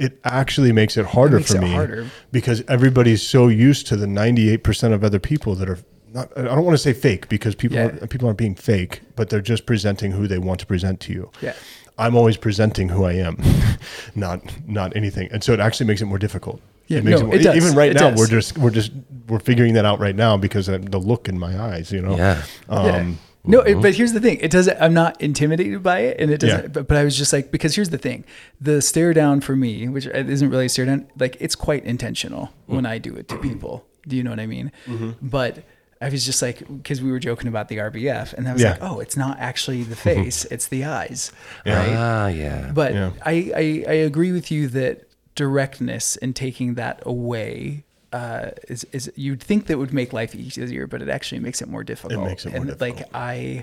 [SPEAKER 1] It actually makes it harder
[SPEAKER 3] makes
[SPEAKER 1] for
[SPEAKER 3] it
[SPEAKER 1] me
[SPEAKER 3] harder.
[SPEAKER 1] because everybody's so used to the 98 percent of other people that are. Not, I don't want to say fake because people
[SPEAKER 3] Yeah.
[SPEAKER 1] aren't- people aren't being fake, but they're just presenting who they want to present to you.
[SPEAKER 3] Yeah.
[SPEAKER 1] I'm always presenting who I am, <laughs> not not anything, and so it actually makes it more difficult.
[SPEAKER 3] Yeah,
[SPEAKER 1] it makes
[SPEAKER 3] no,
[SPEAKER 1] more, e-,
[SPEAKER 3] it does.
[SPEAKER 1] even right
[SPEAKER 3] It
[SPEAKER 1] now
[SPEAKER 3] does.
[SPEAKER 1] we're just we're just we're figuring that out right now because of the look in my eyes, you know. Um,
[SPEAKER 2] Yeah.
[SPEAKER 3] Yeah. No, it, but here's the thing. It doesn't. I'm not intimidated by it, and it doesn't.
[SPEAKER 1] mm-hmm. Yeah.
[SPEAKER 3] But, but I was just like, because here's the thing: the stare down for me, which uh, isn't really a stare down, like it's quite intentional
[SPEAKER 1] Mm.
[SPEAKER 3] when I do it to people. Do you know what I mean?
[SPEAKER 1] Mm-hmm.
[SPEAKER 3] But I was just like, because we were joking about the RBF, and I was
[SPEAKER 1] Yeah. Mm-hmm.
[SPEAKER 3] like, oh, it's not actually the face; it's the eyes, right?
[SPEAKER 2] Ah, yeah.
[SPEAKER 3] But
[SPEAKER 1] Yeah.
[SPEAKER 3] I, I, I agree with you that directness and taking that away uh, is, is you'd think that would make life easier, but it actually makes it more difficult.
[SPEAKER 1] makes it more
[SPEAKER 3] and
[SPEAKER 1] difficult.
[SPEAKER 3] like I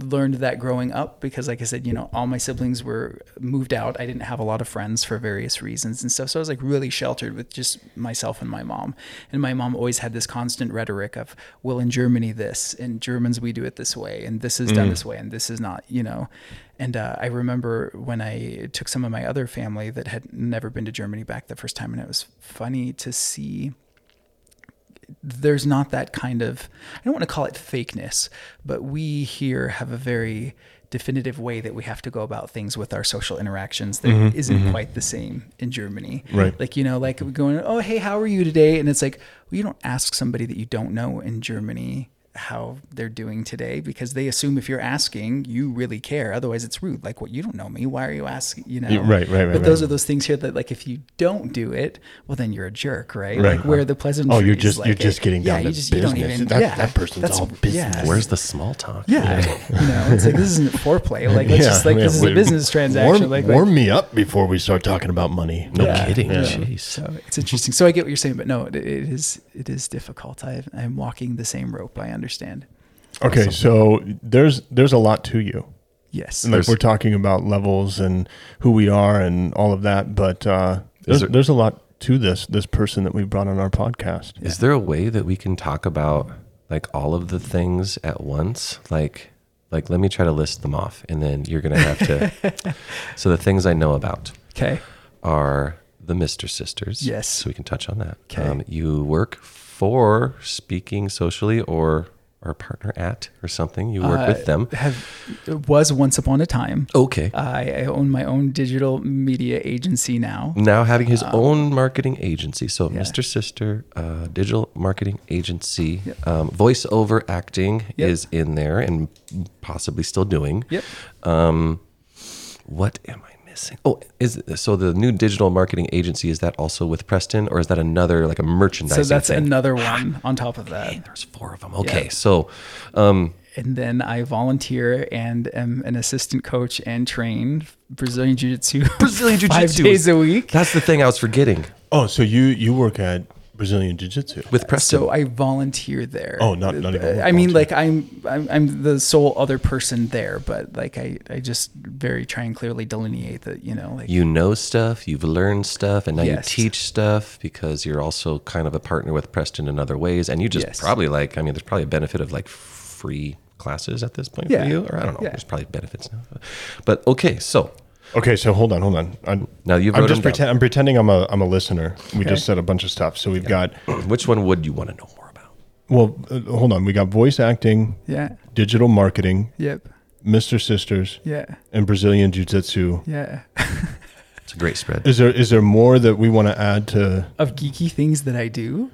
[SPEAKER 3] learned that growing up because like I said, you know, all my siblings were moved out. I didn't have a lot of friends for various reasons and stuff. So I was like really sheltered with just myself and my mom. And my mom always had this constant rhetoric of, well, in Germany this, in Germans we do it this way, and this is
[SPEAKER 1] Mm.
[SPEAKER 3] done this way, and this is not, you know. And uh, I remember when I took some of my other family that had never been to Germany back the first time, and it was funny to see there's not that kind of I don't want to call it fakeness, but we here have a very definitive way that we have to go about things with our social interactions that not quite the same in Germany.
[SPEAKER 1] Mm-hmm, Right.
[SPEAKER 3] Like you know, like going, "Oh, hey, how are you today?" and it's like, "Well, you don't ask somebody that you don't know in Germany how they're doing today because they assume if you're asking, you really care. Otherwise, it's rude. Like, "What, you don't know me? Why are you asking?" you know.
[SPEAKER 1] Yeah, right, right, right,
[SPEAKER 3] But those
[SPEAKER 1] right.
[SPEAKER 3] are those things here that like if you don't do it, well then you're a jerk, right?
[SPEAKER 1] Right.
[SPEAKER 3] Like where are the pleasantries.
[SPEAKER 1] Oh, you're just-
[SPEAKER 3] like
[SPEAKER 1] you're just getting
[SPEAKER 3] yeah,
[SPEAKER 1] down
[SPEAKER 3] you
[SPEAKER 1] to
[SPEAKER 3] just, You don't
[SPEAKER 1] business.
[SPEAKER 3] even,
[SPEAKER 1] That-
[SPEAKER 3] yeah,
[SPEAKER 1] that person's
[SPEAKER 3] that's-
[SPEAKER 1] all business.
[SPEAKER 2] Where's the small talk?
[SPEAKER 3] Yeah, yeah. <laughs> you know, it's like this isn't foreplay. Like it's just like
[SPEAKER 1] yeah,
[SPEAKER 3] this is a
[SPEAKER 1] we-
[SPEAKER 3] business transaction.
[SPEAKER 1] Warm,
[SPEAKER 3] like, like-
[SPEAKER 1] warm me up before we start talking about money.
[SPEAKER 2] No
[SPEAKER 3] Yeah.
[SPEAKER 2] kidding.
[SPEAKER 3] Yeah.
[SPEAKER 2] Jeez.
[SPEAKER 3] So it's interesting. So I get what you're saying, but no, it, it is it is difficult. I I'm walking the same rope. I understand.
[SPEAKER 1] Okay, so there's there's a lot to you.
[SPEAKER 3] Yes.
[SPEAKER 1] And like we're talking about levels and who we are and all of that, but uh, there's,
[SPEAKER 2] there-
[SPEAKER 1] there's a lot to this this person that we brought on our podcast.
[SPEAKER 2] Is there a way that we can talk about like all of the things at once? Like, like let me try to list them off, and then you're gonna have
[SPEAKER 3] <laughs>
[SPEAKER 2] to. so the things I know about
[SPEAKER 3] Okay.
[SPEAKER 2] are the Mister Sisters.
[SPEAKER 3] Yes.
[SPEAKER 2] Um, so we can touch on that.
[SPEAKER 3] Okay.
[SPEAKER 2] you work for speaking socially or or a partner at or something? You
[SPEAKER 3] Uh,
[SPEAKER 2] work with them.
[SPEAKER 3] Have was once upon a time.
[SPEAKER 2] Okay.
[SPEAKER 3] I, I own my own digital media agency
[SPEAKER 1] Mm.
[SPEAKER 3] now.
[SPEAKER 2] now having
[SPEAKER 3] Uh,
[SPEAKER 2] his own marketing agency. So, Mr. Sister, uh, digital marketing agency, um, voiceover acting
[SPEAKER 3] Yep.
[SPEAKER 2] is in there and possibly still doing.
[SPEAKER 3] Yep.
[SPEAKER 2] Um, what am I missing? Oh, is so the new digital marketing agency is that also with Preston, or is that another like a merchandising?
[SPEAKER 3] So that's
[SPEAKER 2] thing?
[SPEAKER 3] another one on top of that.
[SPEAKER 2] There's four of them. Okay, so um,
[SPEAKER 3] and then I volunteer and am an assistant coach and train Brazilian Jiu <laughs> Jitsu.
[SPEAKER 2] Brazilian Jiu
[SPEAKER 3] Five
[SPEAKER 2] Jitsu
[SPEAKER 3] days a week.
[SPEAKER 2] That's the thing I was forgetting
[SPEAKER 1] Oh, so you you work at Brazilian Jiu Jitsu?
[SPEAKER 2] with Preston.
[SPEAKER 3] So I volunteer there.
[SPEAKER 1] Oh, not- not even
[SPEAKER 3] I mean,
[SPEAKER 1] volunteer.
[SPEAKER 3] like I'm, I'm I'm the sole other person there, but like I I just very try and clearly delineate that you know like
[SPEAKER 2] you know stuff, you've learned stuff, and now
[SPEAKER 3] Yes.
[SPEAKER 2] you teach stuff because you're also kind of a partner with Preston in other ways. And you just
[SPEAKER 3] Yes.
[SPEAKER 2] probably like, I mean, there's probably a benefit of like free classes at this point
[SPEAKER 3] Yeah.
[SPEAKER 2] for you, or I don't know.
[SPEAKER 3] Yeah.
[SPEAKER 2] There's probably benefits now. But okay, so <clears throat>
[SPEAKER 1] Okay, so hold on, hold on. I'm,
[SPEAKER 2] Now you
[SPEAKER 1] I'm just
[SPEAKER 2] wrote them down.
[SPEAKER 1] pretend, I'm pretending I'm a I'm a listener. We just said a bunch of stuff. So we've got
[SPEAKER 2] which one would you want to know more about?
[SPEAKER 1] well, uh, hold on. We got voice acting,
[SPEAKER 3] yeah,
[SPEAKER 1] digital marketing,
[SPEAKER 3] yep,
[SPEAKER 1] Mister Sisters,
[SPEAKER 3] yeah,
[SPEAKER 1] and Brazilian Jiu Jitsu.
[SPEAKER 3] yeah. <laughs>
[SPEAKER 2] It's a great spread.
[SPEAKER 1] Is there is there more that we want to add to?
[SPEAKER 3] of geeky things that I do.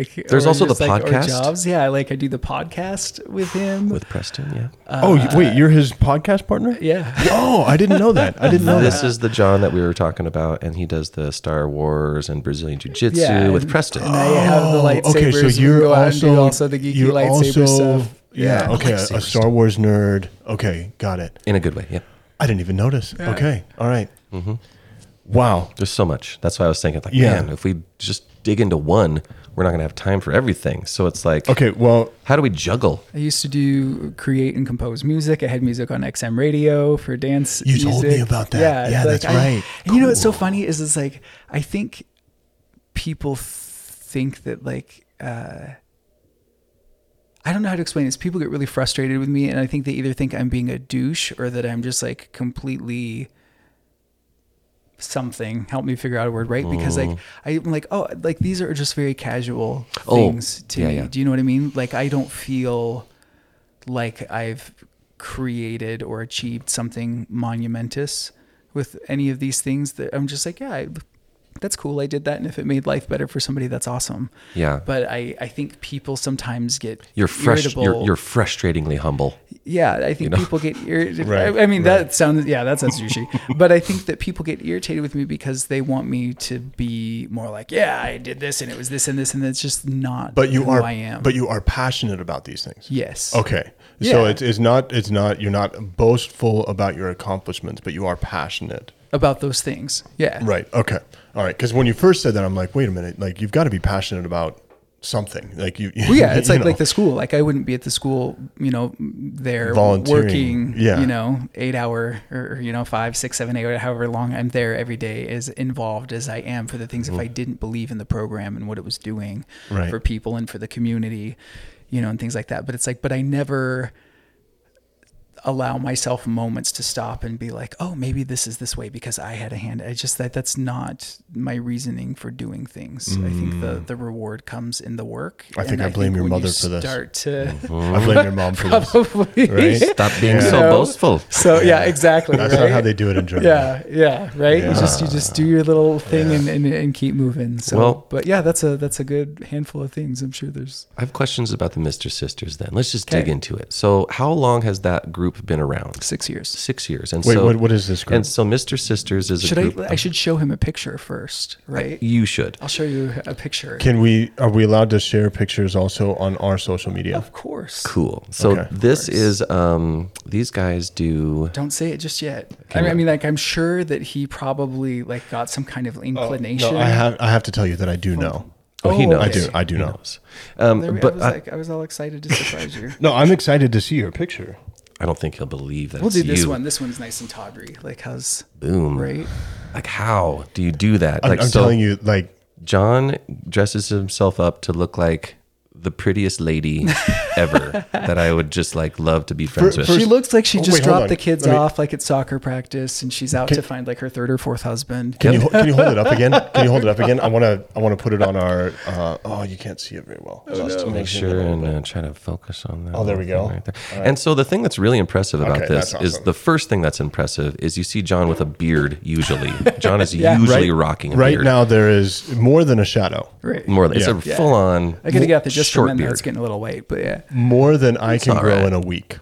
[SPEAKER 3] Like
[SPEAKER 2] There's
[SPEAKER 3] or
[SPEAKER 2] also the
[SPEAKER 3] just, like, or
[SPEAKER 2] podcast.
[SPEAKER 3] jobs. Yeah, like I do the podcast with him.
[SPEAKER 2] With Preston, yeah.
[SPEAKER 1] oh you- wait, you're his podcast partner.
[SPEAKER 3] Uh, yeah.
[SPEAKER 1] Oh, I didn't know that. I didn't know that.
[SPEAKER 2] this is the John that we were talking about, and he does the Star Wars and Brazilian Jiu Jitsu
[SPEAKER 3] Yeah,
[SPEAKER 2] with
[SPEAKER 3] and- Oh.
[SPEAKER 2] Preston.
[SPEAKER 3] And I have the lightsabers.
[SPEAKER 1] Oh, okay, so
[SPEAKER 3] We can
[SPEAKER 1] you're
[SPEAKER 3] go out and do
[SPEAKER 1] also
[SPEAKER 3] also the geeky
[SPEAKER 1] you're
[SPEAKER 3] lightsaber
[SPEAKER 1] also-
[SPEAKER 3] stuff.
[SPEAKER 1] Yeah, okay, a,
[SPEAKER 2] Lightsaber
[SPEAKER 1] a Star Wars nerd. Okay, got it.
[SPEAKER 2] In a good way, yeah.
[SPEAKER 1] I didn't even notice. Okay, all right. Wow.
[SPEAKER 2] There's so much. That's why I was thinking, like,
[SPEAKER 1] Yeah.
[SPEAKER 2] man, if we just dig into one, we're not going to have time for everything. So it's like,
[SPEAKER 1] Okay, well,
[SPEAKER 2] how do we juggle?
[SPEAKER 3] I used to do create and compose music. I had music on XM radio for dance.
[SPEAKER 1] You told me
[SPEAKER 3] music.
[SPEAKER 1] about that.
[SPEAKER 3] Yeah, it's
[SPEAKER 1] Yeah,
[SPEAKER 3] like
[SPEAKER 1] that's
[SPEAKER 3] I-
[SPEAKER 1] right.
[SPEAKER 3] And you know what's so funny is it's like I think people th- think that like uh, I don't know how to explain this. People get really frustrated with me, and I think they either think I'm being a douche or that I'm just like completely something. Help me figure out a word, right? Because like I'm like oh like these are just very casual
[SPEAKER 2] Oh,
[SPEAKER 3] things to
[SPEAKER 2] yeah,
[SPEAKER 3] me.
[SPEAKER 2] yeah.
[SPEAKER 3] Do you know what I mean? Like I don't feel like I've created or achieved something monumentous with any of these things that I'm just like, yeah, I, that's cool. I did that. And if it made life better for somebody, that's awesome.
[SPEAKER 2] Yeah.
[SPEAKER 3] But I, I think people sometimes get
[SPEAKER 2] You're fresh.
[SPEAKER 3] irritable.
[SPEAKER 2] You're, you're frustratingly humble.
[SPEAKER 3] yeah, I think
[SPEAKER 2] know?
[SPEAKER 3] people
[SPEAKER 2] <laughs>
[SPEAKER 3] get irritated.
[SPEAKER 1] Right,
[SPEAKER 3] I, I mean, that sounds, yeah,
[SPEAKER 1] <laughs>
[SPEAKER 3] that sounds douchey. but I think that people get irritated with me because they want me to be more like, yeah, I did this and it was this and this. And it's just not
[SPEAKER 1] but you
[SPEAKER 3] who
[SPEAKER 1] are
[SPEAKER 3] I am.
[SPEAKER 1] but you are passionate about these things.
[SPEAKER 3] yes.
[SPEAKER 1] Okay. So
[SPEAKER 3] Yeah.
[SPEAKER 1] it's, it's not it's not you're not boastful about your accomplishments, but you are passionate.
[SPEAKER 3] About those things. Yeah.
[SPEAKER 1] Right. Okay. All right. Because when you first said that, I'm like, wait a minute. Like you've got to be passionate about something. Like you. <laughs>
[SPEAKER 3] Well, yeah, it's
[SPEAKER 1] you
[SPEAKER 3] like
[SPEAKER 1] know.
[SPEAKER 3] like the school. Like I wouldn't be at the school, you know, there
[SPEAKER 1] Volunteering.
[SPEAKER 3] working,
[SPEAKER 1] Yeah.
[SPEAKER 3] you know, eight hour or you know five, six, seven, eight, or however long I'm there every day, as involved as I am for the things. If I didn't believe in the program and what it was doing
[SPEAKER 1] Mm-hmm. Right.
[SPEAKER 3] for people and for the community, you know, and things like that. But it's like, but I never allow myself moments to stop and be like, oh, maybe this is this way because I had a hand. I just that that's not my reasoning for doing things. I think the the reward comes in the work.
[SPEAKER 1] Mm. I think
[SPEAKER 3] And
[SPEAKER 1] I blame your
[SPEAKER 3] when you
[SPEAKER 1] mother for this. Mm-hmm. <laughs>
[SPEAKER 3] Start <laughs> to
[SPEAKER 1] I blame your mom for this. <laughs>
[SPEAKER 3] probably
[SPEAKER 1] Right?
[SPEAKER 2] Stop being
[SPEAKER 1] Yeah.
[SPEAKER 2] so
[SPEAKER 3] You know?
[SPEAKER 2] boastful.
[SPEAKER 3] So yeah, exactly.
[SPEAKER 1] That's
[SPEAKER 3] <laughs> right?
[SPEAKER 1] not how they do it in Germany.
[SPEAKER 3] Yeah, yeah, right. You just you just do your little thing
[SPEAKER 1] Yeah.
[SPEAKER 3] and, and, and keep moving. So,
[SPEAKER 2] Well-
[SPEAKER 3] but yeah, that's a that's a good handful of things. I'm sure there's
[SPEAKER 2] I have questions about the Mister Sisters. Then let's just dig
[SPEAKER 3] Okay.
[SPEAKER 2] into it. So, how long has that group been around?
[SPEAKER 3] six years.
[SPEAKER 2] Six years. And
[SPEAKER 1] Wait,
[SPEAKER 2] so,
[SPEAKER 1] what, what is this group?
[SPEAKER 2] And so, Mister Sisters is
[SPEAKER 3] Should
[SPEAKER 2] a group.
[SPEAKER 3] I? I should show him a picture first, right?
[SPEAKER 2] you should.
[SPEAKER 3] I'll show you a picture.
[SPEAKER 1] Can we are we allowed to share pictures also on our social media?
[SPEAKER 3] Of course.
[SPEAKER 2] Cool. So
[SPEAKER 1] Okay.
[SPEAKER 2] this is um these guys do
[SPEAKER 3] Don't say it just yet. I mean, I mean, like I'm sure that he probably like got some kind of inclination.
[SPEAKER 1] Oh, No, I have I have to tell you that I do know.
[SPEAKER 2] Oh, he knows.
[SPEAKER 1] I do. I do know.
[SPEAKER 2] Um
[SPEAKER 3] There we- I
[SPEAKER 2] but
[SPEAKER 3] was
[SPEAKER 2] I,
[SPEAKER 3] like, I was all excited to surprise
[SPEAKER 1] <laughs>
[SPEAKER 3] you.
[SPEAKER 1] No, I'm excited to see your picture.
[SPEAKER 2] I don't think he'll believe that
[SPEAKER 3] We'll
[SPEAKER 2] it's
[SPEAKER 3] do this
[SPEAKER 2] you.
[SPEAKER 3] one. This one's nice and tawdry. Like how's
[SPEAKER 2] Boom.
[SPEAKER 1] Mm.
[SPEAKER 3] right?
[SPEAKER 2] Like how do you do that?
[SPEAKER 1] I'm,
[SPEAKER 2] like
[SPEAKER 1] I'm telling you, like <laughs>
[SPEAKER 2] John dresses himself up to look like the prettiest lady ever that I would just like love to be friends with.
[SPEAKER 1] first-
[SPEAKER 3] She looks like she
[SPEAKER 1] Oh,
[SPEAKER 3] just
[SPEAKER 1] wait, hold
[SPEAKER 3] dropped
[SPEAKER 1] on.
[SPEAKER 3] the kids
[SPEAKER 1] Let me-
[SPEAKER 3] off like at soccer practice, and she's out
[SPEAKER 1] Can-
[SPEAKER 3] to find like her third or fourth husband.
[SPEAKER 1] Can you can you hold it up again? Can you hold it up again? I want to I want to put it on our. Uh, oh, you can't see it very well. Just to
[SPEAKER 2] make
[SPEAKER 1] it a
[SPEAKER 2] sure
[SPEAKER 1] little
[SPEAKER 2] and
[SPEAKER 1] bit.
[SPEAKER 2] uh, try to focus on that.
[SPEAKER 1] Oh, there we
[SPEAKER 2] little
[SPEAKER 1] go.
[SPEAKER 2] thing there. And so the thing that's really impressive about
[SPEAKER 1] Okay,
[SPEAKER 2] this
[SPEAKER 1] that's
[SPEAKER 2] is
[SPEAKER 1] awesome.
[SPEAKER 2] the first thing that's impressive is you see John with a beard.
[SPEAKER 1] <laughs>
[SPEAKER 2] Usually, John is
[SPEAKER 3] Yeah.
[SPEAKER 2] usually
[SPEAKER 1] Right-
[SPEAKER 2] rocking a
[SPEAKER 1] right
[SPEAKER 2] beard.
[SPEAKER 1] now, there is more than a shadow,
[SPEAKER 3] Right.
[SPEAKER 2] More, than- it's a
[SPEAKER 1] Yeah.
[SPEAKER 2] full on.
[SPEAKER 3] I gotta get out there just for a
[SPEAKER 2] short
[SPEAKER 3] minute.
[SPEAKER 2] beard.
[SPEAKER 3] It's getting a little late, but yeah.
[SPEAKER 1] more than I can
[SPEAKER 2] all
[SPEAKER 1] grow
[SPEAKER 2] right.
[SPEAKER 1] in a week.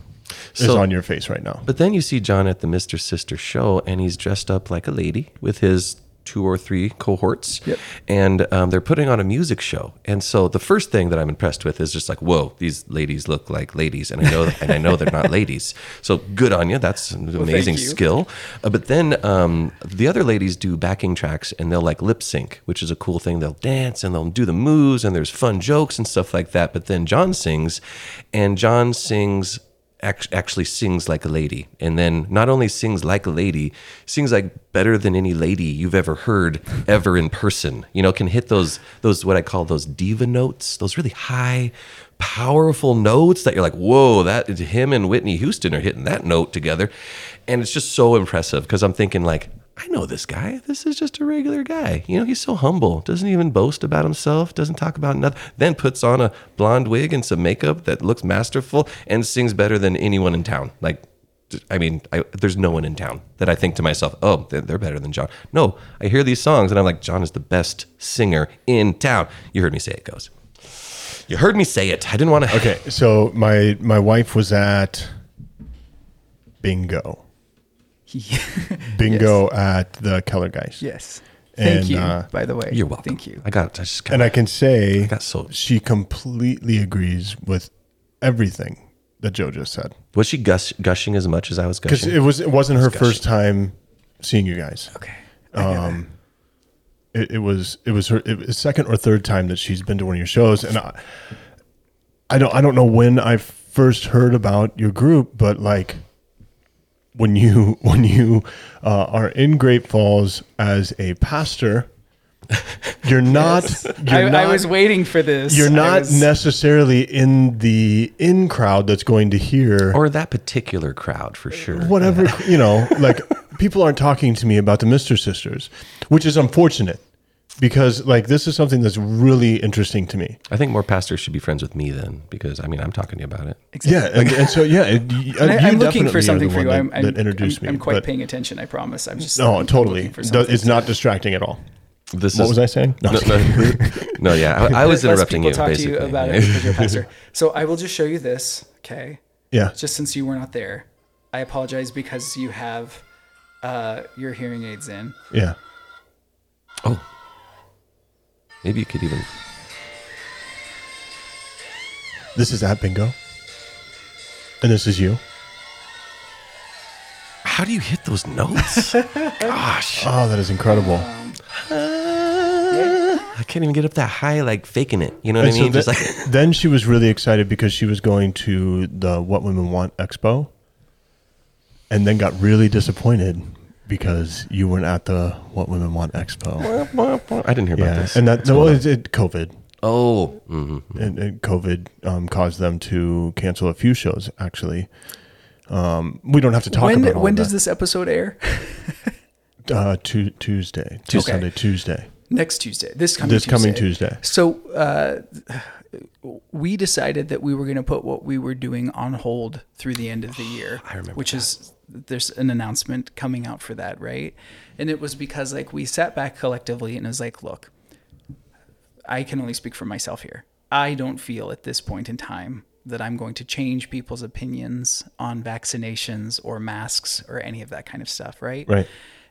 [SPEAKER 1] is
[SPEAKER 2] So-
[SPEAKER 1] on your face right now.
[SPEAKER 2] But then you see John at the Mr. Sister show, and he's dressed up like a lady with his two or three cohorts.
[SPEAKER 3] Yep.
[SPEAKER 2] And um, they're putting on a music show. And so the first thing that I'm impressed with is just like, whoa, these ladies look like ladies. And I know, and I know they're not <laughs> ladies. So good on you. That's an amazing
[SPEAKER 3] you.
[SPEAKER 2] skill. Uh, but then um, the other ladies do backing tracks and they'll like lip sync, which is a cool thing. They'll dance and they'll do the moves and there's fun jokes and stuff like that. But then John sings and John sings act- actually sings like a lady and then not only sings like a lady sings like better than any lady you've ever heard ever in person you know can hit those those what i call those diva notes those really high powerful notes that you're like whoa that is him and whitney houston are hitting that note together and it's just so impressive because i'm thinking like I know this guy. This is just a regular guy. You know, he's so humble. Doesn't even boast about himself. Doesn't talk about nothing. Then puts on a blonde wig and some makeup that looks masterful and sings better than anyone in town. Like, I mean, I, there's no one in town that I think to myself, oh, they're, they're better than John. No, I hear these songs and I'm like, John is the best singer in town. You heard me say it goes. You heard me say it. I didn't want to.
[SPEAKER 1] Okay, so my my wife was at bingo, bingo at the Keller Geist.
[SPEAKER 3] <laughs> yes. Thank
[SPEAKER 1] Mm. And,
[SPEAKER 3] you.
[SPEAKER 1] uh,
[SPEAKER 3] by the way,
[SPEAKER 2] <laughs> You're welcome.
[SPEAKER 3] Thank you.
[SPEAKER 2] I got. I just got.
[SPEAKER 1] and I can say
[SPEAKER 2] got so-
[SPEAKER 1] she completely agrees with everything that Joe just said
[SPEAKER 2] was she gush, gushing as much as I was
[SPEAKER 1] because
[SPEAKER 2] gushing?
[SPEAKER 1] it was it wasn't her first time seeing you guys.
[SPEAKER 3] Okay.
[SPEAKER 1] Um, It, it was it was her it was second or third time that she's been to one of your shows, and I, I don't I don't know when I first heard about your group, but like when you <laughs> when you uh, are in Great Falls as a pastor, you're
[SPEAKER 3] <laughs>
[SPEAKER 1] not
[SPEAKER 3] I,
[SPEAKER 1] you're
[SPEAKER 3] I
[SPEAKER 1] not
[SPEAKER 3] was waiting for this.
[SPEAKER 1] you're
[SPEAKER 3] I
[SPEAKER 1] not
[SPEAKER 3] was-
[SPEAKER 1] necessarily in the in crowd that's going to hear
[SPEAKER 2] or that particular crowd for sure.
[SPEAKER 1] whatever <laughs> you know like people aren't talking to me about the mr sisters which is unfortunate because like this is something that's really interesting to me
[SPEAKER 2] I think more pastors should be friends with me then, because I mean, I'm talking to you about it.
[SPEAKER 1] yeah and, and so yeah it,
[SPEAKER 3] And I, am looking for
[SPEAKER 1] Uh, definitely are
[SPEAKER 3] something
[SPEAKER 1] the
[SPEAKER 3] for you.
[SPEAKER 1] one
[SPEAKER 3] I'm,
[SPEAKER 1] that,
[SPEAKER 3] I'm,
[SPEAKER 1] that introduced
[SPEAKER 3] I'm,
[SPEAKER 1] me
[SPEAKER 3] I'm quite
[SPEAKER 1] but-
[SPEAKER 3] paying attention. I promise. I'm just.
[SPEAKER 1] no
[SPEAKER 3] I'm
[SPEAKER 1] totally
[SPEAKER 3] looking for
[SPEAKER 1] Does-
[SPEAKER 3] something
[SPEAKER 1] it's
[SPEAKER 3] to-
[SPEAKER 1] not distracting at all
[SPEAKER 2] This
[SPEAKER 1] what
[SPEAKER 2] is-
[SPEAKER 1] was i saying no, <laughs>
[SPEAKER 2] No, no, no, yeah, I, I was
[SPEAKER 3] Let- let's
[SPEAKER 2] interrupting
[SPEAKER 3] people
[SPEAKER 2] you.
[SPEAKER 3] Talk
[SPEAKER 2] basically,
[SPEAKER 3] to you about it because you're a pastor. So I will just show you this. Okay.
[SPEAKER 1] yeah
[SPEAKER 3] Just since you were not there, I apologize because you have uh, your hearing aids in.
[SPEAKER 1] yeah
[SPEAKER 2] <laughs> Oh, maybe you could even.
[SPEAKER 1] this is at bingo and this is you
[SPEAKER 2] How do you hit those
[SPEAKER 1] <laughs>
[SPEAKER 2] notes? Gosh,
[SPEAKER 1] oh that is incredible
[SPEAKER 2] I can't even get up that high, like faking it. You know what
[SPEAKER 1] And
[SPEAKER 2] I
[SPEAKER 1] so
[SPEAKER 2] mean? Just
[SPEAKER 1] then-
[SPEAKER 2] like
[SPEAKER 1] then she was really excited because she was going to the What Women Want Expo, and then got really disappointed because you weren't at the What Women Want Expo.
[SPEAKER 2] <laughs> I didn't hear about
[SPEAKER 1] Yeah,
[SPEAKER 2] this.
[SPEAKER 1] and that well, it, it COVID
[SPEAKER 2] oh, mm,
[SPEAKER 1] and, and COVID um, caused them to cancel a few shows. Actually, um, we don't have to talk
[SPEAKER 3] when
[SPEAKER 1] about all
[SPEAKER 3] when
[SPEAKER 1] of
[SPEAKER 3] does
[SPEAKER 1] that.
[SPEAKER 3] this episode air?
[SPEAKER 1] uh, tu- Tuesday,
[SPEAKER 3] Tuesday.
[SPEAKER 1] Sunday, Tuesday,
[SPEAKER 3] Next Tuesday. This coming
[SPEAKER 1] this
[SPEAKER 3] Tuesday.
[SPEAKER 1] coming Tuesday.
[SPEAKER 3] So uh, we decided that we were going to put what we were doing on hold through the end of the year, <sighs> I remember which is there's an announcement coming out for that, right? And it was because like we sat back collectively and was like, look, I can only speak for myself here. I don't feel at this point in time that I'm going to change people's opinions on vaccinations or masks or any of that kind of stuff, right?
[SPEAKER 1] Right.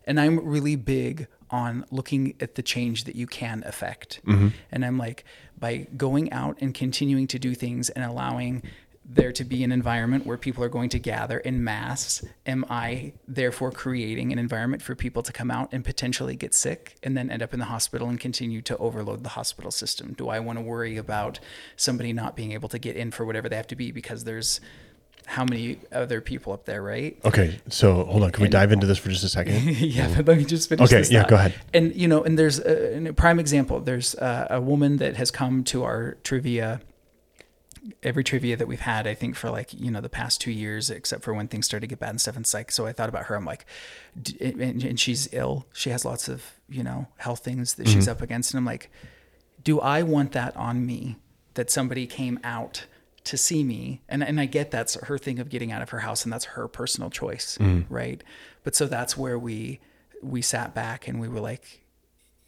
[SPEAKER 3] And I'm really big on looking at the change that you can affect. And I'm like, by going out and continuing to do things and allowing there to be an environment where people are going to gather in mass, am I therefore creating an environment for people to come out and potentially get sick and then end up in the hospital and continue to overload the hospital system? Do I want to worry about somebody not being able to get in for whatever they have to be because there's how many other people up there, right?
[SPEAKER 1] Okay, so hold on. Can we dive into this for just a second?
[SPEAKER 3] <laughs> yeah, but let me just finish.
[SPEAKER 1] Mm-hmm. Okay,
[SPEAKER 3] this
[SPEAKER 1] yeah,
[SPEAKER 3] thought.
[SPEAKER 1] go ahead.
[SPEAKER 3] And you know, and there's a, and a prime example. There's uh, a woman that has come to our trivia every trivia that we've had, I think for like, you know, the past two years, except for when things started to get bad and stuff. And it's like, so I thought about her. I'm like, d- and, and she's ill. She has lots of, you know, health things that she's up against. And I'm like, do I want that on me that somebody came out to see me? And, and I get that's her thing of getting out of her house and that's her personal choice. Right. But so that's where we, we sat back and we were like,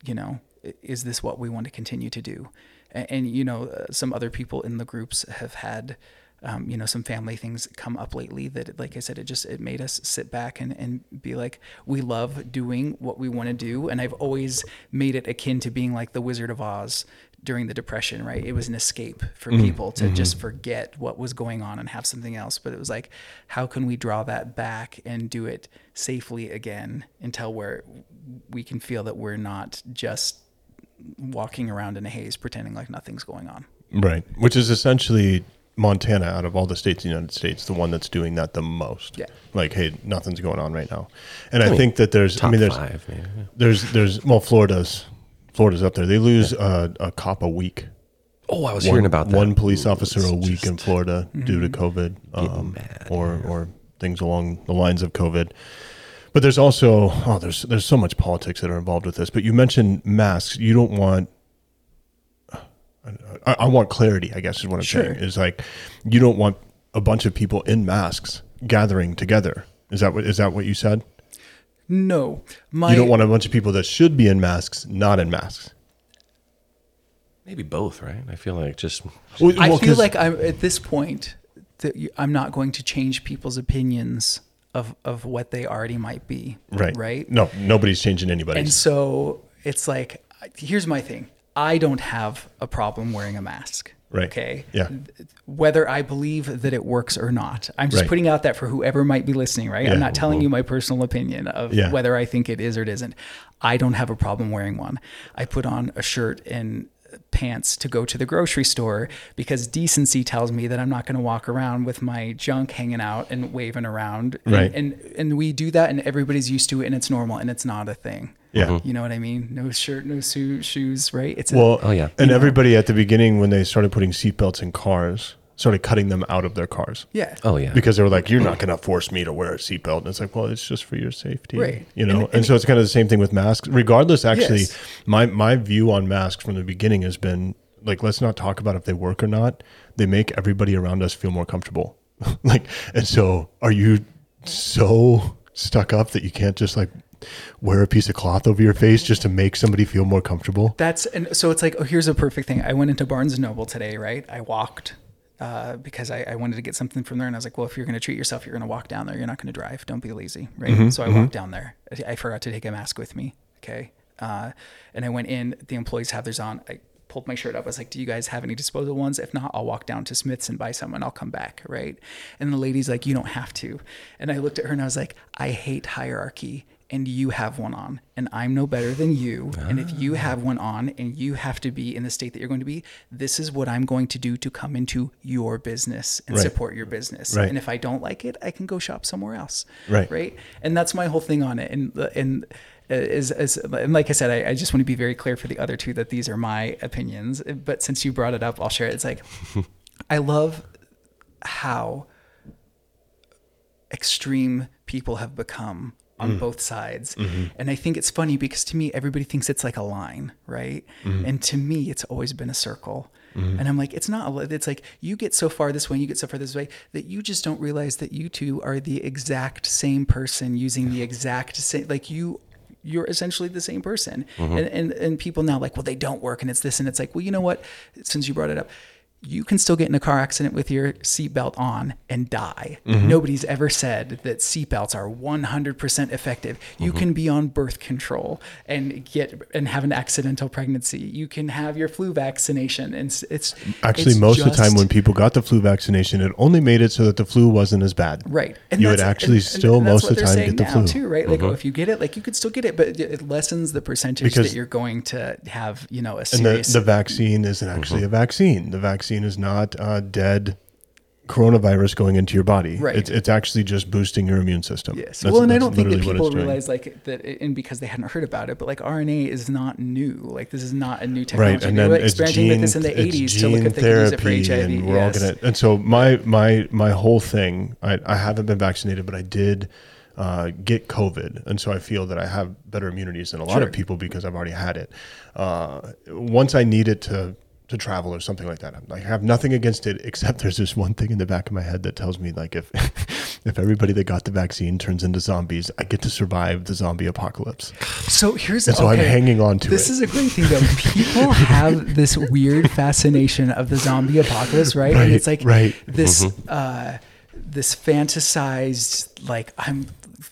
[SPEAKER 3] you know, i- is this what we want to continue to do? And, and you know, uh, some other people in the groups have had, um, you know, some family things come up lately that, like I said, it just it made us sit back and and be like, we love doing what we want to do, and I've always made it akin to being like the Wizard of Oz during the depression right it was an escape for
[SPEAKER 1] Mm-hmm.
[SPEAKER 3] people to just forget what was going on and have something else but it was like how can we draw that back and do it safely again until where we can feel that we're not just walking around in a haze pretending like nothing's going on
[SPEAKER 1] Right. Which is essentially Montana, out of all the states in the United States, the one that's doing that the most.
[SPEAKER 3] Yeah.
[SPEAKER 1] Like, hey, nothing's going on right now. And I, think that there's, I mean, there's,
[SPEAKER 2] five, maybe.
[SPEAKER 1] there's, there's, well, Florida's, Florida's up there. They lose uh, a cop a week.
[SPEAKER 2] Oh, I was
[SPEAKER 1] One,
[SPEAKER 2] hearing about that.
[SPEAKER 1] one police
[SPEAKER 2] Ooh,
[SPEAKER 1] officer
[SPEAKER 2] it's
[SPEAKER 1] a week in
[SPEAKER 2] just-
[SPEAKER 1] Florida due to COVID, um, or or things along the lines of COVID. But there's also oh, there's there's so much politics that are involved with this. But you mentioned masks. You don't want. I, I want clarity. I guess is what I'm
[SPEAKER 3] Sure.
[SPEAKER 1] saying. Is like you don't want a bunch of people in masks gathering together. Is that what is that what you said?
[SPEAKER 3] no my
[SPEAKER 1] you don't want a bunch of people that should be in masks not in masks.
[SPEAKER 2] Maybe both, right? I feel like just
[SPEAKER 1] Well,
[SPEAKER 3] i
[SPEAKER 1] well,
[SPEAKER 3] feel
[SPEAKER 1] 'cause-
[SPEAKER 3] like i'm at this point that you- i'm not going to change people's opinions of of what they already might be
[SPEAKER 1] right,
[SPEAKER 3] right
[SPEAKER 1] No, nobody's changing anybody's.
[SPEAKER 3] And so it's like, here's my thing. I don't have a problem wearing a mask.
[SPEAKER 1] Right.
[SPEAKER 3] Okay.
[SPEAKER 1] Yeah.
[SPEAKER 3] Whether I believe that it works or not, I'm just
[SPEAKER 1] Right.
[SPEAKER 3] putting out that for whoever might be listening. Right.
[SPEAKER 1] Yeah.
[SPEAKER 3] I'm not telling you my personal opinion of
[SPEAKER 1] Yeah.
[SPEAKER 3] whether I think it is or it isn't. I don't have a problem wearing one. I put on a shirt and pants to go to the grocery store because decency tells me that I'm not going to walk around with my junk hanging out and waving around. And-
[SPEAKER 1] Right.
[SPEAKER 3] And, and we do that and everybody's used to it and it's normal and it's not a thing.
[SPEAKER 1] yeah.
[SPEAKER 3] You know what I mean? No shirt, no su- shoes, right? It's
[SPEAKER 1] Well,
[SPEAKER 3] a,
[SPEAKER 2] Oh, yeah.
[SPEAKER 1] And everybody at the beginning, when they started putting seatbelts in cars, started cutting them out of their cars.
[SPEAKER 3] yeah.
[SPEAKER 2] oh yeah,
[SPEAKER 1] Because they were like, "You're not going to force me to wear a seatbelt," and it's like, "Well, it's just for your safety,
[SPEAKER 3] Right.
[SPEAKER 1] you know." And,
[SPEAKER 3] And- and-
[SPEAKER 1] so it's kind of the same thing with masks. Regardless, actually,
[SPEAKER 3] Yes.
[SPEAKER 1] my my view on masks from the beginning has been like, let's not talk about if they work or not. They make everybody around us feel more comfortable. <laughs> like, and so are you so stuck up that you can't just like wear a piece of cloth over your face just to make somebody feel more comfortable?
[SPEAKER 3] That's and so it's like, oh, here's a perfect thing. I went into Barnes and Noble today, right? I walked uh, because I, I wanted to get something from there, and I was like, well, if you're going to treat yourself, you're going to walk down there. You're not going to drive. Don't be lazy, right?
[SPEAKER 1] Mm-hmm.
[SPEAKER 3] So I walked down there. I- I forgot to take a mask with me. Okay, uh, and I went in. The employees have theirs on. I pulled my shirt up. I was like, do you guys have any disposable ones? If not, I'll walk down to Smith's and buy some, and I'll come back, right? And the lady's like, you don't have to. And I looked at her and I was like, I hate hierarchy and you have one on and I'm no better than you and if
[SPEAKER 1] Ah.
[SPEAKER 3] you have one on and you have to be in the state that you're going to be this is what I'm going to do to come into your business and
[SPEAKER 1] Right.
[SPEAKER 3] support your business
[SPEAKER 1] Right.
[SPEAKER 3] and if I don't like it I can go shop somewhere else
[SPEAKER 1] Right.
[SPEAKER 3] right and that's my whole thing on it and and as, as and like I said I, I just want to be very clear for the other two that these are my opinions but since you brought it up I'll share it it's like I love how extreme people have become on both sides. And I think it's funny because to me, everybody thinks it's like a line, right? And to me, it's always been a circle. And I'm like, it's not, a, li- it's like you get so far this way and you get so far this way that you just don't realize that you two are the exact same person using the exact same, like you you're essentially the same person.
[SPEAKER 1] Mm-hmm.
[SPEAKER 3] And, and and people now like, well, they don't work and it's this and it's like, well, you know what? Since you brought it up, you can still get in a car accident with your seatbelt on and die.
[SPEAKER 1] Mm-hmm.
[SPEAKER 3] Nobody's ever said that seatbelts are 100% effective.
[SPEAKER 1] Mm-hmm.
[SPEAKER 3] You can be on birth control and get and have an accidental pregnancy. You can have your flu vaccination and it's, it's
[SPEAKER 1] Actually,
[SPEAKER 3] it's
[SPEAKER 1] most of the time
[SPEAKER 3] just-
[SPEAKER 1] when people got the flu vaccination, it only made it so that the flu wasn't as bad.
[SPEAKER 3] Right.
[SPEAKER 1] you would
[SPEAKER 3] that's-
[SPEAKER 1] actually
[SPEAKER 3] and- and
[SPEAKER 1] still
[SPEAKER 3] that's
[SPEAKER 1] most
[SPEAKER 3] what
[SPEAKER 1] of the
[SPEAKER 3] they're
[SPEAKER 1] time
[SPEAKER 3] saying
[SPEAKER 1] get the
[SPEAKER 3] now
[SPEAKER 1] flu.
[SPEAKER 3] too, right? Like, oh, if you get it, like you could still get it, but it- it lessens the percentage
[SPEAKER 1] Because-
[SPEAKER 3] that you're going to have, you know, a
[SPEAKER 1] And the,
[SPEAKER 3] serious.
[SPEAKER 1] the vaccine isn't actually a vaccine. The vaccine is not a uh, dead coronavirus going into your body.
[SPEAKER 3] Right.
[SPEAKER 1] It's, it's actually just boosting your immune system.
[SPEAKER 3] Yes.
[SPEAKER 1] That's-
[SPEAKER 3] well, and I
[SPEAKER 1] that's
[SPEAKER 3] don't think that
[SPEAKER 1] literally what
[SPEAKER 3] people
[SPEAKER 1] it's doing.
[SPEAKER 3] realize like that, and because they hadn't heard about it, but like RNA is not new. Like this is not a new technology.
[SPEAKER 1] Right, and
[SPEAKER 3] they
[SPEAKER 1] then
[SPEAKER 3] were
[SPEAKER 1] it's
[SPEAKER 3] experimenting
[SPEAKER 1] gene,
[SPEAKER 3] with this in the
[SPEAKER 1] it's
[SPEAKER 3] '80s to look
[SPEAKER 1] gene
[SPEAKER 3] if they could use it for
[SPEAKER 1] therapy,
[SPEAKER 3] HIV.
[SPEAKER 1] and we're
[SPEAKER 3] yes.
[SPEAKER 1] all gonna. And so my my my whole thing, I, I haven't been vaccinated, but I did uh, get COVID, and so I feel that I have better immunities than a lot
[SPEAKER 3] Sure.
[SPEAKER 1] of people because I've already had it. Uh, once I need it to to travel or something like that, I'm like I have nothing against it <laughs> except there's this one thing in the back of my head that tells me like if <laughs> if everybody that got the vaccine turns into zombies, I get to survive the zombie apocalypse.
[SPEAKER 3] So here's
[SPEAKER 1] And so I'm
[SPEAKER 3] okay.
[SPEAKER 1] hanging on to
[SPEAKER 3] this
[SPEAKER 1] it.
[SPEAKER 3] is a great thing
[SPEAKER 1] <laughs>
[SPEAKER 3] though. People have this weird fascination of the zombie apocalypse, right?
[SPEAKER 1] Right,
[SPEAKER 3] and it's like
[SPEAKER 1] right.
[SPEAKER 3] this uh, this fantasized like I'm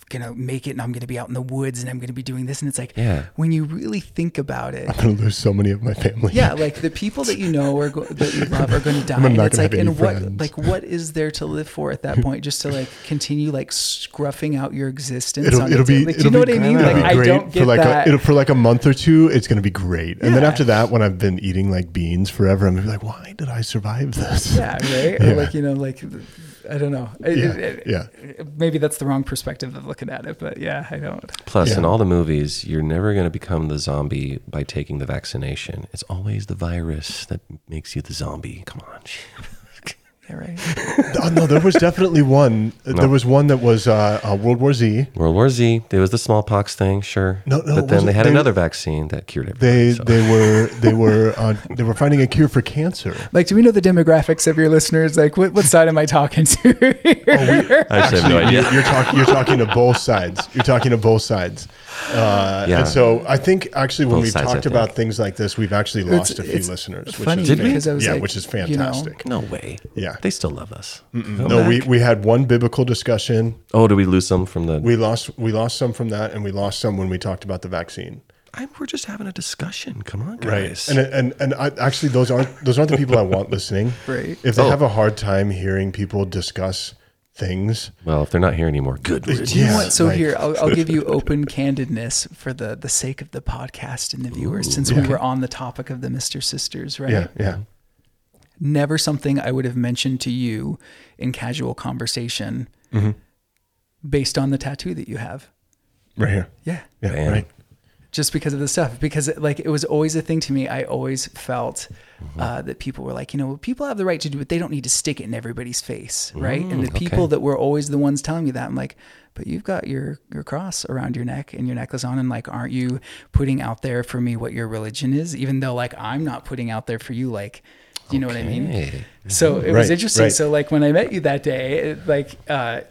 [SPEAKER 3] gonna make it and I'm gonna be out in the woods and I'm gonna be doing this and it's like
[SPEAKER 2] Yeah.
[SPEAKER 3] when you really think
[SPEAKER 1] <laughs>
[SPEAKER 3] about it,
[SPEAKER 1] I'm gonna lose so many of my family.
[SPEAKER 3] yeah, like the people that you know or go, that you love are going to
[SPEAKER 1] <laughs>
[SPEAKER 3] die.
[SPEAKER 1] I'm not
[SPEAKER 3] and
[SPEAKER 1] gonna
[SPEAKER 3] it's like,
[SPEAKER 1] have any
[SPEAKER 3] and what,
[SPEAKER 1] friends.
[SPEAKER 3] like, what is there to live for at
[SPEAKER 1] <laughs>
[SPEAKER 3] that point? Just to like continue like scruffing out your existence.
[SPEAKER 1] it'll,
[SPEAKER 3] on
[SPEAKER 1] it'll
[SPEAKER 3] its own?
[SPEAKER 1] be
[SPEAKER 3] like, do
[SPEAKER 1] it'll
[SPEAKER 3] you know
[SPEAKER 1] be,
[SPEAKER 3] what I mean?
[SPEAKER 1] it'll
[SPEAKER 3] Like,
[SPEAKER 1] be
[SPEAKER 3] I
[SPEAKER 1] great
[SPEAKER 3] don't
[SPEAKER 1] for
[SPEAKER 3] get
[SPEAKER 1] like
[SPEAKER 3] that.
[SPEAKER 1] A, it'll, for like a month or two it's gonna be great and then
[SPEAKER 3] Yeah.
[SPEAKER 1] after that when I've been eating like beans forever I'm gonna be like why did I survive this
[SPEAKER 3] yeah, right. Or like you know, like I don't know. I-
[SPEAKER 1] <laughs> Yeah,
[SPEAKER 3] I-
[SPEAKER 1] yeah.
[SPEAKER 3] Maybe that's the wrong perspective of looking at it, but yeah, I don't.
[SPEAKER 2] Plus, in
[SPEAKER 1] Yeah.
[SPEAKER 2] all the movies, you're never going to become the zombie by taking the vaccination. It's always the virus that makes you the zombie. Come <laughs> on.
[SPEAKER 3] Yeah, right.
[SPEAKER 1] oh, no there was definitely
[SPEAKER 3] <laughs>
[SPEAKER 1] one
[SPEAKER 2] No.
[SPEAKER 1] there was one that was uh, uh, World War Z
[SPEAKER 2] World War Z, there was the smallpox thing, sure.
[SPEAKER 1] No, no,
[SPEAKER 2] but
[SPEAKER 1] it
[SPEAKER 2] then they
[SPEAKER 1] wasn't-
[SPEAKER 2] had
[SPEAKER 1] they-
[SPEAKER 2] another vaccine that cured everything.
[SPEAKER 1] they they were they were uh, they were finding a cure for cancer
[SPEAKER 3] Like, do we know the demographics of your listeners? Like, what, what side am I talking to? <laughs>
[SPEAKER 1] Oh,
[SPEAKER 2] I actually have no idea.
[SPEAKER 1] you're, you're talking you're talking to both sides you're talking to both sides uh,
[SPEAKER 2] Yeah.
[SPEAKER 1] and so I think actually when
[SPEAKER 2] Both
[SPEAKER 1] we've
[SPEAKER 2] sides, I
[SPEAKER 1] talked
[SPEAKER 2] think.
[SPEAKER 1] about things like this we've actually lost
[SPEAKER 3] It's-
[SPEAKER 1] a few
[SPEAKER 3] it's
[SPEAKER 1] listeners
[SPEAKER 3] funny
[SPEAKER 1] which is
[SPEAKER 2] Did we?
[SPEAKER 1] fan-
[SPEAKER 3] because I was
[SPEAKER 1] yeah
[SPEAKER 3] like,
[SPEAKER 1] which is
[SPEAKER 3] you know,
[SPEAKER 1] fantastic
[SPEAKER 2] No way.
[SPEAKER 1] Yeah.
[SPEAKER 2] They still love us.
[SPEAKER 1] No, we, we had one biblical discussion.
[SPEAKER 2] Oh, do we lose some from the.
[SPEAKER 1] We lost we lost some from that, and we lost some when we talked about the vaccine.
[SPEAKER 2] I, we're just having a discussion. Come on, guys.
[SPEAKER 1] And and and I, actually, those aren't those aren't the people I want listening.
[SPEAKER 3] <laughs> Right.
[SPEAKER 1] If they
[SPEAKER 2] Oh.
[SPEAKER 1] have a hard time hearing people discuss things,
[SPEAKER 2] well, if they're not here anymore, good riddance.
[SPEAKER 1] yeah.
[SPEAKER 3] You know what? So
[SPEAKER 1] like-
[SPEAKER 3] here, I'll, I'll
[SPEAKER 1] <laughs>
[SPEAKER 3] give you open candidness for the the sake of the podcast and the viewers, since we were on the topic of the Mister Sisters, right?
[SPEAKER 1] yeah, yeah,
[SPEAKER 3] Never something I would have mentioned to you in casual conversation,
[SPEAKER 1] Mm-hmm.
[SPEAKER 3] based on the tattoo that you have.
[SPEAKER 1] right here,
[SPEAKER 3] Yeah,
[SPEAKER 1] yeah,
[SPEAKER 2] Man.
[SPEAKER 1] right.
[SPEAKER 3] just because of the stuff, because like it was always a thing to me. I always felt uh, that people were like, you know, people have the right to do it. They don't need to stick it in everybody's face, right? and the people
[SPEAKER 2] okay.
[SPEAKER 3] that were always the ones telling me that, I'm like, but you've got your your cross around your neck and your necklace on, and like, aren't you putting out there for me what your religion is? Even though like I'm not putting out there for you, like, do you know what I mean?
[SPEAKER 2] Okay.
[SPEAKER 3] So it
[SPEAKER 1] Right,
[SPEAKER 3] was interesting.
[SPEAKER 1] right.
[SPEAKER 3] So like when I met you that day, it, like. uh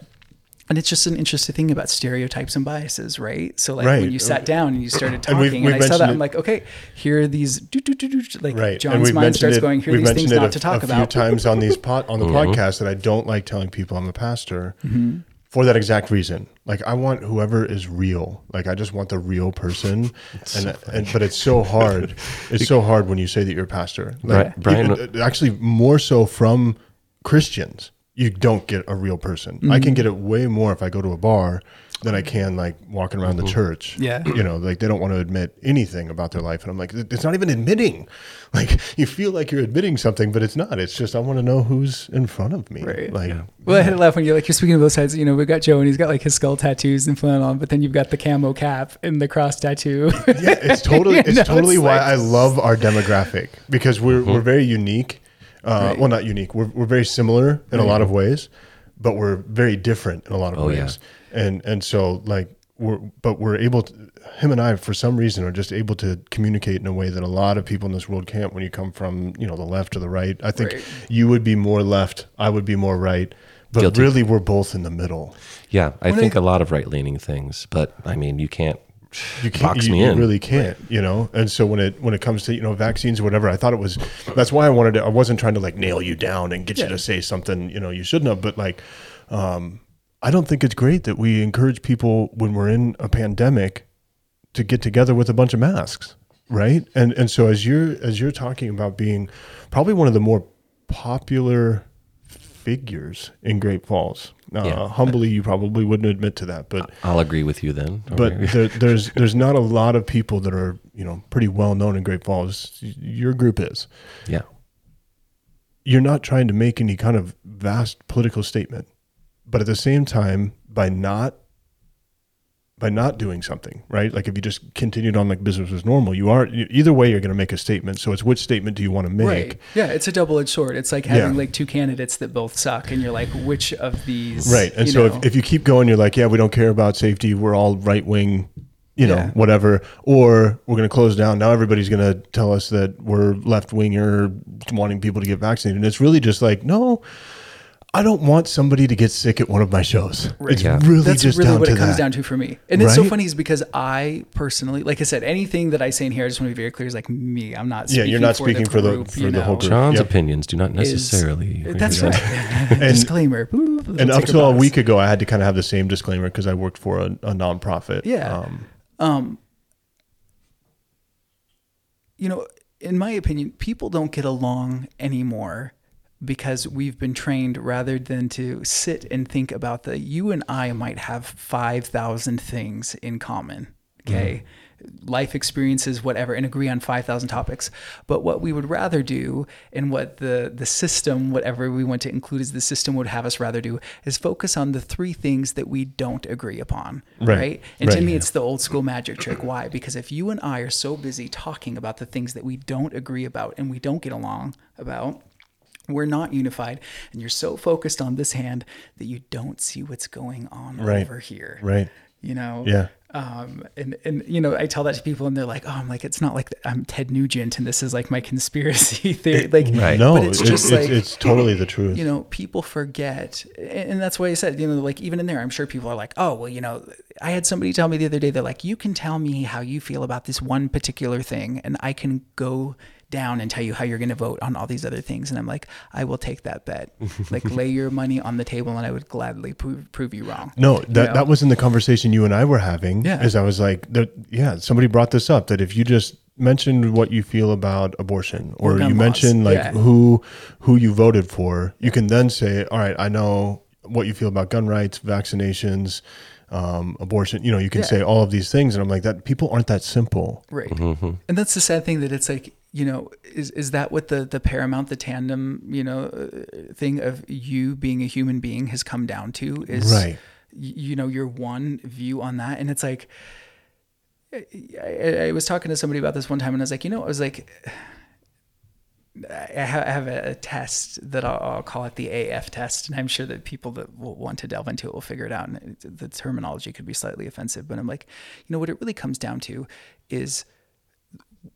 [SPEAKER 3] and it's just an interesting thing about stereotypes and biases, right? So like when
[SPEAKER 1] Right.
[SPEAKER 3] you sat down and you started
[SPEAKER 1] And
[SPEAKER 3] talking,
[SPEAKER 1] we've-
[SPEAKER 3] and,
[SPEAKER 1] we've
[SPEAKER 3] I saw that,
[SPEAKER 1] mentioned
[SPEAKER 3] I'm
[SPEAKER 1] it-
[SPEAKER 3] like, okay, here are these, do, do, do, do, like
[SPEAKER 1] Right. and
[SPEAKER 3] John's
[SPEAKER 1] we've
[SPEAKER 3] mind
[SPEAKER 1] mentioned
[SPEAKER 3] starts
[SPEAKER 1] it,
[SPEAKER 3] going, here are
[SPEAKER 1] we've
[SPEAKER 3] these things
[SPEAKER 1] mentioned it
[SPEAKER 3] not
[SPEAKER 1] a,
[SPEAKER 3] to talk
[SPEAKER 1] a
[SPEAKER 3] about. Mm-hmm.
[SPEAKER 1] few <laughs> times on these pot on the podcast that I don't like telling people I'm a pastor for that exact reason. Like I want whoever is real. Like I just want the real person. and, and but it's so
[SPEAKER 3] <laughs>
[SPEAKER 1] hard. It's so hard when you say that you're a pastor. Like,
[SPEAKER 2] Bri- Brian-
[SPEAKER 1] even- actually more so from Christians. You don't get a real person. I
[SPEAKER 3] Mm-hmm.
[SPEAKER 1] can get it way more if I go to a bar than I can like walking around
[SPEAKER 2] Mm-hmm.
[SPEAKER 1] the church
[SPEAKER 3] Yeah.
[SPEAKER 1] you know like they don't want to admit anything about their life and i'm like it's not even admitting <laughs> like you feel like you're admitting something but it's not it's just i want to know who's in front of me
[SPEAKER 3] Right.
[SPEAKER 1] like
[SPEAKER 3] <laughs> Well, I had a laugh when you're like, you're speaking of both sides. You know, we've got Joe and he's got like his skull tattoos and flannel on, but then you've got the camo cap and the cross tattoo. <laughs>
[SPEAKER 1] <laughs> yeah, it's totally it's
[SPEAKER 3] know,
[SPEAKER 1] totally
[SPEAKER 3] it's
[SPEAKER 1] why
[SPEAKER 3] like-
[SPEAKER 1] I love our demographic because we're we're very unique. Uh, Well, not unique. We're we're very similar in a lot of ways, but we're very different in a lot of
[SPEAKER 2] Oh, yeah.
[SPEAKER 1] ways. And and so like we're but we're able to him and I for some reason are just able to communicate in a way that a lot of people in this world can't when you come from, you know, the left or the right. I think
[SPEAKER 3] Right.
[SPEAKER 1] you would be more left, I would be more right. But
[SPEAKER 2] Guilty.
[SPEAKER 1] really we're both in the middle.
[SPEAKER 2] Yeah, I think a lot of right leaning things, but I mean, you can't,
[SPEAKER 1] you can't
[SPEAKER 2] box
[SPEAKER 1] you,
[SPEAKER 2] me
[SPEAKER 1] you
[SPEAKER 2] in.
[SPEAKER 1] really can't you know and so when it when it comes to you know vaccines or whatever i thought it was that's why i wanted to i wasn't trying to like nail you down and get you to say something you know you shouldn't have but like um i don't think it's great that we encourage people when we're in a pandemic to get together with a bunch of masks right and and so as you're as you're talking about being probably one of the more popular figures in great falls uh,
[SPEAKER 2] Yeah. Uh,
[SPEAKER 1] humbly you probably wouldn't admit to that but
[SPEAKER 2] I'll agree with you then.
[SPEAKER 1] but there, there's there's not a lot of people that are you know pretty well known in Great Falls. Your group is.
[SPEAKER 2] yeah.
[SPEAKER 1] you're not trying to make any kind of vast political statement, but at the same time, by not by not doing something, right? Like if you just continued on like business as normal, you are you- either way you're going to make a statement. So it's which statement do you want to make?
[SPEAKER 3] Right. Yeah, it's a double-edged sword. It's like having
[SPEAKER 1] Yeah.
[SPEAKER 3] like two candidates that both suck, and you're like, which of these?
[SPEAKER 1] Right. And
[SPEAKER 3] you
[SPEAKER 1] so
[SPEAKER 3] know?
[SPEAKER 1] if, if you keep going, you're like, yeah, we don't care about safety. We're all right wing, you know,
[SPEAKER 3] Yeah.
[SPEAKER 1] whatever. Or we're going to close down. Now everybody's going to tell us that we're left winger wanting people to get vaccinated. And it's really just like, no, I don't want somebody to get sick at one of my shows. It's
[SPEAKER 2] Yeah.
[SPEAKER 1] really
[SPEAKER 3] that's
[SPEAKER 1] just
[SPEAKER 3] really
[SPEAKER 1] down
[SPEAKER 3] what
[SPEAKER 1] to
[SPEAKER 3] it comes
[SPEAKER 1] that.
[SPEAKER 3] down to for me. And it's so
[SPEAKER 1] Right?
[SPEAKER 3] funny is because I personally, like I said, anything that I say in here, I just want to be very clear. Is like me. I'm not.
[SPEAKER 1] Yeah,
[SPEAKER 3] Speaking
[SPEAKER 1] you're not speaking for the-
[SPEAKER 3] group,
[SPEAKER 1] for
[SPEAKER 3] you
[SPEAKER 1] the whole
[SPEAKER 3] know,
[SPEAKER 1] group.
[SPEAKER 2] John's
[SPEAKER 1] Yep.
[SPEAKER 2] opinions do not
[SPEAKER 3] is-
[SPEAKER 2] necessarily.
[SPEAKER 3] that's
[SPEAKER 2] represent-
[SPEAKER 3] right. <laughs> Disclaimer.
[SPEAKER 1] And up till a week ago, I had to kind of have the same disclaimer because I worked for a, a nonprofit. um,
[SPEAKER 3] Yeah. you know, in my opinion, people don't get along anymore because we've been trained rather than to sit and think about the you and I might have 5,000 things in common. Okay. Life experiences, whatever, and agree on 5,000 topics. But what we would rather do, and what the, the system, whatever we want to include as the system would have us rather do, is focus on the three things that we don't agree upon.
[SPEAKER 1] Right.
[SPEAKER 3] Right. And to
[SPEAKER 1] Right.
[SPEAKER 3] me, it's the old school magic trick. Why? Because if you and I are so busy talking about the things that we don't agree about and we don't get along about, we're not unified. And you're so focused on this hand that you don't see what's going on
[SPEAKER 1] Right.
[SPEAKER 3] over here.
[SPEAKER 1] Right.
[SPEAKER 3] You know?
[SPEAKER 1] Yeah.
[SPEAKER 3] Um, and, and, you know, I tell that to people and they're like, oh, I'm like, it's not like I'm Ted Nugent and this is like my conspiracy <laughs> theory. Like,
[SPEAKER 2] Right.
[SPEAKER 1] No,
[SPEAKER 3] but it's
[SPEAKER 1] it's,
[SPEAKER 3] just
[SPEAKER 1] it's,
[SPEAKER 3] like,
[SPEAKER 1] it's totally the truth.
[SPEAKER 3] you know, people forget, and and that's why I said, you know, like even in there, I'm sure people are like, oh, well, you know, I had somebody tell me the other day, they're like, you can tell me how you feel about this one particular thing, and I can go down and tell you how you're going to vote on all these other things. And I'm like, I will take that bet. like, lay your money on the table, and I would gladly prove, prove you wrong.
[SPEAKER 1] No, that,
[SPEAKER 3] know?
[SPEAKER 1] that was in the conversation you and I were having.
[SPEAKER 3] Yeah.
[SPEAKER 1] As I was like, that, yeah, somebody brought this up that if you just mentioned what you feel about abortion or
[SPEAKER 3] gun
[SPEAKER 1] you
[SPEAKER 3] laws.
[SPEAKER 1] mention like
[SPEAKER 3] Yeah.
[SPEAKER 1] who who you voted for, you can then say, all right, I know what you feel about gun rights, vaccinations, um, abortion. You know, you can
[SPEAKER 3] Yeah.
[SPEAKER 1] say all of these things. And I'm like, that people aren't that simple.
[SPEAKER 3] Right. And that's the sad thing that it's like, you know, is is that what the the paramount the tandem, you know, uh, thing of you being a human being has come down to is
[SPEAKER 1] Right.
[SPEAKER 3] y- you know, your one view on that and it's like I, I was talking to somebody about this one time and I was like, you know, I was like I ha- I have a a test that I'll, I'll call it the AF test, and I'm sure that people that will want to delve into it will figure it out. And it- the terminology could be slightly offensive, but I'm like, you know, what it really comes down to is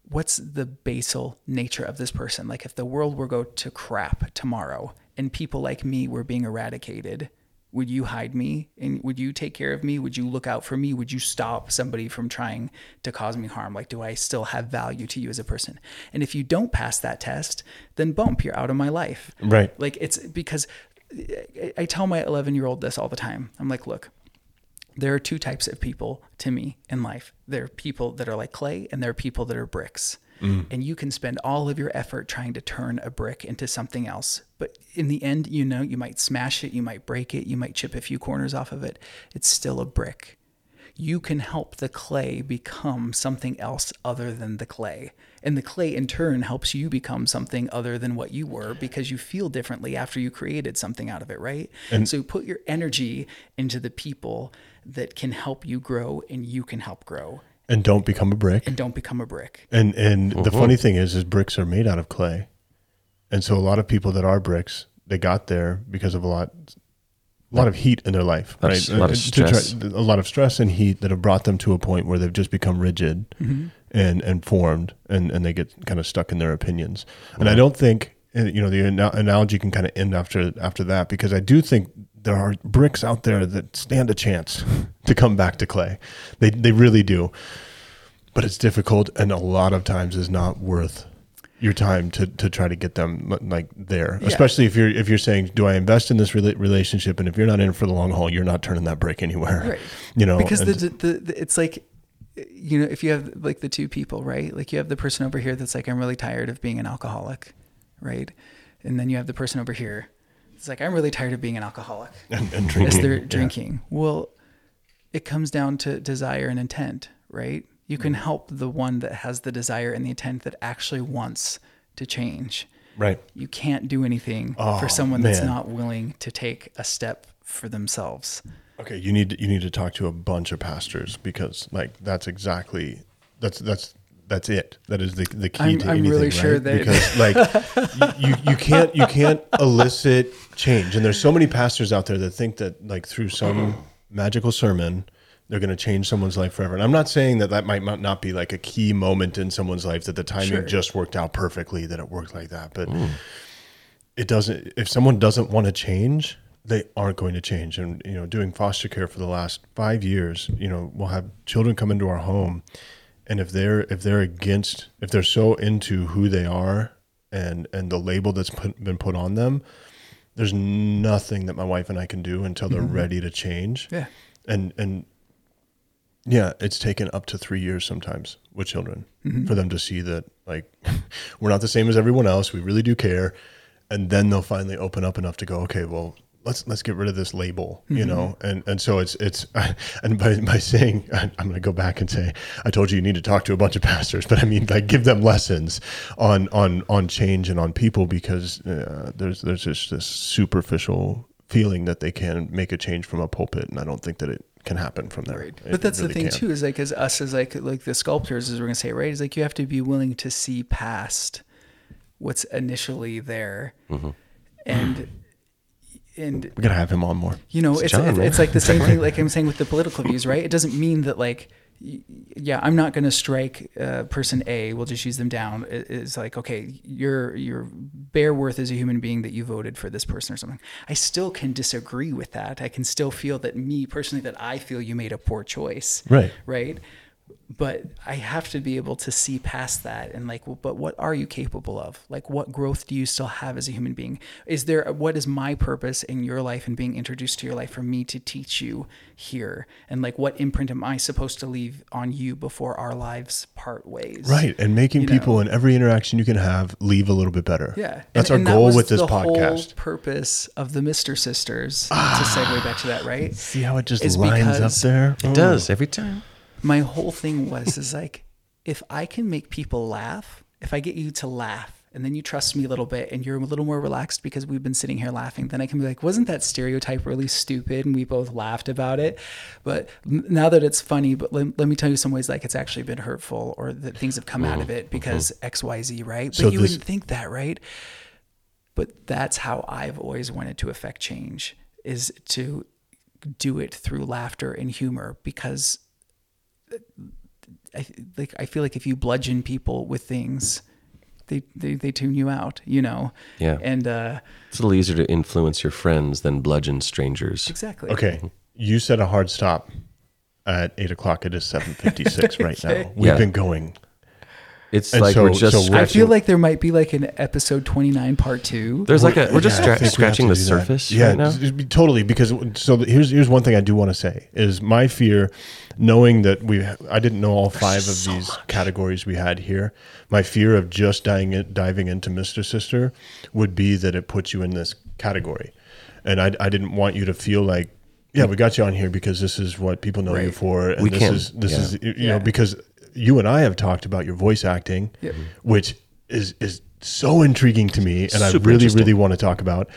[SPEAKER 3] what's the basal nature of this person? Like, if the world were go to crap tomorrow, and people like me were being eradicated, would you hide me? And would you take care of me? Would you look out for me? Would you stop somebody from trying to cause me harm? Like, do I still have value to you as a person? And if you don't pass that test, then bump, you're out of my life.
[SPEAKER 1] Right.
[SPEAKER 3] Like, it's because I- I tell my 11 year old this all the time. I'm like, look, there are two types of people to me in life. There are people that are like clay and there are people that are bricks. And you can spend all of your effort trying to turn a brick into something else. But in the end, you know, you might smash it, you might break it, you might chip a few corners off of it. It's still a brick. You can help the clay become something else other than the clay. And the clay in turn helps you become something other than what you were because you feel differently after you created something out of it, right? And so put your energy into the people that can help you grow and you can help grow
[SPEAKER 1] And don't become a brick.
[SPEAKER 3] and don't become a brick.
[SPEAKER 1] And and
[SPEAKER 2] Uh-huh.
[SPEAKER 1] the funny thing is, is bricks are made out of clay, and so a lot of people that are bricks, they got there because of a lot, a lot of heat in their life,
[SPEAKER 2] Lot of
[SPEAKER 1] right?
[SPEAKER 2] s- lot of
[SPEAKER 1] Uh, to try-
[SPEAKER 2] stress.
[SPEAKER 1] a lot of stress and heat that have brought them to a point where they've just become rigid and and formed, and and they get kind of stuck in their opinions. And I don't think uh, you know the ana- analogy can kind of end after after that because I do think there are bricks out there that stand a chance <laughs> to come back to clay. They they really do but it's difficult and a lot of times is not worth your time to, to try to get them like there especially if you're if you're saying do i invest in this rela- relationship and if you're not in it for the long haul you're not turning that brick anywhere
[SPEAKER 3] Right.
[SPEAKER 1] you know
[SPEAKER 3] because the,
[SPEAKER 1] and-
[SPEAKER 3] the, the, the- it's like you know if you have like the two people right like you have the person over here that's like i'm really tired of being an alcoholic right and then you have the person over here it's like i'm really tired of being an alcoholic
[SPEAKER 1] <laughs> and, and
[SPEAKER 3] as
[SPEAKER 1] drinking
[SPEAKER 3] they're
[SPEAKER 1] Yeah.
[SPEAKER 3] drinking well it comes down to desire and intent right
[SPEAKER 1] Mm-hmm.
[SPEAKER 3] you can help the one that has the desire and the intent that actually wants to change
[SPEAKER 1] Right.
[SPEAKER 3] You can't do anything for someone that's
[SPEAKER 1] Oh, man.
[SPEAKER 3] not willing to take a step for themselves.
[SPEAKER 1] Okay, you need you need to talk to a bunch of pastors because like that's exactly that's that's that's it. That is the the key
[SPEAKER 3] I'm-
[SPEAKER 1] to
[SPEAKER 3] I'm
[SPEAKER 1] anything.
[SPEAKER 3] really sure
[SPEAKER 1] right?
[SPEAKER 3] they-
[SPEAKER 1] because like you you can't you can't elicit change. And there's so many pastors out there that think that like through some magical sermon they're going to change someone's life forever. And I'm not saying that that might not- not be like a key moment in someone's life that the timing just worked out perfectly that it worked like that, but it doesn't if someone doesn't want to change they aren't going to change and you know doing foster care for the last five years you know we'll have children come into our home and if they're if they're against if they're so into who they are and and the label that's put, been put on them there's nothing that my wife and i can do until they're ready to change
[SPEAKER 3] Yeah.
[SPEAKER 1] and and yeah, it's taken up to three years sometimes with children for them to see that like <laughs> we're not the same as everyone else. We really do care, and then they'll finally open up enough to go, okay, well, let's let's get rid of this label, you know. And and so it's it's <laughs> and by by saying <laughs> I'm going to go back and say I told you you need to talk to a bunch of pastors, <laughs> but I mean like give them lessons on on on change and on people because uh, there's there's just this superficial feeling that they can make a change from a pulpit, and I don't think that it can happen from there.
[SPEAKER 3] Right.
[SPEAKER 1] It-
[SPEAKER 3] But that's
[SPEAKER 1] it
[SPEAKER 3] the
[SPEAKER 1] really
[SPEAKER 3] thing
[SPEAKER 1] can.
[SPEAKER 3] too, is like as us as like like the sculptors is we're gonna say, right? Is like you have to be willing to see past what's initially there. And and
[SPEAKER 1] We gotta have him on more.
[SPEAKER 3] you know, it's
[SPEAKER 2] John,
[SPEAKER 3] it's,
[SPEAKER 2] right?
[SPEAKER 3] it's like the same thing. Like I'm saying with the political views, right? It doesn't mean that like, y- yeah, I'm not going to strike uh, person A. We'll just use them down. It- It's like okay, your your bare worth as a human being that you voted for this person or something. I still can disagree with that. I can still feel that me personally that I feel you made a poor choice
[SPEAKER 1] Right.
[SPEAKER 3] right? But I have to be able to see past that and like, well, but what are you capable of? Like, what growth do you still have as a human being? Is there what is my purpose in your life and being introduced to your life for me to teach you here? And like, what imprint am I supposed to leave on you before our lives part ways?
[SPEAKER 1] Right. And making
[SPEAKER 3] You know.
[SPEAKER 1] people in every interaction you can have leave a little bit better.
[SPEAKER 3] Yeah,
[SPEAKER 1] That's
[SPEAKER 3] And- and
[SPEAKER 1] our
[SPEAKER 3] that
[SPEAKER 1] goal
[SPEAKER 3] was
[SPEAKER 1] with this
[SPEAKER 3] the whole
[SPEAKER 1] podcast.
[SPEAKER 3] purpose of the Mister Sisters to segue back to that, right?
[SPEAKER 1] See how it just
[SPEAKER 3] is
[SPEAKER 1] lines up
[SPEAKER 3] because-
[SPEAKER 1] there?
[SPEAKER 2] It does every time.
[SPEAKER 3] my whole thing was is like if i can make people laugh if i get you to laugh and then you trust me a little bit and you're a little more relaxed because we've been sitting here laughing then i can be like wasn't that stereotype really stupid and we both laughed about it but n- now that it's funny but let, let me tell you some ways like it's actually been hurtful or that things have come out of it because xyz right
[SPEAKER 1] Mm-hmm. So
[SPEAKER 3] but you
[SPEAKER 1] this-
[SPEAKER 3] wouldn't think that right but that's how I've always wanted to affect change is to do it through laughter and humor because uh, I like I feel like if you bludgeon people with things they they, they tune you out you know
[SPEAKER 2] Yeah.
[SPEAKER 3] and uh
[SPEAKER 2] It's a little easier to influence your friends than bludgeon strangers.
[SPEAKER 3] exactly
[SPEAKER 1] Okay. You said a hard stop at eight o'clock. It is seven fifty
[SPEAKER 3] <laughs>
[SPEAKER 1] six right now. We've
[SPEAKER 2] Yeah.
[SPEAKER 1] been going.
[SPEAKER 2] It's
[SPEAKER 1] And
[SPEAKER 2] like
[SPEAKER 1] so-
[SPEAKER 2] we're just
[SPEAKER 1] so we're-
[SPEAKER 3] I
[SPEAKER 2] scratching.
[SPEAKER 3] feel like there might be like an episode 29 part 2
[SPEAKER 2] there's like a we're just
[SPEAKER 1] Yeah, I
[SPEAKER 2] stra-
[SPEAKER 1] think we have
[SPEAKER 2] scratching
[SPEAKER 1] to
[SPEAKER 2] the
[SPEAKER 1] do that.
[SPEAKER 2] surface
[SPEAKER 1] Yeah,
[SPEAKER 2] right now.
[SPEAKER 1] it's- it'd be totally. Because so the- here's here's one thing I do want to say is my fear, knowing that we I didn't know all five of these categories we had here. My fear of just dying in, diving into Mister Sister would be that it puts you in this category, and I I didn't want you to feel like. Yeah, we got you on here because this is what people know you
[SPEAKER 3] Right.
[SPEAKER 1] for, and
[SPEAKER 2] We
[SPEAKER 1] this
[SPEAKER 2] can't-
[SPEAKER 1] is this
[SPEAKER 2] yeah.
[SPEAKER 1] is you
[SPEAKER 3] Yeah.
[SPEAKER 1] know because you and I have talked about your voice acting,
[SPEAKER 3] Yep.
[SPEAKER 1] which is is so intriguing to me, and I
[SPEAKER 2] Super
[SPEAKER 1] really
[SPEAKER 2] interesting.
[SPEAKER 1] really want to talk about.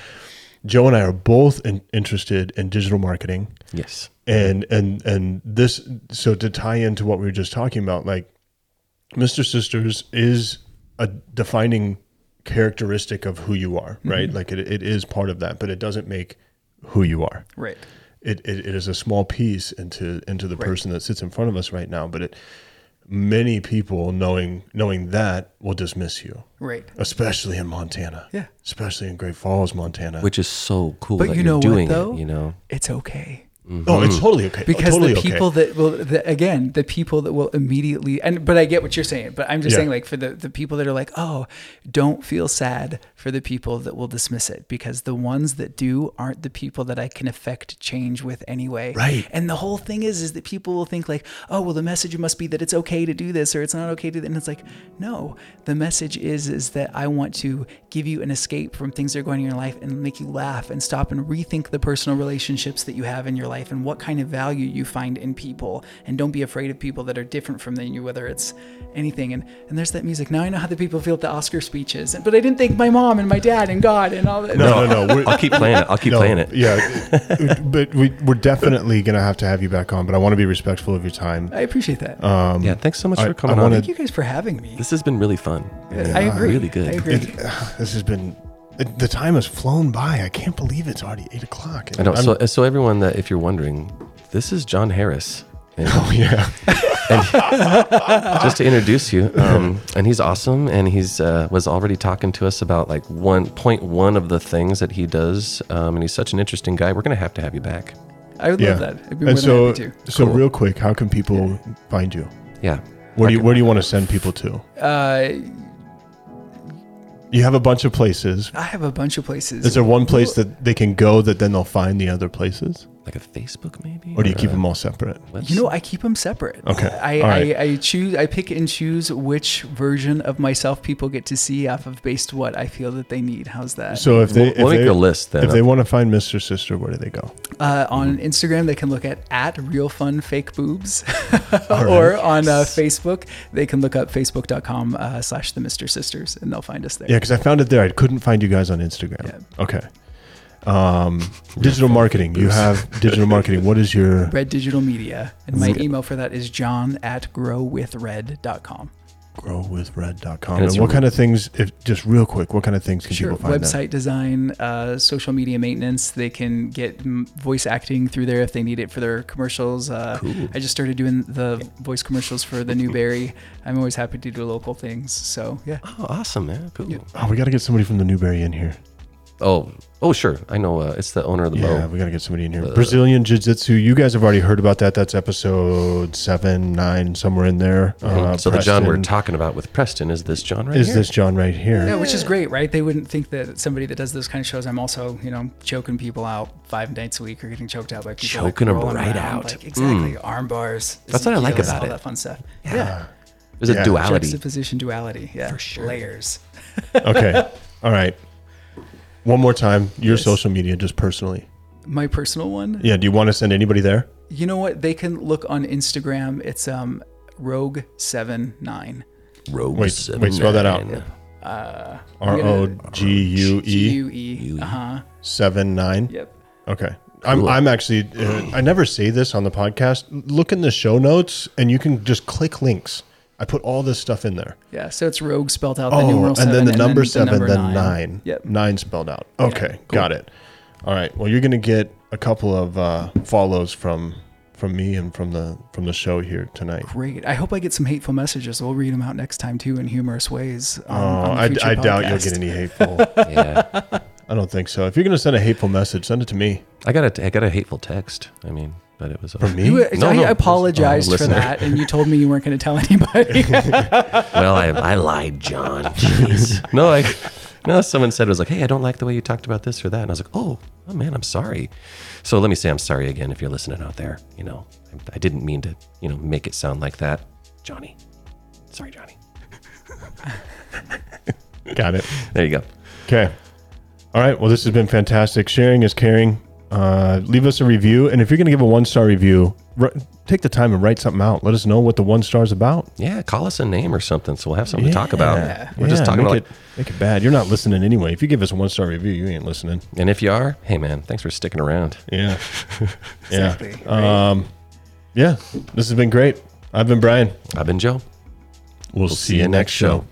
[SPEAKER 1] Joe and I are both in, interested in digital marketing,
[SPEAKER 2] Yes.
[SPEAKER 1] and and and this. So to tie into what we were just talking about, like Mr. Sisters is a defining characteristic of who you are, right?
[SPEAKER 2] Mm-hmm.
[SPEAKER 1] Like it, it is part of that, but it doesn't make who you are
[SPEAKER 3] right
[SPEAKER 1] it, it, it is a small piece into into the person that sits in front of us right now but it many people knowing knowing that will dismiss you
[SPEAKER 3] right
[SPEAKER 1] especially in montana
[SPEAKER 3] Yeah.
[SPEAKER 1] especially in great falls montana
[SPEAKER 2] Which is so cool
[SPEAKER 3] but
[SPEAKER 2] that
[SPEAKER 3] you
[SPEAKER 2] are
[SPEAKER 3] know
[SPEAKER 2] doing
[SPEAKER 3] what though
[SPEAKER 2] it, you know.
[SPEAKER 3] it's okay
[SPEAKER 1] oh
[SPEAKER 2] Mm.
[SPEAKER 1] it's totally okay
[SPEAKER 3] because
[SPEAKER 1] totally
[SPEAKER 3] the
[SPEAKER 1] okay.
[SPEAKER 3] people that will the, again the people that will immediately and but i get what you're saying but i'm just
[SPEAKER 1] Yeah.
[SPEAKER 3] saying like for the, the people that are like oh don't feel sad for the people that will dismiss it because the ones that do aren't the people that i can affect change with anyway
[SPEAKER 1] Right.
[SPEAKER 3] and the whole thing is is that people will think like oh well the message must be that it's okay to do this or it's not okay to and it's like no the message is is that i want to give you an escape from things that are going on in your life and make you laugh and stop and rethink the personal relationships that you have in your life and what kind of value you find in people. And don't be afraid of people that are different from than you, whether it's anything. And, and there's that music. Now I know how the people feel at the Oscar speeches, but I didn't thank my mom and my dad and God and all that.
[SPEAKER 1] No, no,
[SPEAKER 2] <laughs>
[SPEAKER 1] no. We're,
[SPEAKER 2] I'll keep playing it. I'll keep
[SPEAKER 1] <laughs> no,
[SPEAKER 2] playing it. <laughs>
[SPEAKER 1] Yeah, but we, we're definitely gonna have to have you back on. But I want to be respectful of your time. Um,
[SPEAKER 3] I appreciate that.
[SPEAKER 1] Uh,
[SPEAKER 2] yeah, thanks so much
[SPEAKER 1] I-
[SPEAKER 2] for coming
[SPEAKER 1] I
[SPEAKER 2] on.
[SPEAKER 1] wanna-
[SPEAKER 3] Thank you guys for having me.
[SPEAKER 2] This has been really fun.
[SPEAKER 3] I agree.
[SPEAKER 2] Really good.
[SPEAKER 3] I agree.
[SPEAKER 1] It, <sighs> this has been. It, the time has flown by. I can't believe it's already eight o'clock.
[SPEAKER 2] I know.
[SPEAKER 1] I'm-
[SPEAKER 2] So, so everyone that if you're wondering, this is John Harris. And
[SPEAKER 1] <laughs> <laughs> oh yeah.
[SPEAKER 2] just to
[SPEAKER 1] <laughs>
[SPEAKER 2] introduce you, um, and he's awesome, and he's uh, was already talking to us about like one point one of the things that he does, um, and he's such an interesting guy. We're gonna have to have you back.
[SPEAKER 3] I would
[SPEAKER 1] yeah.
[SPEAKER 3] love that. I'd be more
[SPEAKER 1] and so,
[SPEAKER 3] than happy to.
[SPEAKER 1] so
[SPEAKER 2] Cool.
[SPEAKER 1] real quick, how can people find you?
[SPEAKER 2] Yeah.
[SPEAKER 1] Where do you Where do you want to send people to?
[SPEAKER 3] Uh,
[SPEAKER 1] You have a bunch of places.
[SPEAKER 3] I have a bunch of places.
[SPEAKER 1] Is there one place that they can go that then they'll find the other places,
[SPEAKER 2] Like a Facebook maybe?
[SPEAKER 1] or do you keep
[SPEAKER 2] a
[SPEAKER 1] them all separate?
[SPEAKER 2] website?
[SPEAKER 3] You know, I keep them separate.
[SPEAKER 1] Okay.
[SPEAKER 3] I,
[SPEAKER 1] All right.
[SPEAKER 3] I, I choose, I pick and choose which version of myself people get to see off of based what I feel that they need. How's that?
[SPEAKER 1] So if they
[SPEAKER 2] We'll- we'll
[SPEAKER 1] if
[SPEAKER 2] make
[SPEAKER 1] they,
[SPEAKER 2] a list then.
[SPEAKER 1] If they want to find Mr. Sister, where do they go?
[SPEAKER 3] uh, on Instagram, they can look at at real fun fake boobs,
[SPEAKER 1] <laughs> All
[SPEAKER 3] or
[SPEAKER 1] right.
[SPEAKER 3] on uh, Facebook, they can look up facebook.com uh, slash the Mister Sisters, and they'll find us there.
[SPEAKER 1] Yeah, because I found it there. I couldn't find you guys on Instagram. Okay. Um, digital marketing. You have
[SPEAKER 2] <laughs>
[SPEAKER 1] digital marketing. What is your
[SPEAKER 3] Red Digital Media, and my email for that is john at growwithred.com.
[SPEAKER 1] growwithred.com?
[SPEAKER 2] And
[SPEAKER 1] And,
[SPEAKER 2] it's
[SPEAKER 1] what
[SPEAKER 2] your-
[SPEAKER 1] kind of things, if, just real quick, what kind of things can
[SPEAKER 3] Sure.
[SPEAKER 1] people find?
[SPEAKER 3] Website design, uh, social media maintenance. They can get mm, voice acting through there if they need it for their commercials. Uh, I just started doing the voice commercials for the Newberry. I'm always happy to do local things. So yeah,
[SPEAKER 2] Oh, awesome, man. Cool.
[SPEAKER 1] There? Oh, we got to get somebody from the Newberry in here.
[SPEAKER 2] Oh, oh, sure. I know. Uh, it's the owner of the
[SPEAKER 1] Yeah,
[SPEAKER 2] bow.
[SPEAKER 1] we got to get somebody in here.
[SPEAKER 2] Uh.
[SPEAKER 1] Brazilian Jiu Jitsu. You guys have already heard about that. That's episode seven, nine, somewhere in there. Uh,
[SPEAKER 2] Mm-hmm. so the John we're
[SPEAKER 1] Preston-
[SPEAKER 2] talking about with Preston is this John right
[SPEAKER 1] Is
[SPEAKER 2] here?
[SPEAKER 1] this John right here?
[SPEAKER 3] yeah, which is great, right? They wouldn't think that somebody that does those kind of shows. I'm also you know choking people out five nights a week or getting choked out by people like,
[SPEAKER 2] Choking 'em
[SPEAKER 3] rolling
[SPEAKER 2] right
[SPEAKER 3] around,
[SPEAKER 2] out. Mm.
[SPEAKER 3] like, exactly arm bars.
[SPEAKER 2] That's what I like
[SPEAKER 3] Ezekiel's,
[SPEAKER 2] about
[SPEAKER 3] all
[SPEAKER 2] it.
[SPEAKER 3] that fun stuff. Yeah,
[SPEAKER 2] There's a
[SPEAKER 1] Yeah.
[SPEAKER 2] duality.
[SPEAKER 3] juxtaposition duality. Yeah, for
[SPEAKER 2] sure.
[SPEAKER 3] Layers.
[SPEAKER 1] <laughs> Okay. All right. One more time. Your social media, just personally.
[SPEAKER 3] My personal one.
[SPEAKER 1] Yeah. Do you want to send anybody there?
[SPEAKER 3] You know what? They can look on Instagram. It's um rogue seven nine.
[SPEAKER 2] Rogue
[SPEAKER 1] Wait, wait, spell that out.
[SPEAKER 2] 79.
[SPEAKER 1] R O G U
[SPEAKER 3] G
[SPEAKER 1] E
[SPEAKER 3] U E. Uh huh.
[SPEAKER 1] seven nine.
[SPEAKER 3] Yep.
[SPEAKER 1] Okay. I'm, I'm actually, uh, I never say this on the podcast. Look in the show notes and you can just click links. I put all this stuff in there.
[SPEAKER 3] Yeah. So it's rogue spelled out. the
[SPEAKER 1] Oh,
[SPEAKER 3] numeral
[SPEAKER 1] and
[SPEAKER 3] seven,
[SPEAKER 1] then the number seven,
[SPEAKER 3] number
[SPEAKER 1] then nine.
[SPEAKER 3] Yep.
[SPEAKER 1] Nine spelled out. Okay. Got it. All right. Well, you're going to get a couple of uh, follows from from me and from the from the show here tonight.
[SPEAKER 3] Great. I hope I get some hateful messages. We'll read them out next time too in humorous ways. Um,
[SPEAKER 1] Oh,
[SPEAKER 3] on
[SPEAKER 1] I,
[SPEAKER 3] future
[SPEAKER 1] I doubt you'll
[SPEAKER 3] podcasts.
[SPEAKER 1] get any hateful.
[SPEAKER 2] <laughs> Yeah.
[SPEAKER 1] I don't think so. If you're going to send a hateful message, send it to me.
[SPEAKER 2] I got a I got a hateful text. I mean, but it was
[SPEAKER 1] From me?
[SPEAKER 3] You,
[SPEAKER 2] No,
[SPEAKER 3] I
[SPEAKER 2] no,
[SPEAKER 3] apologized
[SPEAKER 2] listen-
[SPEAKER 3] for
[SPEAKER 2] oh, listener.
[SPEAKER 3] that, and you told me you weren't going to tell <laughs> anybody.
[SPEAKER 2] <laughs> well, I, I
[SPEAKER 1] <laughs>
[SPEAKER 2] lied, John. Jeez. No, I, no, someone said it was like, hey, I don't like the way you talked about this or that. And I was like, oh, oh man, I'm sorry. So let me say I'm sorry again if you're listening out there. You know, I, I didn't mean to, you know, make it sound like that. Johnny. Sorry, Johnny.
[SPEAKER 1] Got it.
[SPEAKER 2] There you go.
[SPEAKER 1] Okay. All right. Well, this has been fantastic. Sharing is caring. Uh, leave us a review. And if you're going to give a one star review, r- take the time and write something out. Let us know what the one star is about.
[SPEAKER 2] Yeah, call us a name or something so we'll have something to talk about. We're
[SPEAKER 1] Yeah,
[SPEAKER 2] just talking
[SPEAKER 1] make
[SPEAKER 2] about
[SPEAKER 1] it, make it bad. You're not listening anyway. If you give us a one star review, you ain't listening.
[SPEAKER 2] and if you are, hey man, thanks for sticking around.
[SPEAKER 3] <laughs>
[SPEAKER 1] Yeah. yeah.
[SPEAKER 3] Exactly, right.
[SPEAKER 1] Um, yeah. This has been great. I've been Brian.
[SPEAKER 2] I've been Joe.
[SPEAKER 1] We'll, see, you next show.